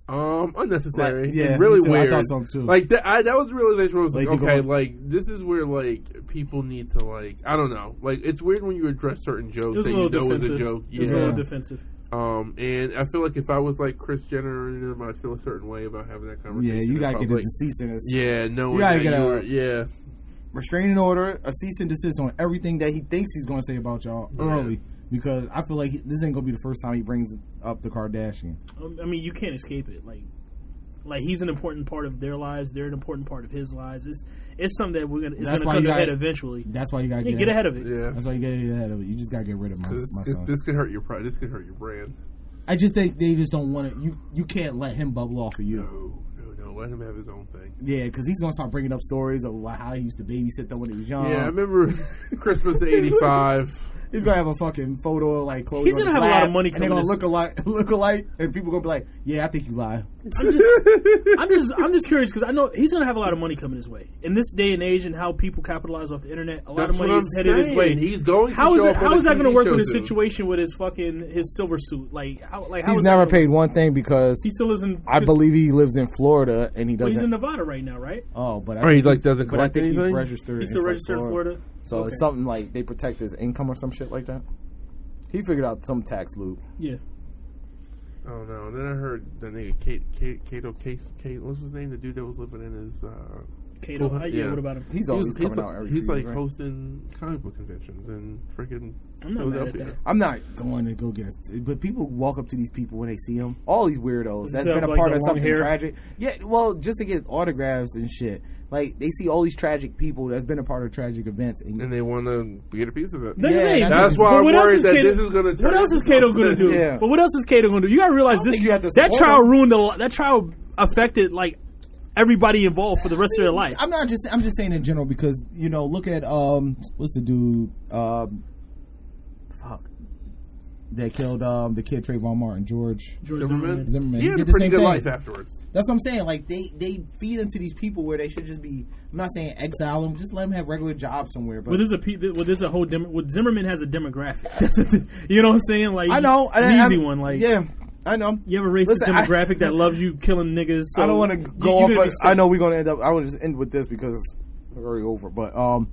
[SPEAKER 4] Um, unnecessary.
[SPEAKER 3] Like,
[SPEAKER 4] yeah,
[SPEAKER 3] yeah,
[SPEAKER 4] really
[SPEAKER 6] me too. I
[SPEAKER 4] weird.
[SPEAKER 6] thought so, too.
[SPEAKER 4] Like that, I, that was the realization where I was like,
[SPEAKER 6] Like, you
[SPEAKER 4] okay,
[SPEAKER 6] go-
[SPEAKER 4] like this is where like people need to like, I don't know, like it's weird when you address certain
[SPEAKER 2] It
[SPEAKER 4] jokes
[SPEAKER 2] was
[SPEAKER 4] that
[SPEAKER 2] a
[SPEAKER 4] you
[SPEAKER 2] little
[SPEAKER 4] know is
[SPEAKER 2] defensive.
[SPEAKER 4] a joke.
[SPEAKER 2] It was a little
[SPEAKER 6] Yeah.
[SPEAKER 2] defensive.
[SPEAKER 4] Um, and I feel like if I was like Chris Jenner and him, I'd feel a certain way about having that conversation.
[SPEAKER 6] Yeah, you gotta
[SPEAKER 4] If
[SPEAKER 6] get
[SPEAKER 4] I'm
[SPEAKER 6] the
[SPEAKER 4] like,
[SPEAKER 6] cease and desist.
[SPEAKER 4] Yeah, no,
[SPEAKER 6] gotta
[SPEAKER 4] that
[SPEAKER 6] get
[SPEAKER 4] you
[SPEAKER 6] a-
[SPEAKER 4] were- yeah,
[SPEAKER 6] Restraining order, a cease and desist on everything that he thinks he's gonna say about y'all early. Because I feel like he- this ain't gonna be the first time he brings up the Kardashian.
[SPEAKER 2] Um, I mean, you can't escape it. Like, like he's an important part of their lives. They're an important part of his lives. It's it's something that we're gonna it's
[SPEAKER 6] That's
[SPEAKER 2] gonna
[SPEAKER 6] why
[SPEAKER 2] come
[SPEAKER 6] you
[SPEAKER 2] to a head
[SPEAKER 6] gotta-
[SPEAKER 2] eventually.
[SPEAKER 6] That's why you gotta
[SPEAKER 2] Yeah,
[SPEAKER 6] get,
[SPEAKER 2] get ahead of it.
[SPEAKER 4] yeah.
[SPEAKER 6] That's why you gotta get ahead of it. You just gotta get rid of my,
[SPEAKER 4] This,
[SPEAKER 6] my
[SPEAKER 4] this,
[SPEAKER 6] son.
[SPEAKER 4] this could hurt your pride. This could hurt your brand.
[SPEAKER 6] I just think they just don't want to. You you can't let him bubble off of you.
[SPEAKER 4] No, no, no. Let him have his own thing.
[SPEAKER 6] Yeah, because he's gonna start bringing up stories of like, how he used to babysit them when he was
[SPEAKER 3] Uh-huh.
[SPEAKER 6] young.
[SPEAKER 4] yeah, I remember Christmas '85.
[SPEAKER 6] He's gonna have a fucking photo of like Chloe.
[SPEAKER 2] He's
[SPEAKER 6] on
[SPEAKER 2] gonna
[SPEAKER 6] his
[SPEAKER 2] have a lot
[SPEAKER 6] lap,
[SPEAKER 2] of money
[SPEAKER 6] And they're gonna
[SPEAKER 2] coming to-
[SPEAKER 6] look alike, look alike, and people gonna be like, "Yeah, I think you lie."
[SPEAKER 2] I'm just I'm just I'm just curious because I know he's gonna have a lot of money coming his way in this day and age and how people capitalize off the internet. A lot
[SPEAKER 4] That's
[SPEAKER 2] of money
[SPEAKER 4] what I'm
[SPEAKER 2] is headed his
[SPEAKER 4] saying.
[SPEAKER 2] way.
[SPEAKER 4] He's going.
[SPEAKER 2] How
[SPEAKER 4] to
[SPEAKER 2] is
[SPEAKER 4] show
[SPEAKER 2] it,
[SPEAKER 4] up on
[SPEAKER 2] how
[SPEAKER 4] a
[SPEAKER 2] is that going to
[SPEAKER 4] TV
[SPEAKER 2] work
[SPEAKER 4] show
[SPEAKER 2] with his
[SPEAKER 4] soon.
[SPEAKER 2] situation with his fucking his silver suit? Like how like how
[SPEAKER 6] He's
[SPEAKER 2] is that
[SPEAKER 6] never
[SPEAKER 2] gonna-
[SPEAKER 6] paid one thing because
[SPEAKER 2] He still lives in.
[SPEAKER 6] I believe he lives in Florida and he
[SPEAKER 2] well, he's in
[SPEAKER 6] doesn't.
[SPEAKER 2] Nevada right now, right?
[SPEAKER 6] Oh, but I,
[SPEAKER 4] Or he like doesn't
[SPEAKER 6] but I
[SPEAKER 4] collect
[SPEAKER 6] think he's
[SPEAKER 4] anything.
[SPEAKER 6] registered.
[SPEAKER 2] He's still
[SPEAKER 6] in
[SPEAKER 2] registered in Florida.
[SPEAKER 6] So
[SPEAKER 2] Okay.
[SPEAKER 6] it's something like they protect his income or some shit like that. He figured out some tax loop.
[SPEAKER 2] Yeah.
[SPEAKER 4] Oh no! And then I heard that nigga Kate, Kate, Kato, Case, Kate. What's his name? The dude that was living in his. Uh,
[SPEAKER 2] Kato,
[SPEAKER 4] Well,
[SPEAKER 2] I- yeah.
[SPEAKER 4] yeah.
[SPEAKER 2] What about him?
[SPEAKER 6] He's
[SPEAKER 4] he was-
[SPEAKER 6] always coming
[SPEAKER 4] he's,
[SPEAKER 6] out every.
[SPEAKER 4] He's
[SPEAKER 6] few
[SPEAKER 4] like
[SPEAKER 6] years, right?
[SPEAKER 4] hosting comic book conventions and freaking
[SPEAKER 2] I'm not mad at
[SPEAKER 4] Philadelphia.
[SPEAKER 2] that.
[SPEAKER 6] I'm not going to go
[SPEAKER 3] Go get us. But people walk up to these people when they see them. All these weirdos. That's
[SPEAKER 2] that
[SPEAKER 3] been a
[SPEAKER 2] like
[SPEAKER 3] part
[SPEAKER 2] the
[SPEAKER 3] of
[SPEAKER 2] long
[SPEAKER 3] something
[SPEAKER 2] hair?
[SPEAKER 3] tragic. Yeah, well, just to get autographs and shit. Like they see all these tragic people. That's been a part of tragic events. And
[SPEAKER 4] and they want to get a piece of it.
[SPEAKER 2] Like I
[SPEAKER 3] Yeah,
[SPEAKER 2] say,
[SPEAKER 3] that's-
[SPEAKER 4] That's
[SPEAKER 2] but
[SPEAKER 4] why I'm
[SPEAKER 2] what else
[SPEAKER 4] worried
[SPEAKER 2] is
[SPEAKER 4] that
[SPEAKER 2] Kato-
[SPEAKER 4] this is going to turn.
[SPEAKER 2] What else is
[SPEAKER 4] into
[SPEAKER 2] Kato
[SPEAKER 4] something
[SPEAKER 2] going to do?
[SPEAKER 4] that-
[SPEAKER 3] Yeah.
[SPEAKER 2] But what else is Kato going to do? You got to realize this.
[SPEAKER 3] think you have to
[SPEAKER 2] that
[SPEAKER 3] support
[SPEAKER 2] trial
[SPEAKER 3] him.
[SPEAKER 2] ruined a lot. That trial affected like everybody involved for the rest of their life.
[SPEAKER 6] I'm not just. I'm just saying in general because you know, look at um, what's the dude? Um, fuck, that killed um the kid Trayvon Martin, George.
[SPEAKER 2] George
[SPEAKER 4] Zimmerman.
[SPEAKER 2] Zimmerman.
[SPEAKER 6] Zimmerman.
[SPEAKER 4] He
[SPEAKER 6] He
[SPEAKER 4] had a
[SPEAKER 6] did the
[SPEAKER 4] pretty
[SPEAKER 6] same
[SPEAKER 4] good
[SPEAKER 6] thing.
[SPEAKER 4] life afterwards.
[SPEAKER 6] That's what I'm saying. Like they they feed into these people where they should just be. I'm not saying exile them. Just let them have regular jobs somewhere.
[SPEAKER 2] Well,
[SPEAKER 6] But
[SPEAKER 2] there's a pe- well, there's a whole dem- well, Zimmerman has a demographic. That's a th- you know what I'm saying? Like
[SPEAKER 3] I know. I,
[SPEAKER 2] an
[SPEAKER 3] I-
[SPEAKER 2] easy
[SPEAKER 3] I'm-
[SPEAKER 2] one. Like
[SPEAKER 3] yeah, I know.
[SPEAKER 2] you have a racist
[SPEAKER 3] Listen, I-
[SPEAKER 2] demographic that loves you killing niggas. So
[SPEAKER 3] I don't want to
[SPEAKER 2] you-
[SPEAKER 3] go
[SPEAKER 2] you
[SPEAKER 3] off.
[SPEAKER 2] gonna be
[SPEAKER 3] But
[SPEAKER 2] sick.
[SPEAKER 3] I know we're gonna end up. I will just end with this because we're already over. But um,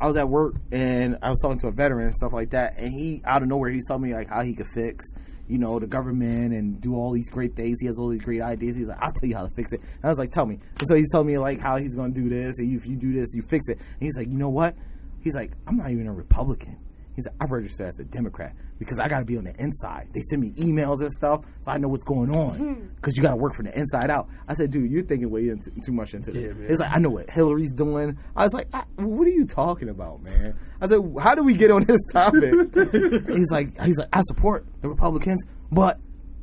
[SPEAKER 3] I was at work and I was talking to a veteran and stuff like that, and he out of nowhere he's telling me like how he could fix. You know the government and do all these great things. He has all these great ideas. He's like, I'll tell you how to fix it. And I was like, tell me. And so he's telling me like how he's gonna do this, and you, if you do this, you fix it. And he's like, you know what? He's like, I'm not even a Republican. He's like, I register as a Democrat because I got to be on the inside. They send me emails and stuff, so I know what's going on. Because you got to work from the inside out. I said, dude, you're thinking way into, too much into this.
[SPEAKER 4] Yeah, man.
[SPEAKER 3] it's like, I know what Hillary's doing. I was like, I, what are you talking about, man? I was like, how do we get on this topic? he's like, he's like, I support the Republicans, but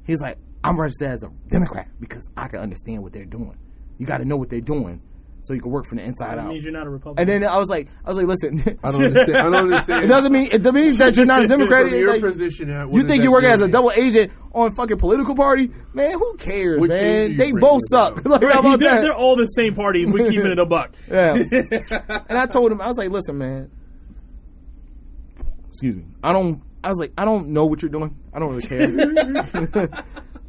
[SPEAKER 3] he's like, I'm registered as a Democrat because I can understand what they're doing. You got to know what they're doing so you can work from the inside
[SPEAKER 2] That
[SPEAKER 3] out.
[SPEAKER 2] means you're not a Republican.
[SPEAKER 3] And then I was like, I was like, listen.
[SPEAKER 4] I don't understand. I don't understand.
[SPEAKER 3] It doesn't mean it doesn't mean that you're not a Democrat.
[SPEAKER 4] From your
[SPEAKER 3] Like,
[SPEAKER 4] position, how- what
[SPEAKER 3] you
[SPEAKER 4] does
[SPEAKER 3] think
[SPEAKER 4] that
[SPEAKER 3] you're working
[SPEAKER 4] do
[SPEAKER 3] as a
[SPEAKER 4] to
[SPEAKER 3] double agent on fucking political party? Man, who cares,
[SPEAKER 4] What change do
[SPEAKER 3] man?
[SPEAKER 4] you
[SPEAKER 3] They
[SPEAKER 4] bring
[SPEAKER 3] both
[SPEAKER 4] to the
[SPEAKER 3] suck.
[SPEAKER 4] job?
[SPEAKER 3] like, how
[SPEAKER 2] they're,
[SPEAKER 3] about that?
[SPEAKER 2] they're all the same party. If we're keeping it a buck.
[SPEAKER 3] Yeah. and I told him, I was like, listen, man. Excuse me. I don't. I was like, I don't know what you're doing. I don't really care.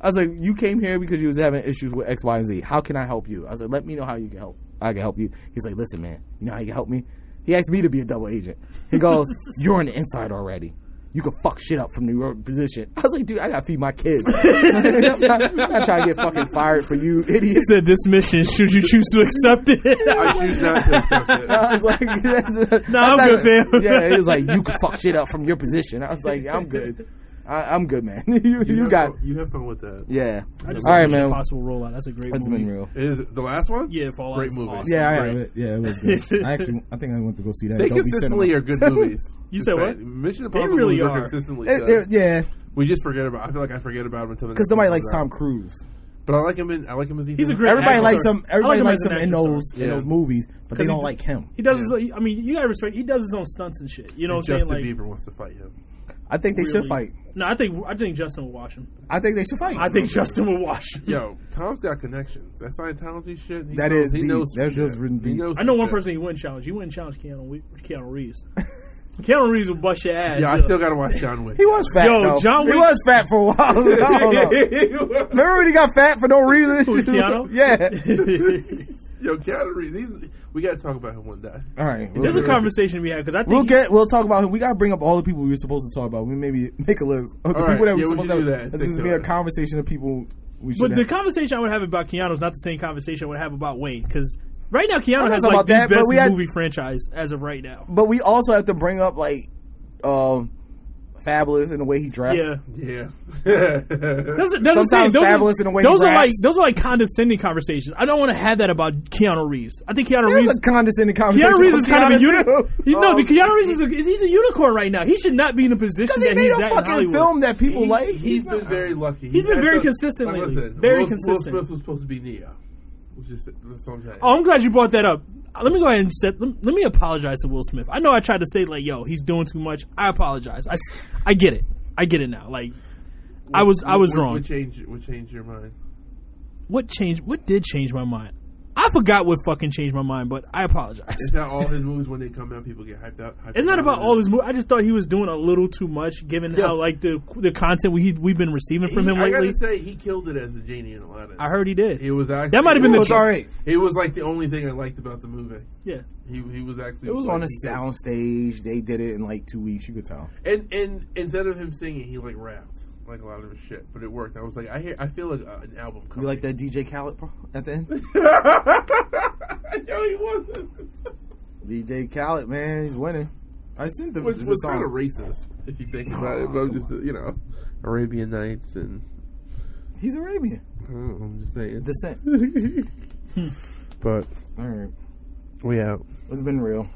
[SPEAKER 3] I was like, you came here because you was having issues with X, Y, and Z. How can I help you? I was like, let me know how you can help. I can help you. He's like, listen, man, you know how you can help me? He asked me to be a double agent. He goes, you're on the inside already. You can fuck shit up from your position. I was like, dude, I gotta feed my kids. I'm, not, I'm not trying to get fucking fired for you, idiot.
[SPEAKER 2] Said this mission, should you choose to accept it?
[SPEAKER 4] I choose not to accept it.
[SPEAKER 3] I was like, no,
[SPEAKER 2] I'm good, fam.
[SPEAKER 3] Yeah, he was like, you can fuck shit up from your position. I was like, I'm good. I, I'm good, man. you you,
[SPEAKER 4] have
[SPEAKER 3] got,
[SPEAKER 4] fun- you have fun with that.
[SPEAKER 3] yeah.
[SPEAKER 2] I just
[SPEAKER 3] All right,
[SPEAKER 2] Mission
[SPEAKER 3] man.
[SPEAKER 2] Impossible rollout. That's a great
[SPEAKER 3] That's
[SPEAKER 2] movie.
[SPEAKER 3] been real.
[SPEAKER 4] It Is the last one?
[SPEAKER 2] Yeah, Fallout
[SPEAKER 4] Great
[SPEAKER 2] is
[SPEAKER 4] movie.
[SPEAKER 2] awesome.
[SPEAKER 6] Yeah, I, yeah, it was good. I actually, I think I went to go see that.
[SPEAKER 4] They
[SPEAKER 6] Dolby
[SPEAKER 4] consistently
[SPEAKER 6] Cinema.
[SPEAKER 4] are good movies.
[SPEAKER 2] You said what?
[SPEAKER 4] Mission Impossible
[SPEAKER 2] really
[SPEAKER 4] movies
[SPEAKER 2] are.
[SPEAKER 4] are consistently
[SPEAKER 3] It-
[SPEAKER 4] good.
[SPEAKER 3] it- yeah,
[SPEAKER 4] We just forget about. I feel like I forget about him until the
[SPEAKER 3] because
[SPEAKER 4] next
[SPEAKER 3] nobody
[SPEAKER 4] one
[SPEAKER 3] likes
[SPEAKER 4] comes
[SPEAKER 3] Tom
[SPEAKER 4] out.
[SPEAKER 3] Cruise.
[SPEAKER 4] But I like him. In, I like him as
[SPEAKER 2] He's a great
[SPEAKER 3] Everybody
[SPEAKER 2] actor.
[SPEAKER 3] likes him.
[SPEAKER 2] I
[SPEAKER 3] Everybody
[SPEAKER 2] him
[SPEAKER 3] likes
[SPEAKER 2] as an
[SPEAKER 3] him in
[SPEAKER 2] action star.
[SPEAKER 3] those in
[SPEAKER 4] Yeah.
[SPEAKER 3] those movies, but they
[SPEAKER 2] he
[SPEAKER 3] don't
[SPEAKER 2] d-
[SPEAKER 3] like him.
[SPEAKER 2] He does. His, I mean, you gotta respect. He does his own stunts and shit. You know what I'm
[SPEAKER 4] Justin
[SPEAKER 2] saying? Like,
[SPEAKER 4] Bieber wants to fight him.
[SPEAKER 3] I think they should
[SPEAKER 2] really-
[SPEAKER 3] fight.
[SPEAKER 2] No, I think I think Justin will watch him.
[SPEAKER 3] I think they should fight.
[SPEAKER 2] I think Justin will watch him.
[SPEAKER 4] Yo, Tom's got connections. That Scientology shit. He
[SPEAKER 3] That
[SPEAKER 4] knows,
[SPEAKER 3] is
[SPEAKER 4] he
[SPEAKER 3] deep.
[SPEAKER 4] Knows some
[SPEAKER 3] That's
[SPEAKER 4] shit.
[SPEAKER 3] just written
[SPEAKER 4] He
[SPEAKER 3] deep.
[SPEAKER 4] knows
[SPEAKER 2] I know
[SPEAKER 4] some
[SPEAKER 2] one
[SPEAKER 4] shit.
[SPEAKER 2] person he wouldn't challenge. He wouldn't challenge Keanu We- Keanu Reeves. Keanu Reeves would bust your ass.
[SPEAKER 4] Yeah, I
[SPEAKER 2] up.
[SPEAKER 4] still gotta watch John Wick.
[SPEAKER 3] he was fat.
[SPEAKER 2] Yo,
[SPEAKER 3] though.
[SPEAKER 2] John
[SPEAKER 3] He
[SPEAKER 2] Wick-
[SPEAKER 3] was fat for a while. I don't know. Remember when he got fat for no reason?
[SPEAKER 2] Who, Keanu?
[SPEAKER 3] yeah.
[SPEAKER 4] Yo, Keanu Reeves. he's- We gotta talk about him one day.
[SPEAKER 3] All right. We'll,
[SPEAKER 2] There's a conversation we had because I think
[SPEAKER 6] We'll
[SPEAKER 2] he-
[SPEAKER 6] get. We'll talk about him. We gotta bring up all the people we were supposed to talk about. We maybe make a list of the
[SPEAKER 4] All right,
[SPEAKER 6] people that
[SPEAKER 4] yeah,
[SPEAKER 6] we're
[SPEAKER 4] we
[SPEAKER 6] supposed to.
[SPEAKER 4] should do
[SPEAKER 6] Have.
[SPEAKER 4] that.
[SPEAKER 6] This
[SPEAKER 4] Stick
[SPEAKER 6] is
[SPEAKER 4] to
[SPEAKER 6] be a
[SPEAKER 4] it.
[SPEAKER 6] conversation of people we should.
[SPEAKER 2] But the
[SPEAKER 6] have.
[SPEAKER 2] conversation I would have about Keanu is not the same conversation I would have about Wayne because right now Keanu
[SPEAKER 3] not
[SPEAKER 2] has
[SPEAKER 3] talking
[SPEAKER 2] like the
[SPEAKER 3] about that, but
[SPEAKER 2] best
[SPEAKER 3] we had-
[SPEAKER 2] movie franchise as of right now.
[SPEAKER 3] but we also have to bring up like, um, Fabulous in the way he dressed.
[SPEAKER 2] Yeah,
[SPEAKER 4] Yeah.
[SPEAKER 2] That's, that's what I'm saying.
[SPEAKER 3] Sometimes
[SPEAKER 2] Those,
[SPEAKER 3] fabulous
[SPEAKER 2] are,
[SPEAKER 3] in a way
[SPEAKER 2] those
[SPEAKER 3] he
[SPEAKER 2] are like
[SPEAKER 3] raps.
[SPEAKER 2] those are like condescending conversations. I don't want to have that about Keanu Reeves. I think Keanu
[SPEAKER 3] It was
[SPEAKER 2] Reeves.
[SPEAKER 3] a condescending conversation.
[SPEAKER 2] Keanu Reeves is
[SPEAKER 3] with
[SPEAKER 2] kind of a
[SPEAKER 3] Keanu,
[SPEAKER 2] unicorn.
[SPEAKER 3] too. Oh.
[SPEAKER 2] You know, the Keanu Reeves is a, is- he's a unicorn right now. He should not be in the position
[SPEAKER 3] Because he
[SPEAKER 2] that
[SPEAKER 3] made
[SPEAKER 2] he's
[SPEAKER 3] a
[SPEAKER 2] at in
[SPEAKER 3] fucking
[SPEAKER 2] Hollywood.
[SPEAKER 3] film that people like.
[SPEAKER 4] he's been very lucky.
[SPEAKER 2] He's been
[SPEAKER 4] had
[SPEAKER 2] very
[SPEAKER 4] some-
[SPEAKER 2] consistent
[SPEAKER 4] Like,
[SPEAKER 2] lately.
[SPEAKER 4] listen,
[SPEAKER 2] Very
[SPEAKER 4] Will-
[SPEAKER 2] consistent.
[SPEAKER 4] Will Smith was supposed to be Neo. It's just- that's what I'm saying.
[SPEAKER 2] Oh, I'm glad you brought that up. Let me go ahead and set, let, let me apologize to Will Smith. I know I tried to say like, yo, he's doing too much. I apologize. I, s- I get it. I get it now. Like, I was I
[SPEAKER 4] What-
[SPEAKER 2] was
[SPEAKER 4] what-
[SPEAKER 2] wrong.
[SPEAKER 4] What changed? What changed your mind?
[SPEAKER 2] what changed? What did change my mind? I forgot what fucking changed my mind, but I apologize.
[SPEAKER 4] It's not all his movies when they come out. People get hyped out. hyped
[SPEAKER 2] It's not
[SPEAKER 4] out
[SPEAKER 2] about
[SPEAKER 4] on
[SPEAKER 2] all
[SPEAKER 4] it.
[SPEAKER 2] his movies. I just thought he was doing a little too much, given how like the the content we we've been receiving from
[SPEAKER 4] He-
[SPEAKER 2] him
[SPEAKER 4] I
[SPEAKER 2] lately.
[SPEAKER 4] gotta say, he killed it as a genie in Aladdin.
[SPEAKER 2] I heard he did.
[SPEAKER 4] He was actually
[SPEAKER 2] That might have been
[SPEAKER 4] he
[SPEAKER 2] the
[SPEAKER 4] was,
[SPEAKER 2] tr-
[SPEAKER 3] alright.
[SPEAKER 4] He was like the only thing I liked about the movie.
[SPEAKER 2] yeah.
[SPEAKER 4] He he was actually
[SPEAKER 3] It was
[SPEAKER 4] like,
[SPEAKER 3] on a
[SPEAKER 4] he killed-
[SPEAKER 3] soundstage. They did it in like two weeks. You could tell.
[SPEAKER 4] And and instead of him singing, he like rapped like a lot of his shit, but it worked. I was like, I hear, I feel like uh, an album
[SPEAKER 3] You
[SPEAKER 4] coming.
[SPEAKER 3] like that DJ Khaled bro, at the end?
[SPEAKER 4] no, he wasn't.
[SPEAKER 3] DJ Khaled, man, he's winning. I sent the,
[SPEAKER 4] Which
[SPEAKER 3] the
[SPEAKER 4] was
[SPEAKER 3] song. Oh.
[SPEAKER 4] kind of racist if you think about it. But I'm just you know, Arabian Nights and
[SPEAKER 3] He's Arabian
[SPEAKER 4] I don't know, I'm just saying.
[SPEAKER 3] descent.
[SPEAKER 4] but
[SPEAKER 3] All right,
[SPEAKER 4] we out.
[SPEAKER 3] it's been real.